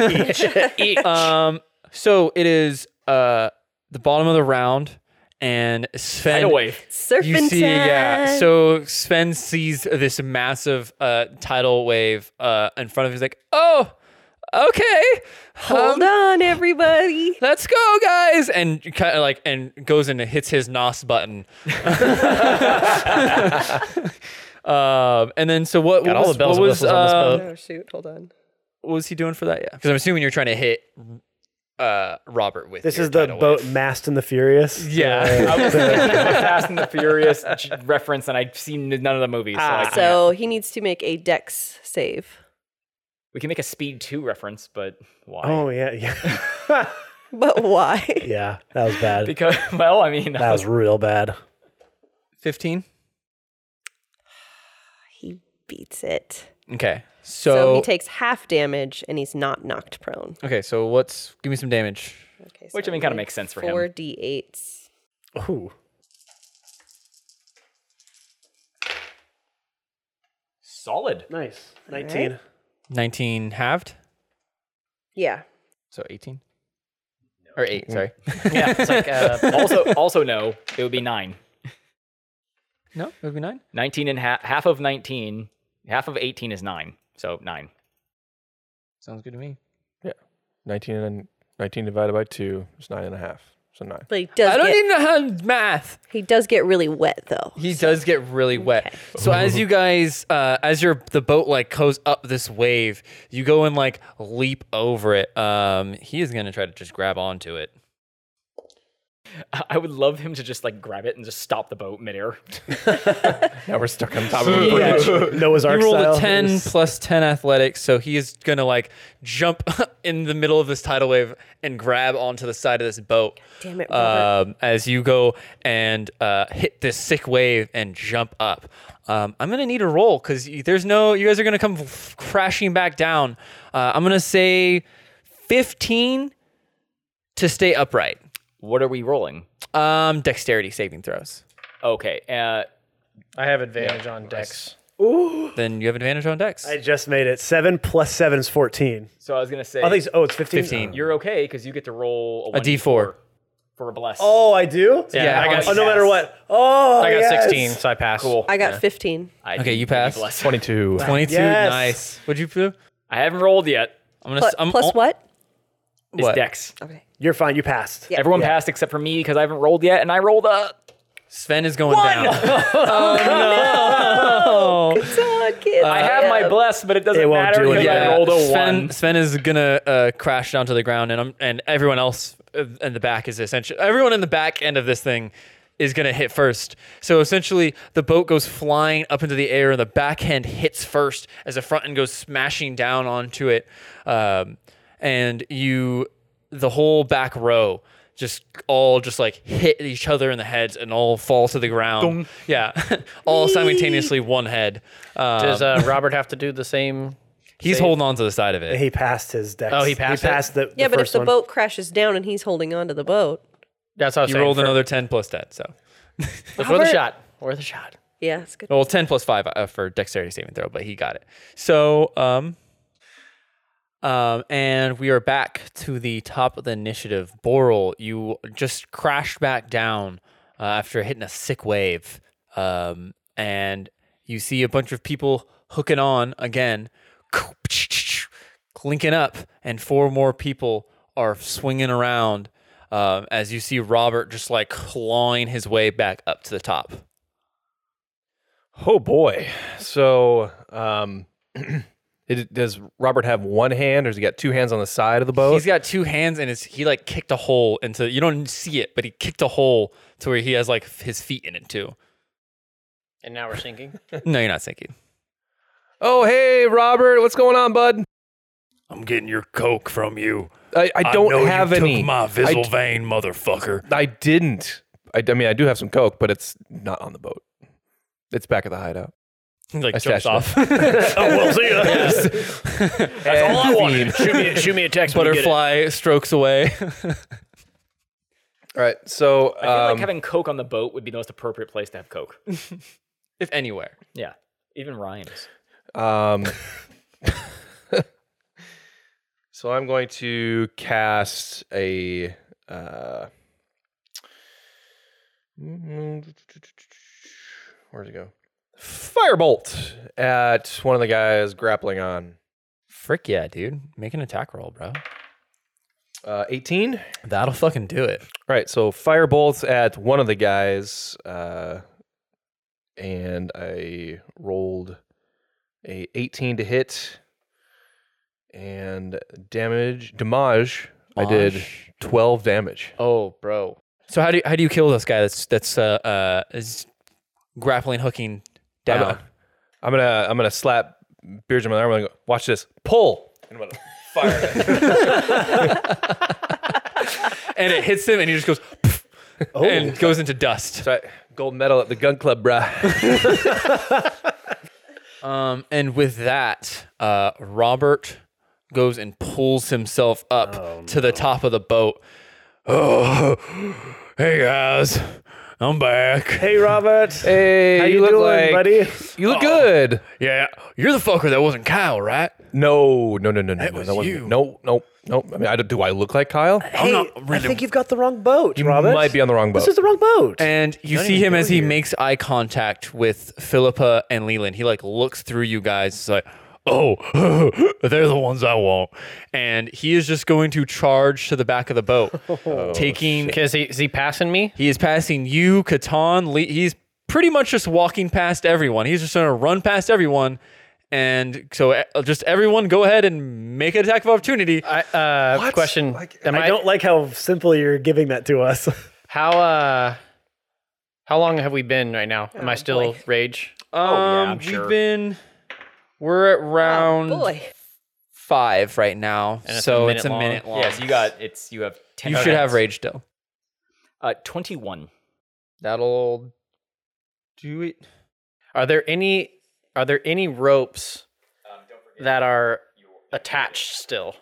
S8: all.
S5: yeah. <laughs>
S9: <laughs>
S5: Um. So it is uh the bottom of the round, and Sven.
S9: Hideaway.
S3: Surfing
S5: you see, yeah.
S3: time.
S5: So Sven sees this massive uh tidal wave uh in front of him. He's like, oh. Okay, um,
S3: Hold on, everybody.
S5: <laughs> let's go, guys! And kind of like, and goes and hits his nos button. um, and then, so what?
S8: Got
S5: what
S8: all
S5: was,
S8: the bells
S5: what
S8: and
S5: was,
S8: whistles on this
S5: um,
S8: boat.
S3: Oh shoot! Hold on.
S5: what was he doing for that? Yeah, because I'm assuming you're trying to hit uh, Robert with
S1: This
S5: your
S1: is the
S5: tidal
S1: boat
S5: wave.
S1: Mast and the Furious.
S5: Yeah.
S9: I was thinking of
S5: <laughs>
S9: the Fast and the Furious j- reference, and I've seen none of the movies. So, I can't-
S3: Ah, So he needs to make a Dex save. <laughs>
S9: we can make a Speed 2 reference, but why?
S1: <laughs> Oh yeah, yeah,
S3: But why?
S1: <laughs>
S3: <laughs>
S1: yeah. That was bad.
S9: Because, <laughs> well, I mean, <laughs>
S1: That was real bad.
S5: 15.
S3: he beats it.
S5: Okay.
S3: So,
S5: So,
S3: he takes half damage and he's not knocked prone.
S5: okay. So what's give me some damage?
S3: Okay,
S9: Which, I mean, kinda makes sense for him.
S3: Four d eights.
S1: Ooh.
S9: solid.
S1: Nice. 19.
S3: <laughs>
S5: 19 halved.
S3: Yeah.
S5: So 18 or eight. Sorry.
S9: <laughs> Yeah, it's like, uh,
S5: <laughs>
S9: <laughs> also, also no, it would be 9.
S5: no, it would be nine.
S9: 19 and half, half of 19, half of 18 is 9. So 9.
S5: Sounds good to me.
S6: 19 and 19 divided by 2 is 9.5. So 9.
S3: But he does.
S5: I don't
S3: get,
S5: even know how to math.
S3: He does get really wet though.
S5: He does get really wet. So as you guys, uh, as your the boat like goes up this wave, you go and like leap over it. Um, he is gonna try to just grab onto it.
S9: <laughs> I I would love him to just like grab it and just stop the boat midair.
S6: Now we're stuck on top of
S9: <laughs>
S6: the bridge.
S1: Noah's Ark
S5: You rolled
S1: style.
S5: a 10 plus 10 athletics, so he is going to like jump <laughs> in the middle of this tidal wave and grab onto the side of this boat.
S3: Damn it, Robert.
S5: Um, as you go and uh, hit this sick wave and jump up. Um, I'm going to need a roll because there's no, you guys are going to come f- crashing back down. Uh, I'm going to say 15 to stay upright.
S9: What are we rolling?
S5: Um, dexterity saving throws.
S9: Okay. Uh,
S8: I have advantage on Dex.
S5: Then you have advantage on dex.
S1: I just made it. 7 plus 7 is 14.
S9: so I was gonna say
S1: I think, it's- oh, it's 15.
S5: 15.
S9: you're okay because you get to roll a,
S5: A D4.
S9: for a bless.
S1: Oh, I do?
S5: Yeah,
S8: I got,
S1: Oh, no matter what. Oh,
S8: I got
S1: yes.
S8: 16, so I pass. Cool.
S3: I got fifteen.
S9: I
S5: Okay,
S9: did
S5: you
S9: get a
S5: passed.
S9: bless.
S6: 22.
S5: 22.
S1: Yes.
S5: Nice. What'd you do?
S9: I haven't rolled yet.
S5: I'm gonna.
S3: Plus,
S5: s- I'm
S3: plus
S5: al-
S3: what?
S9: It's
S5: What?
S9: Dex.
S3: Okay.
S1: You're fine. You passed.
S3: Yeah.
S9: Everyone passed except for me because I haven't rolled yet, and I rolled a.
S5: Sven is going down.
S3: Oh, kid.
S9: I have my bless, but Uh, it doesn't
S1: It won't
S9: matter
S1: do
S9: because
S1: anything.
S9: I rolled a
S5: Sven,
S9: one.
S5: Sven is gonna uh, crash down to the ground, and I'm and everyone else uh, in the back is essentially everyone in the back end of this thing is going to hit first. So essentially, the boat goes flying up into the air, and the back end hits first as the front end goes smashing down onto it. Um, and you, the whole back row, just all just like hit each other in the heads and all fall to the ground.
S8: Dong.
S5: Yeah, <laughs> all simultaneously one head. Um,
S8: Does uh, Robert have to do the same?
S5: He's
S8: same-
S5: holding on to the side of it.
S1: He passed his deck.
S8: Oh, he passed it?
S1: the,
S3: yeah,
S1: the
S3: but if
S1: first
S3: the
S1: one.
S3: boat crashes down and he's holding on to the boat,
S8: That's how
S5: you rolled another ten plus that. So
S8: It's worth a shot. Worth a shot.
S3: yeah, it's good.
S5: Well, 10 plus 5 uh, for dexterity saving throw, but he got it. So, um, um, and we are back to the top of the initiative. Boral, you just crashed back down uh, after hitting a sick wave. Um, and you see a bunch of people hooking on again, clinking up, and four more people are swinging around um, as you see Robert just like clawing his way back up to the top.
S6: Oh boy. So, um, <clears throat> it, does Robert have one hand, or has he got two hands on the side of the boat?
S5: He's got two hands and his, he like kicked a hole into you don't see it, but he kicked a hole to where he has like f- his feet in it <laughs> too.
S8: And now we're sinking. <laughs>
S5: No, you're not sinking.
S6: oh hey, Robert, what's going on, bud?
S4: I'm getting your coke from you.
S6: I, I don't
S4: know
S6: have
S4: you
S6: any.
S4: Took my
S6: I
S4: visual
S6: d-
S4: vein, motherfucker.
S6: I didn't. I, I mean, I do have some coke, but it's not on the boat. It's back at the hideout.
S5: He like
S6: I
S5: jumps <laughs>
S6: stashed
S5: off.
S6: it.
S4: oh well, see ya. That's all I wanted.
S6: Fiend.
S4: <laughs> Shoot me, shoot me a text. when you get it.
S5: Butterfly strokes away. <laughs>
S6: All right, so
S9: I feel
S6: um,
S9: like having Coke on the boat would be the most appropriate place to have Coke. <laughs>
S5: if anywhere.
S9: Yeah. Even Ryan's.
S6: Um,
S9: <laughs>
S6: <laughs> so I'm going to cast a. Uh, where'd it go? Firebolt at one of the guys grappling on.
S5: Frick yeah, dude. Make an attack roll, bro.
S6: Uh, 18. All
S5: That'll fucking do it.
S6: right, so firebolts at one of the guys. Uh, and I rolled a 18 to hit. And damage, damage, I did
S5: Damage.
S6: 12 damage.
S5: Oh, bro. So how do you, how do you kill this guy that's that's uh uh is grappling hooking
S6: I'm-
S5: down?
S6: I'm gonna I'm gonna slap beards on my arm and go, watch this. Pull. And I'm gonna fire it.
S5: and it hits him and he just goes <laughs> "Pff," and goes into dust.
S6: That's right. Gold medal at the gun club, bruh.
S5: Um, and with that, uh, Robert goes and pulls himself up
S1: Oh,
S5: to the top of the boat. <sighs>
S4: Oh, hey guys, I'm back.
S1: Hey, Robert.
S6: Hey,
S1: How
S6: you,
S1: you,
S6: look
S1: doing,
S6: like
S1: buddy?
S6: you look good.
S4: Yeah, you're the fucker that wasn't Kyle, right?
S6: No, no, no, no, no,
S4: That
S6: no,
S4: was
S6: that wasn't-
S4: you.
S6: no, no, no. I mean, I don't, do I look like Kyle?
S1: Hey,
S4: not
S1: I
S4: really-
S1: think you've got the wrong boat,
S6: You
S1: Robert.
S6: might be on the wrong boat.
S1: This is the wrong boat.
S5: And you see
S1: even
S5: him
S1: go
S5: as he
S1: here.
S5: makes eye contact with Philippa and Leland. He like looks through you guys. It's like, <laughs>
S4: Oh, they're the ones I want.
S5: and he is just going to charge to the back of the boat,
S1: <laughs> Oh,
S5: taking.
S8: Is he, is he passing me?
S5: He is passing you, Catan. Le- he's pretty much just walking past everyone. He's just going to run past everyone. And so, uh, just everyone, go ahead and make an attack of opportunity.
S8: I, uh, question. am
S1: I don't like how simple you're giving that to us. <laughs>
S8: How uh, how long have we been right now? Am I still rage?
S5: Um,
S9: yeah, I'm
S5: we've
S9: sure.
S5: been we're at round
S3: Oh, boy.
S5: five right now,
S8: And it's
S5: so
S8: a
S5: it's a
S8: minute
S5: minute long.
S8: long.
S9: Yes, you got it's you have ten.
S5: You should have rage still.
S9: Uh twenty one.
S5: That'll do it.
S8: Are there any are there any ropes Um, that are attached still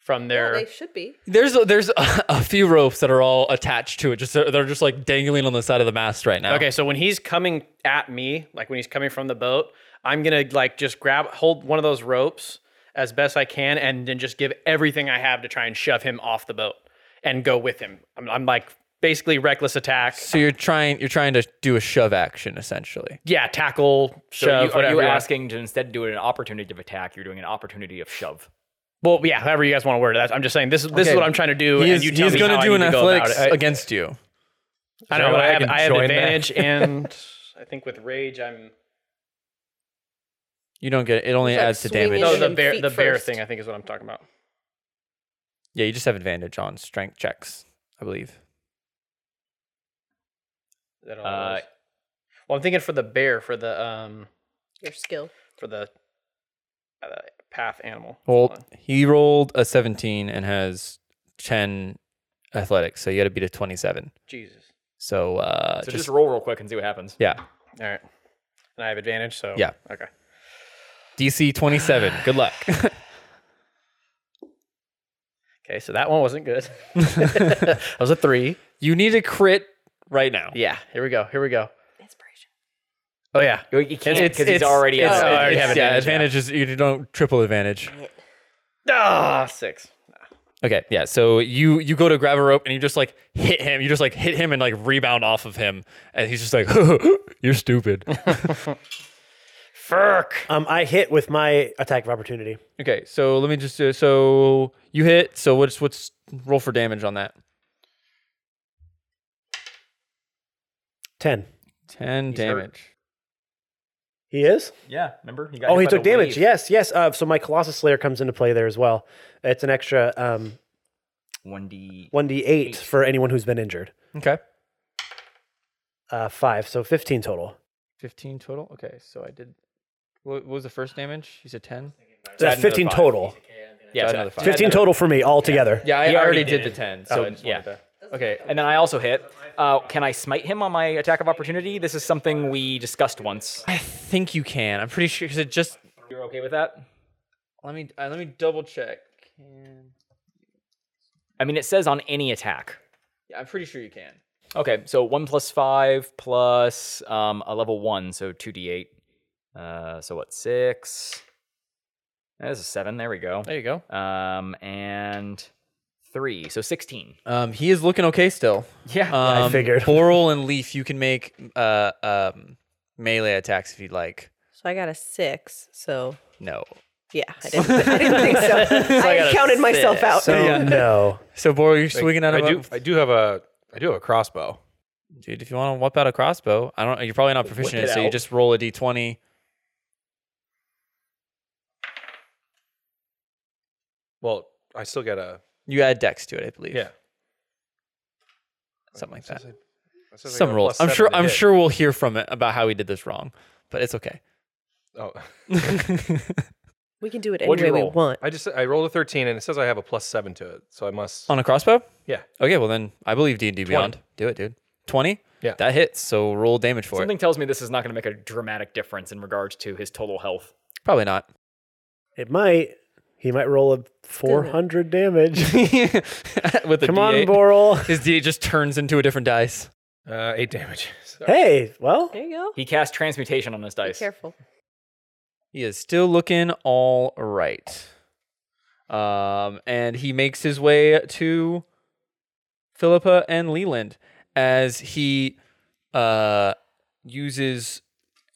S8: from their?
S3: They should be.
S5: There's a, there's a, a few ropes that are all attached to it. Just they're, they're just like dangling on the side of the mast right now.
S8: Okay, so when he's coming at me, like when he's coming from the boat, I'm gonna like just grab hold one of those ropes as best I can, and then just give everything I have to try and shove him off the boat and go with him. I'm, I'm like basically reckless attack.
S5: So you're trying you're trying to do a shove action essentially.
S8: Yeah, tackle,
S9: So
S8: shove,
S9: you, are
S8: whatever.
S9: you
S8: you want.
S9: asking to instead do an opportunity of attack? You're doing an opportunity of shove.
S8: Well, yeah, however you guys want to word it. That's- I'm just saying this. This is
S5: Okay.
S8: what I'm trying to do,
S5: He
S8: and
S5: is-
S8: you tell
S5: he's
S8: me
S5: gonna
S8: how
S5: do
S8: I
S5: an
S8: need to go about
S5: athletics
S8: it.
S5: against you.
S8: I
S6: Is there
S8: know,
S6: a
S8: but
S6: way
S8: I
S6: I
S8: have,
S6: can
S8: I have
S6: join that?
S5: <laughs>
S8: advantage, and I think with rage, I'm
S5: You don't get it. Only
S3: He's, like,
S5: adds to
S3: swinging
S5: damage.
S8: no
S3: hit
S8: the
S3: him
S8: bear.
S3: feet
S8: The bear
S3: first.
S8: thing, I think, is what I'm talking about.
S5: Yeah, you just have advantage on strength checks, I believe.
S8: That all
S9: Uh,
S8: was. Well, I'm thinking for the bear for the um
S3: Your skill.
S8: for the uh, path animal.
S5: Well, he rolled a 17 and has 10 athletics, so you got to beat a 27.
S8: Jesus.
S5: So, uh,
S9: so just, roll real quick and see what happens.
S5: yeah,
S8: All right. And I have advantage, so
S5: Yeah.
S8: Okay.
S5: DC 27. Good <laughs> luck.
S8: Okay, so that one wasn't
S5: <laughs>
S8: good. that was a three.
S5: you need a crit right now.
S8: Yeah. Here we go. Here we go. Inspiration. Oh yeah.
S9: You- you can't, 'cause he's already
S8: It's,
S9: at-
S8: oh, I already
S5: It's- uh,
S8: have
S5: yeah,
S8: advantage.
S5: advantage is you don't triple advantage.
S8: Ah, six.
S5: Okay, yeah. So you you go to grab a rope and you just like hit him. You just like hit him and like rebound off of him, and he's just like, <laughs>
S6: <laughs>
S5: "You're stupid."
S8: Furk.
S1: Um, I hit with my attack of opportunity.
S5: okay, so let me just do, so you hit. So what's what's roll for damage on that?
S1: Ten.
S5: Ten
S9: He's hurt.
S5: damage.
S1: He is.
S9: Yeah, remember? He got
S1: Oh,
S9: hit
S1: he
S9: by
S1: took
S9: the
S1: damage.
S9: wave.
S1: Yes, yes. Uh, so my Colossus Slayer comes into play there as well. It's an extra um,
S9: 1D.
S1: 1d8 for anyone who's been injured.
S5: Okay,
S1: Uh, five, so 15 total.
S5: fifteen total. Okay, so I did. What, what was the first damage? You said ten.
S1: So that's 15 total.
S9: Yeah,
S5: another five.
S1: 15 total for me altogether.
S5: Yeah, I
S9: He
S5: already,
S9: already
S5: did
S9: did.
S5: the ten. So
S9: So,
S5: Oh, I just wanted
S9: yeah.
S5: to- Okay,
S9: And then I also hit. Uh, can I smite him on my attack of opportunity? This is something we discussed once.
S5: I think you can. I'm pretty sure because it just
S9: You're okay with that?
S5: let me uh, let me double check. Can
S9: I mean, it says on any attack.
S5: yeah, I'm pretty sure you can.
S9: Okay, so one plus five plus um, a level one, so two d8. Uh, so what? Six. That is a seven. There we go.
S5: There you go.
S9: Um, and three, so sixteen. Uh,
S5: Um, he is looking okay still.
S9: Yeah.
S5: Um,
S1: figured.
S5: <laughs> Boral and Leaf, you can make uh um melee attacks if you'd like.
S3: So I got a six. So
S5: No.
S3: yeah, I didn't, I didn't think
S9: <laughs>
S3: so. I, had counted myself out.
S1: So, no.
S5: So Boral, you're swinging at
S6: I
S5: him.
S6: do. I do have a. I do have a crossbow.
S5: Dude, if you want to whip out a crossbow, I don't. You're probably not proficient in
S9: it
S5: it, so you
S9: out.
S5: just roll a d20.
S6: Well, I still got a.
S5: You add dex to it, I believe.
S6: Yeah.
S5: something like
S6: It says
S5: that.
S6: I- it says I
S5: Some
S6: got a
S5: rules.
S6: plus
S5: I'm
S6: seven
S5: sure.
S6: to
S5: I'm
S6: hit.
S5: sure we'll hear from it about how he did this wrong, but it's
S6: <laughs>
S5: okay.
S6: Oh,
S5: <laughs>
S6: <laughs>
S3: We can do it any
S9: What'd
S3: way
S9: you
S3: we
S9: roll?
S3: want.
S6: I just I rolled a 13 and it says I have a plus seven to it, so I must.
S5: On a crossbow?
S6: Yeah.
S5: Okay, well then I believe D and D Beyond. Do it, dude. Twenty.
S6: Yeah.
S5: That hits. So roll damage for
S9: Something tells me this is not going to make a dramatic difference in regards to his total health.
S5: it. Probably
S6: <laughs>
S5: not. <laughs>
S1: It might. He might roll a 400 damage.
S9: <laughs>
S5: With a
S1: Come on,
S5: D8.
S1: Boral.
S5: His D8 just turns into a different dice.
S6: Uh, eight damage. <laughs> Sorry.
S1: Hey, well,
S3: There you go.
S9: He cast transmutation on his
S3: Be
S9: dice.
S3: careful.
S5: He is still looking all right. Um, and he makes his way to Philippa and Leland as he uh, uses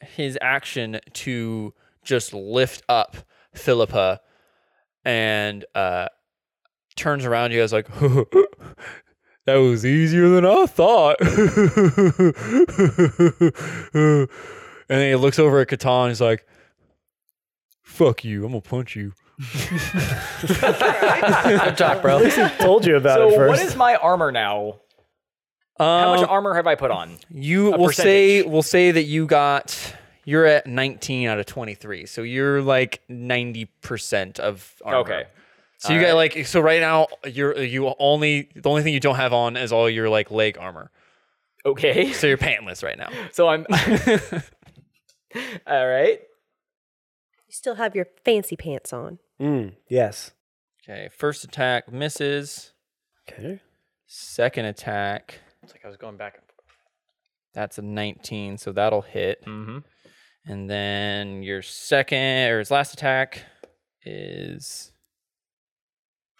S5: his action to just lift up Philippa and uh, turns around. You guys like, <laughs> that was easier than I thought.
S6: <laughs>
S5: and then he looks over at Catan and he's like, fuck you, I'm gonna punch you.
S9: talk, bro.
S1: I told you about
S9: <laughs> So
S1: it first.
S9: what is my armor now? How much
S5: Um,
S9: armor have I put on?
S5: you
S9: a
S5: will say
S9: percentage?
S5: we'll say that you got you're at 19 out of 23, so you're like 90 percent of armor.
S9: Okay.
S5: So you got like so right now you're you only the only thing you don't have on is all your like leg armor.
S9: Okay. <laughs>
S5: So you're pantless right now.
S9: So I'm. <laughs> All right.
S3: You still have your fancy pants on.
S1: Mm, yes.
S5: Okay, first attack misses.
S1: Okay.
S5: Second attack,
S8: It's like I was going back and forth.
S5: that's a 19, so that'll hit.
S9: Mm-hmm.
S5: And then your second or his last attack is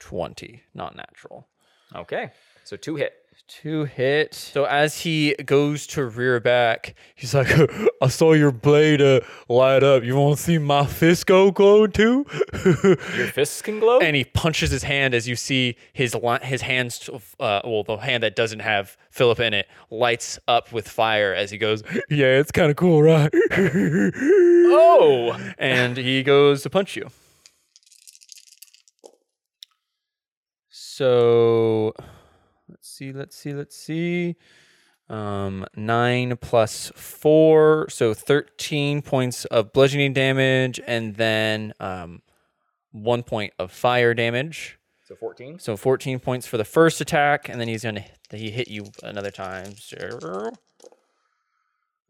S5: 20, not natural.
S9: Okay. So two hit.
S5: Two hit. So as he goes to rear back, he's like, <laughs> I saw your blade uh, light up. You want to see my fist go glow too? <laughs>
S9: Your fists can glow.
S5: and he punches his hand as you see his li- his hands uh, well the hand that doesn't have Philip in it lights up with fire as he goes <laughs> yeah it's kind of cool right
S9: oh.
S5: <laughs> and he goes to punch you so let's see let's see let's see Um, nine plus four, so thirteen points of bludgeoning damage, and then um, one point of fire damage.
S9: So 14?
S5: So fourteen points for the first attack, and then he's gonna he hit you another time. Sure.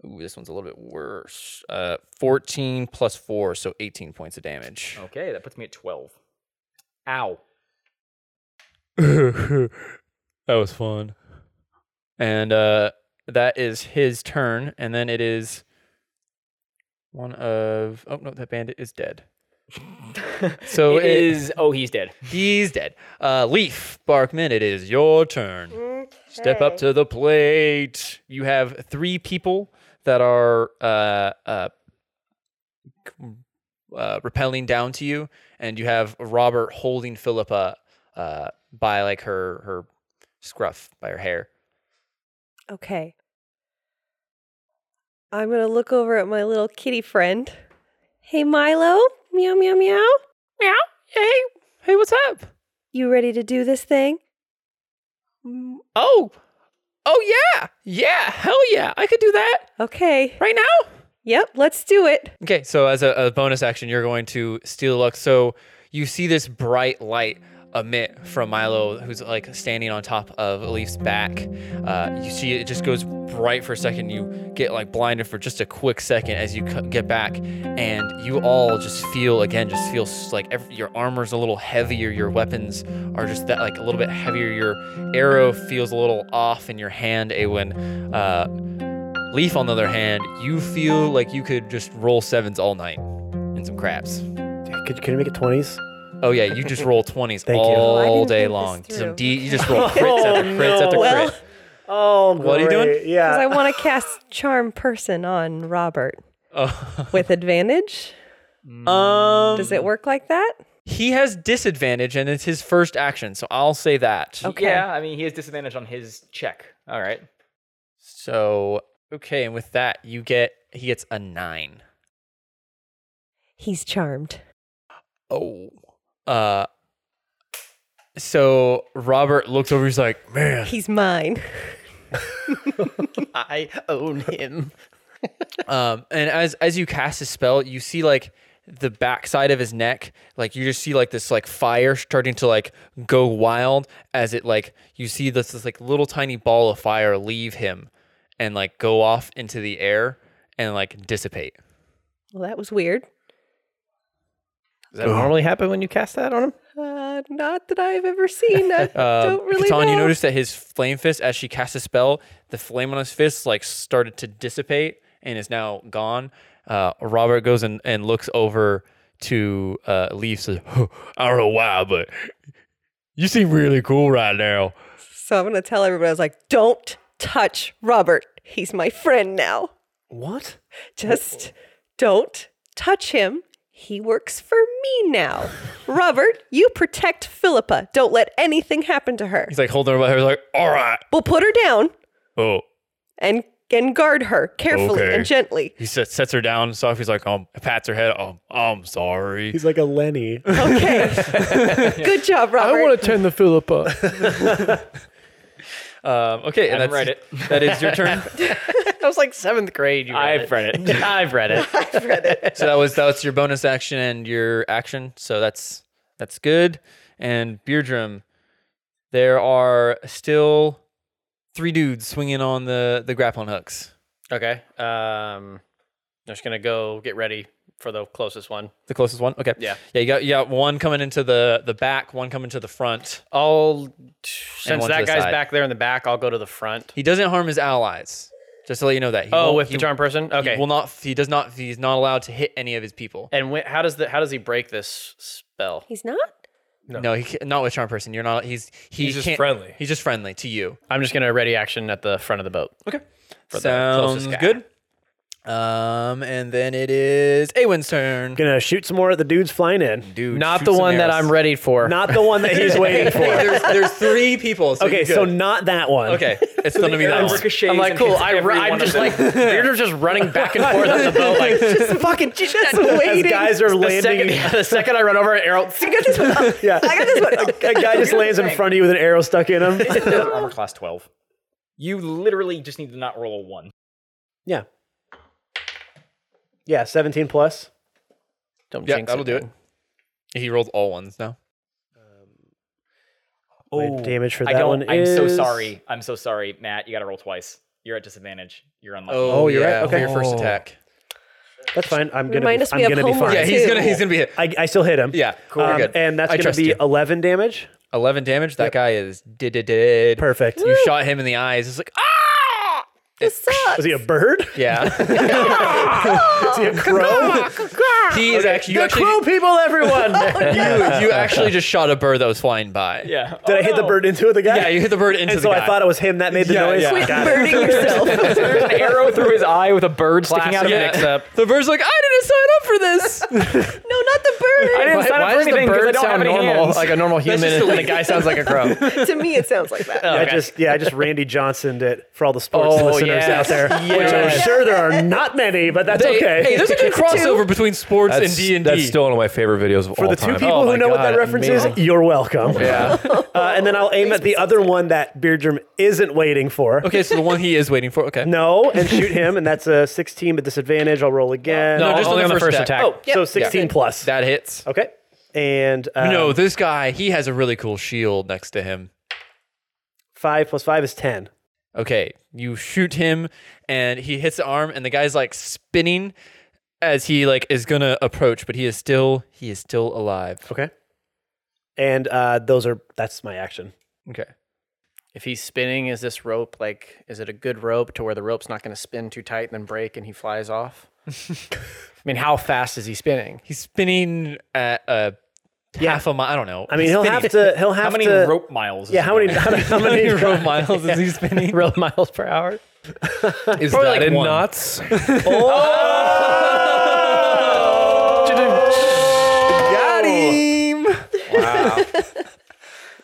S5: Ooh, this one's a little bit worse. Uh, fourteen plus four, so eighteen points of damage.
S9: Okay, that puts me at 12. Ow.
S5: that was fun. And uh that is his turn, and then it is one of oh no, that bandit is dead. so
S9: It is- oh he's dead.
S5: He's dead. Uh Leaf Barkman, it is your turn. Step up to the plate. You have three people that are uh uh uh, rappelling down to you, and you have Robert holding Philippa uh, by like her her scruff by her hair.
S3: Okay. I'm going to look over at my little kitty friend. Hey, Milo. Meow, meow, meow. Meow. Hey.
S5: Hey, what's up?
S3: You ready to do this thing?
S5: Oh. Oh, yeah. Yeah. Hell yeah. I could do that.
S3: Okay.
S5: Right now?
S3: Yep. Let's do it.
S5: Okay, so as a, a bonus action, you're going to steal luck. So you see this bright light emit from Milo, who's like standing on top of Elif's back. Uh, you see it just goes bright for a second. You get like blinded for just a quick second as you c- get back, and you all just feel again, just feel s- like every, your armor's a little heavier, your weapons are just that like a little bit heavier. Your arrow feels a little off in your hand, Awen. Uh, Leaf, on the other hand, you feel like you could just roll sevens all night and some craps.
S1: Could, can you make it 20s?
S5: Oh yeah, you just roll twenties
S1: you.
S3: Oh, I
S5: all
S3: didn't
S5: day
S3: think this
S5: long.
S3: through.
S5: Some D, you just roll crits after crits after
S3: Well,
S5: crit.
S1: Oh, great.
S5: What are you doing?
S1: Yeah.
S3: Because I
S9: <laughs>
S3: want to cast Charm Person on Robert
S5: Oh.
S3: with advantage.
S5: <laughs> Um,
S3: Does it work like that?
S5: He has disadvantage, and it's his first action, so I'll say that.
S3: Okay.
S9: Yeah, I mean he has disadvantage on his check. All right.
S5: So okay, and with that, you get he gets a nine.
S3: He's charmed.
S5: Oh. Uh. So Robert looks over. He's like, man.
S3: He's mine.
S8: <laughs> I own him.
S5: um, and as as you cast his spell, you see like the backside of his neck, like you just see like this like fire starting to like go wild as it like you see this, this like little tiny ball of fire leave him and like go off into the air and like dissipate.
S3: Well, that was weird.
S8: Does that normally happen when you cast that on him?
S3: Uh, not that I've ever seen. I
S5: Um,
S3: don't really
S5: Catan,
S3: know.
S5: you notice that his flame fist, as she cast a spell, the flame on his fist like started to dissipate and is now gone. Uh, Robert goes and, and looks over to uh, Leaf. Says, "I don't know why, but you seem really cool right now."
S3: so I'm going to tell everybody I was like, don't touch Robert. He's my friend now.
S1: What?
S3: Just don't touch him. He works for me now. Robert, you protect Philippa. Don't let anything happen to her.
S5: He's like holding her by her, like, "All right."
S3: We'll put her down
S5: Oh,
S3: and and guard her carefully
S5: Okay.
S3: and gently.
S5: he sets, sets her down. So he's like, um, pats her head. Um, I'm
S1: <laughs>
S5: sorry.
S1: He's like a Lenny.
S3: Okay. Good job, Robert.
S6: I want to tend the Philippa.
S5: Um, okay, and
S9: I've
S5: that's
S9: read it.
S5: <laughs> That is your turn.
S8: I was like seventh grade. You read
S9: I've read it. I've read it.
S5: so that was that was your bonus action and your action. So that's that's good. And Beardrum, there are still three dudes swinging on the the grappling hooks.
S8: Okay. Um, I'm just gonna go get ready for the closest one.
S5: The closest one. Okay.
S8: Yeah.
S5: Yeah. You got you got one coming into the the back, one coming to the front.
S8: I'll
S5: And
S8: since
S5: one to
S8: that
S5: the
S8: guy's
S5: side.
S8: back there in the back. I'll go to the front.
S5: He doesn't harm his allies. Just to let you know that. He
S8: oh,
S5: won't-
S8: with
S5: he-
S8: the charm person. Okay. Eh,
S5: He will not. He does not. He's not allowed to hit any of his people.
S8: and wh- how does the how does he break this spell?
S3: He's not?
S5: No, he ca- not with charm person. You're not. He's he
S6: He's just
S5: can't-
S6: friendly.
S5: He's just friendly to you.
S8: I'm just gonna ready action at the front of the boat. Okay. For the
S5: Sounds
S8: closest guy.
S5: good. Um, and then it is Awen's turn.
S1: Gonna shoot some more at the dudes flying in.
S5: Dude,
S8: Not
S5: shoot
S8: the
S5: some
S8: one that
S5: arrows. <laughs>
S8: I'm ready for.
S1: Not the one that he's waiting for.
S5: there's, there's three people. So
S1: Okay,
S5: you're
S1: so
S5: good.
S1: not that one.
S5: okay, it's gonna
S9: <laughs>
S5: be that one.
S9: Ricochets
S8: I'm like,
S9: and
S8: cool.
S9: hits
S8: I,
S9: every
S8: am
S9: one of
S8: just
S9: them.
S8: like, you're just running back and forth on the boat. Like,
S3: Just fucking just
S1: As
S3: waiting.
S1: guys are
S8: the second,
S1: landing,
S8: <laughs> the second I run over an arrow,
S3: I got this one.
S1: yeah,
S3: I got this
S1: a
S3: one. <laughs>
S9: <laughs>
S1: guy just lands in front of you with an arrow stuck in him.
S9: Armor class 12. You literally just need to not roll a one.
S1: Yeah. Yeah, 17 plus.
S5: Don't jinx that'll do it. He rolled all ones now.
S1: Wait, damage for
S9: I
S1: that
S9: don't-
S1: one
S9: I'm so
S1: is-
S9: sorry. I'm so sorry, Matt. You got to roll twice. You're at disadvantage. You're unlucky.
S5: Oh, you're right. Okay, your first
S1: Oh.
S5: attack.
S1: That's fine. I'm gonna
S3: Remind
S1: be,
S3: us
S1: I'm
S3: we have
S1: gonna be
S3: homework
S1: fine.
S5: Yeah, he's too. gonna- he's gonna be hit.
S1: I, I still hit him. Um,
S5: Yeah, cool, we're good.
S1: And that's
S5: I
S1: gonna
S5: trust
S1: be
S5: you.
S1: 11 damage.
S5: 11 damage. That guy is dead.
S1: Perfect.
S5: You shot him in the eyes. It's like, ah!
S3: This
S1: <laughs>
S3: sucks.
S1: Is he a bird?
S3: <laughs>
S5: Yeah.
S1: Is he a crow?
S5: <laughs> he is actually, you
S1: the
S5: actually,
S1: crow people, everyone.
S5: <laughs> you, you actually just shot a bird that was flying by.
S9: Yeah. Oh,
S1: Did I hit the bird into the guy?
S5: Oh, Yeah, you hit the bird into
S1: and
S5: the
S1: so
S5: guy.
S1: I thought it was him that made the
S5: Yeah,
S1: noise.
S5: yeah.
S1: Got it.
S3: Burning yourself.
S9: <laughs> There's an arrow through his eye with a bird sticking out of
S5: Yeah.
S9: it.
S5: <laughs>
S9: Except
S5: The bird's like, I didn't sign up for this.
S3: No, not the bird.
S9: I didn't sign up for anything because I don't have any
S8: normal?
S9: hands.
S8: Like a normal human,
S5: just
S8: and the
S5: illegal.
S8: guy sounds like a crow.
S3: to me, it sounds
S5: <laughs>
S3: like that.
S1: I just yeah, I just Randy Johnsoned it for all the sports
S9: Oh,
S1: listeners
S9: yes.
S1: out there, which I'm
S9: Yes.
S1: sure there are not many, but that's
S5: They-
S1: okay.
S5: Hey, there's a good crossover between sports
S6: That's,
S5: and D and
S6: that's
S5: D.
S6: still one of my favorite videos
S1: <laughs>
S6: of
S1: For
S6: all
S1: the
S6: time.
S1: two people
S5: Oh,
S1: who know what that reference is, you're welcome. Yeah. <laughs> uh, and then I'll aim at the other one that Beardrum isn't waiting for.
S5: Okay, so the one he is waiting for. Okay.
S1: No, and shoot him, and that's a 16 with disadvantage. I'll roll again.
S5: No, just
S1: oh,
S5: only on the first attack.
S1: oh, so 16 plus.
S5: <laughs> That hits.
S1: okay. And uh,
S5: no, this guy, he has a really cool shield next to him.
S1: five plus five is 10.
S5: Okay, you shoot him and he hits the arm and the guy's like spinning as he like is going to approach, but he is still he is still alive.
S1: Okay. And uh, those are that's my action.
S5: Okay.
S8: <laughs> If he's spinning, is this rope like? Is it a good rope to where the rope's not going to spin too tight and then break and he flies off? <laughs> I mean, how fast is he <laughs> spinning?
S5: He's spinning at a
S1: Yeah.
S5: half a mile, I don't know.
S1: I mean, he'll have to. He'll have
S9: How many
S1: to.
S9: rope miles? Is
S1: yeah, how
S9: it
S1: many? <laughs> How, how many?
S5: road
S1: <laughs>
S5: miles <laughs> is he
S8: <laughs>
S5: spinning?
S8: Rope miles per hour.
S5: Is
S9: Probably
S5: that
S9: like
S5: in
S6: <laughs>
S9: one.
S5: knots?
S1: Oh! Got him.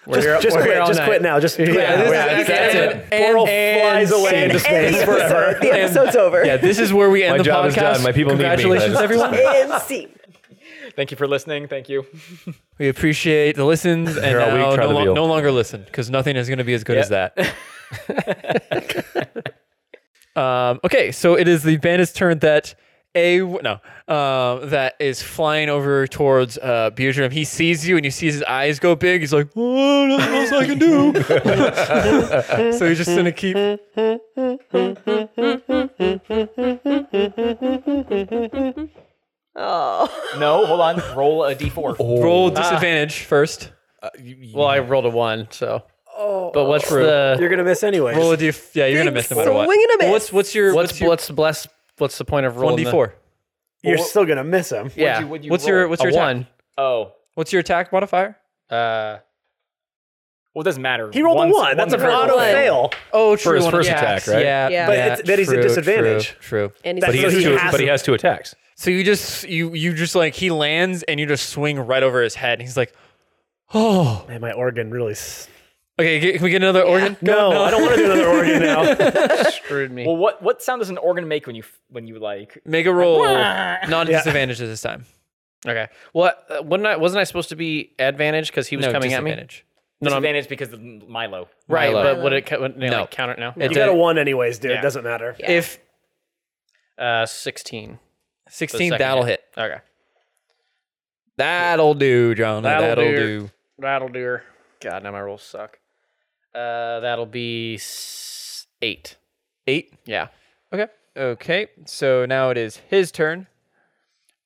S8: We're-
S1: Just, just
S8: we're
S1: quit.
S8: here all
S1: Just
S8: night.
S1: quit now. Just quit.
S5: Yeah, this
S1: now.
S5: is- that's it.
S1: Oral
S5: And-
S1: flies away into space
S3: End the
S1: forever. <laughs>
S3: episode. The episode's over.
S5: Yeah, this is where we end
S6: My
S5: the
S6: job is
S5: podcast.
S6: done. My people need me.
S5: Congratulations,
S6: I just-
S5: everyone.
S3: <laughs> And scene.
S9: Thank you for listening. Thank you.
S5: We appreciate the
S8: <laughs>
S5: listens and
S6: Here all
S5: now
S6: week, try
S5: no,
S6: the
S5: lo-
S6: veal.
S5: no longer listen because nothing is going to be as good as that. <laughs> um, okay, so it is the bandit's turn that a no um, that is flying over towards uh, Beardrum. He sees you and you see his eyes go big. He's like, oh, nothing else I can do. <laughs> so he's just going to keep.
S3: Oh,
S9: No, hold on. Roll a d4.
S5: Roll disadvantage first.
S8: Well, I rolled a one, so. Oh. But what's the
S1: You're gonna miss anyway.
S5: Roll a d. Yeah, you're gonna miss no matter what.
S3: swing and a
S5: Well,
S3: miss.
S5: What's what's your
S8: what's
S5: what's, your
S8: what's bless what's the point of
S5: one
S8: rolling
S5: d
S8: the-
S5: four?
S1: You're still gonna miss him.
S8: Yeah.
S9: What'd you
S5: What's
S9: roll?
S5: your what's your
S8: a
S5: attack?
S8: one.
S9: Oh.
S5: What's your attack modifier?
S8: Uh,
S9: Well, it doesn't matter.
S1: He rolled
S9: One's-
S1: a one. That's a
S9: one's
S3: critical
S1: auto
S3: fail.
S1: fail.
S5: Oh, true.
S6: his
S5: one-
S6: first
S5: yes,
S6: attack, right?
S5: Yeah,
S3: Yeah.
S5: But
S3: But
S1: it's- that is a disadvantage.
S5: True.
S3: and
S1: That-
S6: But he
S1: So
S6: has
S1: he
S6: two.
S1: has
S6: But he
S1: him.
S6: has two attacks.
S5: So you just you you just like he lands and you just swing right over his head and he's like, oh.
S1: Man, my organ really. S-
S5: Okay, get, can we get another organ?
S1: no, I don't
S5: <laughs>
S1: want to do another organ now. <laughs>
S8: <laughs> screwed me.
S9: Well, what what sound does an organ make when you f- when you like?
S5: Make a roll,
S1: <laughs>
S5: non disadvantage this time.
S8: okay. What? Uh, wasn't I? Wasn't I supposed to be advantage because he was
S5: no,
S8: coming at me?
S5: disadvantage.
S8: No, no, I'm-
S9: Disadvantage because of Milo.
S8: right.
S5: Milo.
S8: But would it, co- would they,
S5: No.
S8: like, count it now?
S5: It
S1: You got a
S5: did-
S1: one anyways, dude.
S8: Yeah.
S1: It doesn't matter.
S5: If
S8: Uh, sixteen. The
S5: sixteen,
S8: second
S5: that'll hit.
S8: Okay.
S5: That'll do, John. That'll,
S8: That'll
S5: do.
S8: do. That'll do her. God, now my rolls suck. Uh, that'll be s- eight.
S5: Eight.
S8: Yeah.
S5: Okay. Okay. So now it is his turn.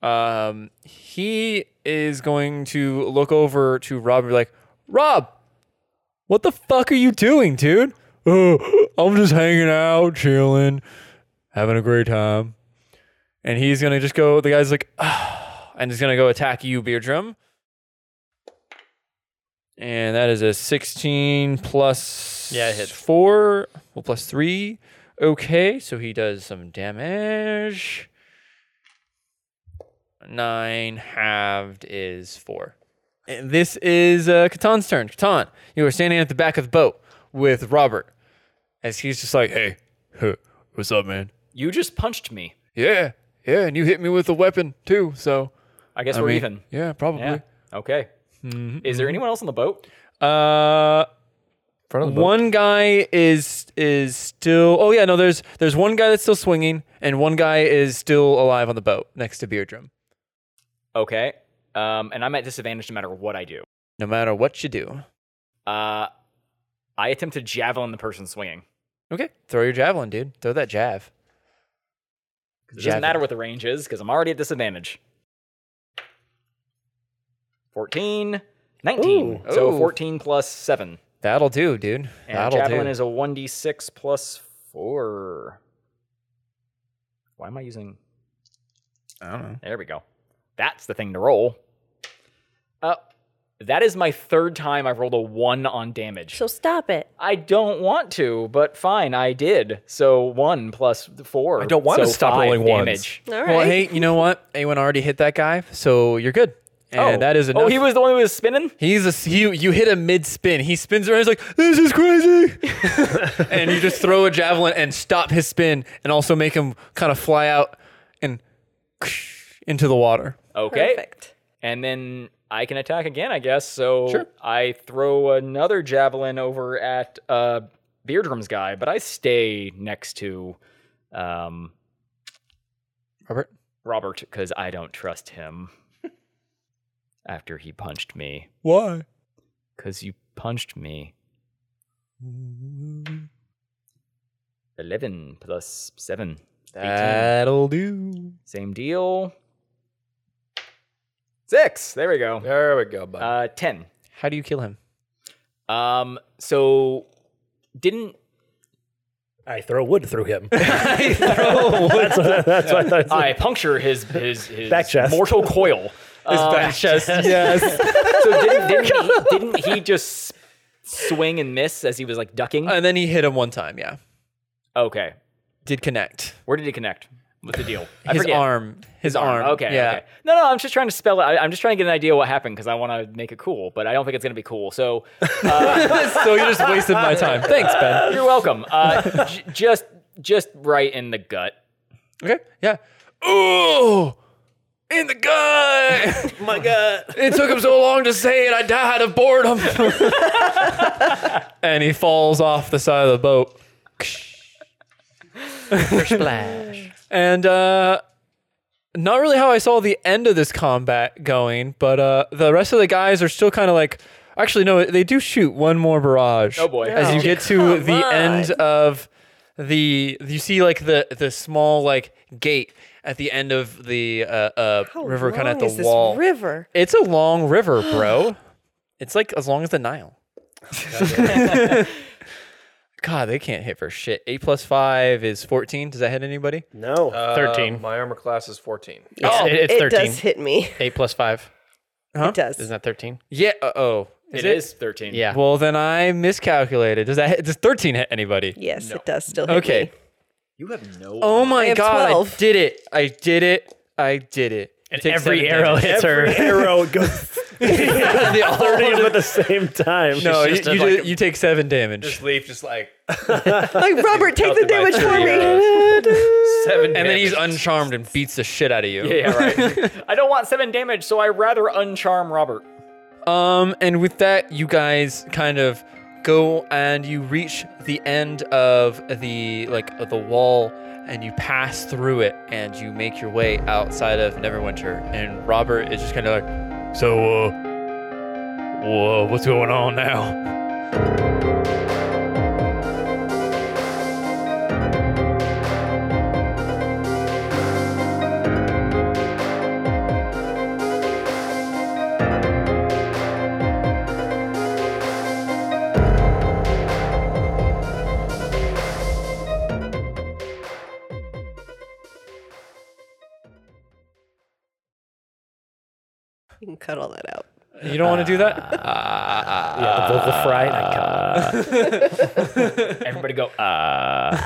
S5: Um, he is going to look over to Rob and be like, Rob, what the fuck are you doing, dude? <gasps> Oh, I'm just hanging out, chilling, having a great time. And he's gonna just go. The guy's like, "Ah," and he's gonna go attack you, Beardrum. And that is a 16 plus
S8: Yeah, it hits.
S5: four, well plus three. Okay, so he does some damage. Nine halved is four. And this is uh, Katan's turn. Katan, you are standing at the back of the boat with Robert, as he's just like, "Hey, <laughs> huh, what's up, man?
S9: You just punched me.
S5: Yeah, yeah, and you hit me with a weapon too. So
S9: I guess
S5: I
S9: we're
S5: mean, Mm-hmm.
S9: even.
S5: Yeah, probably.
S9: Yeah. Okay. Is there anyone else on the boat?
S5: Uh,
S6: front of the boat.
S5: One guy is is still. Oh yeah, no. There's there's one guy that's still swinging, and one guy is still alive on the boat next to Beardrum.
S9: Okay. Um, and I'm at disadvantage no matter what I do.
S5: No matter what you do,
S9: Uh, I attempt to javelin the person swinging.
S5: okay. Throw your javelin, dude. Throw that jav.
S9: 'Cause It doesn't matter what the range is because I'm already at disadvantage. 14, 19.
S5: Ooh.
S9: So
S5: Ooh.
S9: 14 plus 7.
S5: That'll do, dude.
S9: And
S5: That'll
S9: javelin
S5: do.
S9: is a 1d6 plus 4. Why am I using.
S5: I don't know.
S9: There we go. That's the thing to roll. Uh, that is my third time I've rolled a 1 on damage.
S3: So stop it.
S9: I don't want to, but fine, I did. So one plus four.
S5: I don't want
S9: so
S5: to stop
S9: five
S5: rolling ones.
S9: damage.
S3: All
S5: Well,
S3: right.
S5: hey, you know what? A1 already hit that guy, so you're good. And
S9: Oh.
S5: that is enough.
S9: Oh, he was the one who was spinning.
S5: He's a he, you hit a mid spin. He spins around. He's like, "This is
S9: <laughs>
S5: crazy," and you just throw a javelin and stop his spin, and also make him kind of fly out and <laughs> into the water.
S9: Okay,
S3: Perfect.
S9: and then I can attack again, I guess. So I throw another javelin over at uh, Beardrum's guy, but I stay next to um,
S5: Robert,
S9: Robert because I don't trust him. <laughs> After he punched me,
S5: why?
S9: because you punched <laughs> me. 11 plus 7. 18.
S5: That'll do.
S9: Same deal. Six. There we go.
S6: There we go, bud.
S9: Uh, 10.
S5: How do you kill him?
S9: Um, so didn't.
S1: I throw wood through him. <laughs>
S9: that's,
S1: that's what I thought.
S9: I puncture his his, his
S1: Back chest.
S9: mortal <laughs> coil.
S5: His
S9: Um,
S5: back
S9: <laughs>
S5: chest. Yes.
S9: So didn't, didn't, he, didn't he just swing and miss as he was like ducking?
S5: and then he hit him one time. Yeah,
S9: Okay.
S5: did connect
S9: Where did he connect? What's the deal? I
S5: his
S9: forget.
S5: arm. His, arm.
S9: Okay.
S5: Yeah.
S9: Okay. No, no. I'm just trying to spell it. I, I'm just trying to get an idea what happened because I want to make it cool, but I don't think it's gonna be cool. So
S5: so you just wasted
S9: <laughs>
S5: my time. Thanks, Ben.
S9: You're welcome. Uh, j- just, just right in the gut.
S5: Okay. Yeah. Ooh, in the gut.
S1: My God.
S5: It took him so long to say it. I died of boredom. <laughs> and he falls off the side of the boat.
S2: Splash.
S5: And uh, not really how I saw the end of this combat going, but uh, the rest of the guys are still kind of like. Actually, no, they do shoot one more barrage.
S9: Oh, boy.
S5: As you
S9: Oh,
S5: get to
S3: come
S5: the end of the, you see like the the small like gate at the end of the uh, uh,
S3: How
S5: river, kind of
S3: long
S5: at the
S3: is this
S5: wall.
S3: river.
S5: It's a long
S3: <gasps>
S5: river, bro. it's like as long as the
S3: <laughs>
S5: Nile. God, they can't hit for shit. Eight plus five is fourteen. Does that hit anybody?
S1: No.
S6: Uh,
S9: 13.
S6: My armor class is 14.
S9: It's,
S5: Oh,
S9: it- it's
S3: Oh, it
S9: 13.
S3: does hit me.
S9: 8 plus 5.
S5: Huh?
S3: It does.
S9: Isn't that 13?
S5: Yeah. Uh, oh,
S9: it is 13.
S5: Yeah. Well, then I miscalculated. Does that hit, does thirteen hit anybody?
S3: Yes, it does still hit
S5: Okay.
S3: me.
S9: You have no.
S5: Oh
S3: I
S5: my
S3: have
S5: god!
S3: 12.
S5: I did it! I did it! I did it!
S4: And
S5: Take
S4: every
S5: seven
S4: arrow
S5: damage.
S4: hits
S1: Every
S4: her.
S1: arrow <laughs> goes
S5: They all
S1: 30 of them at the same time.
S5: No, you,
S6: just a,
S5: you,
S6: like,
S5: did- you take seven damage,
S6: leaf, just like
S3: Like Robert, take the
S5: <laughs>
S6: Counted by
S3: damage
S6: three
S3: for <laughs> me.
S6: arrows.
S9: <laughs>
S6: seven.
S5: and then he's uncharmed and beats the shit out of you.
S9: Yeah, right. I don't want 7 damage, so I rather uncharm Robert.
S5: Um, and with that, you guys kind of go and you reach the end of the like of the wall, and you pass through it, and you make your way outside of Neverwinter. And Robert is just kind of like,
S4: So, uh, whoa, what's going on now?
S3: You can cut all that out.
S5: "You don't want to do that."
S3: <laughs>
S1: The vocal fry. and I come.
S9: Everybody go, uh.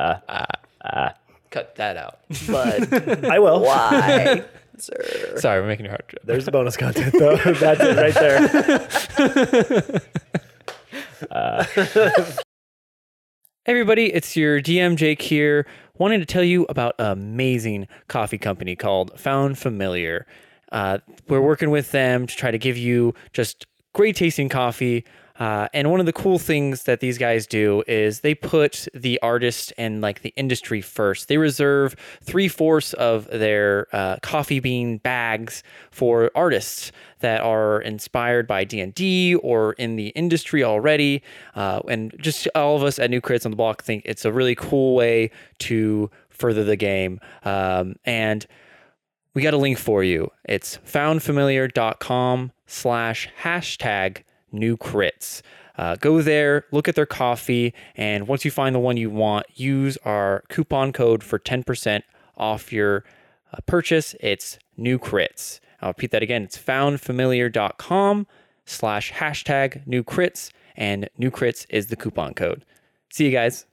S5: ah, Cut that out. <laughs>
S3: But
S1: I will.
S3: why? Sir.
S5: Sorry, we're making your heart.
S1: There's the bonus content, though. <laughs> That's it right there.
S2: Everybody, it's your DM Jake here, wanting to tell you about an amazing coffee company called Found Familiar. Uh, we're working with them to try to give you just great tasting coffee
S5: Uh, and one of the cool things that these guys do is they put the artist and like the industry first. They reserve three fourths of their uh, coffee bean bags for artists that are inspired by D and D or in the industry already. Uh, and just all of us at New Crits on the Block think it's a really cool way to further the game. Um, and we got a link for you. It's foundfamiliar.com slash hashtag new crits. Uh, go there, look at their coffee, and once you find the one you want, use our coupon code for 10% off your uh, purchase. It's new crits. I'll repeat that again. It's foundfamiliar.com slash hashtag new crits, and new crits is the coupon code. See you guys.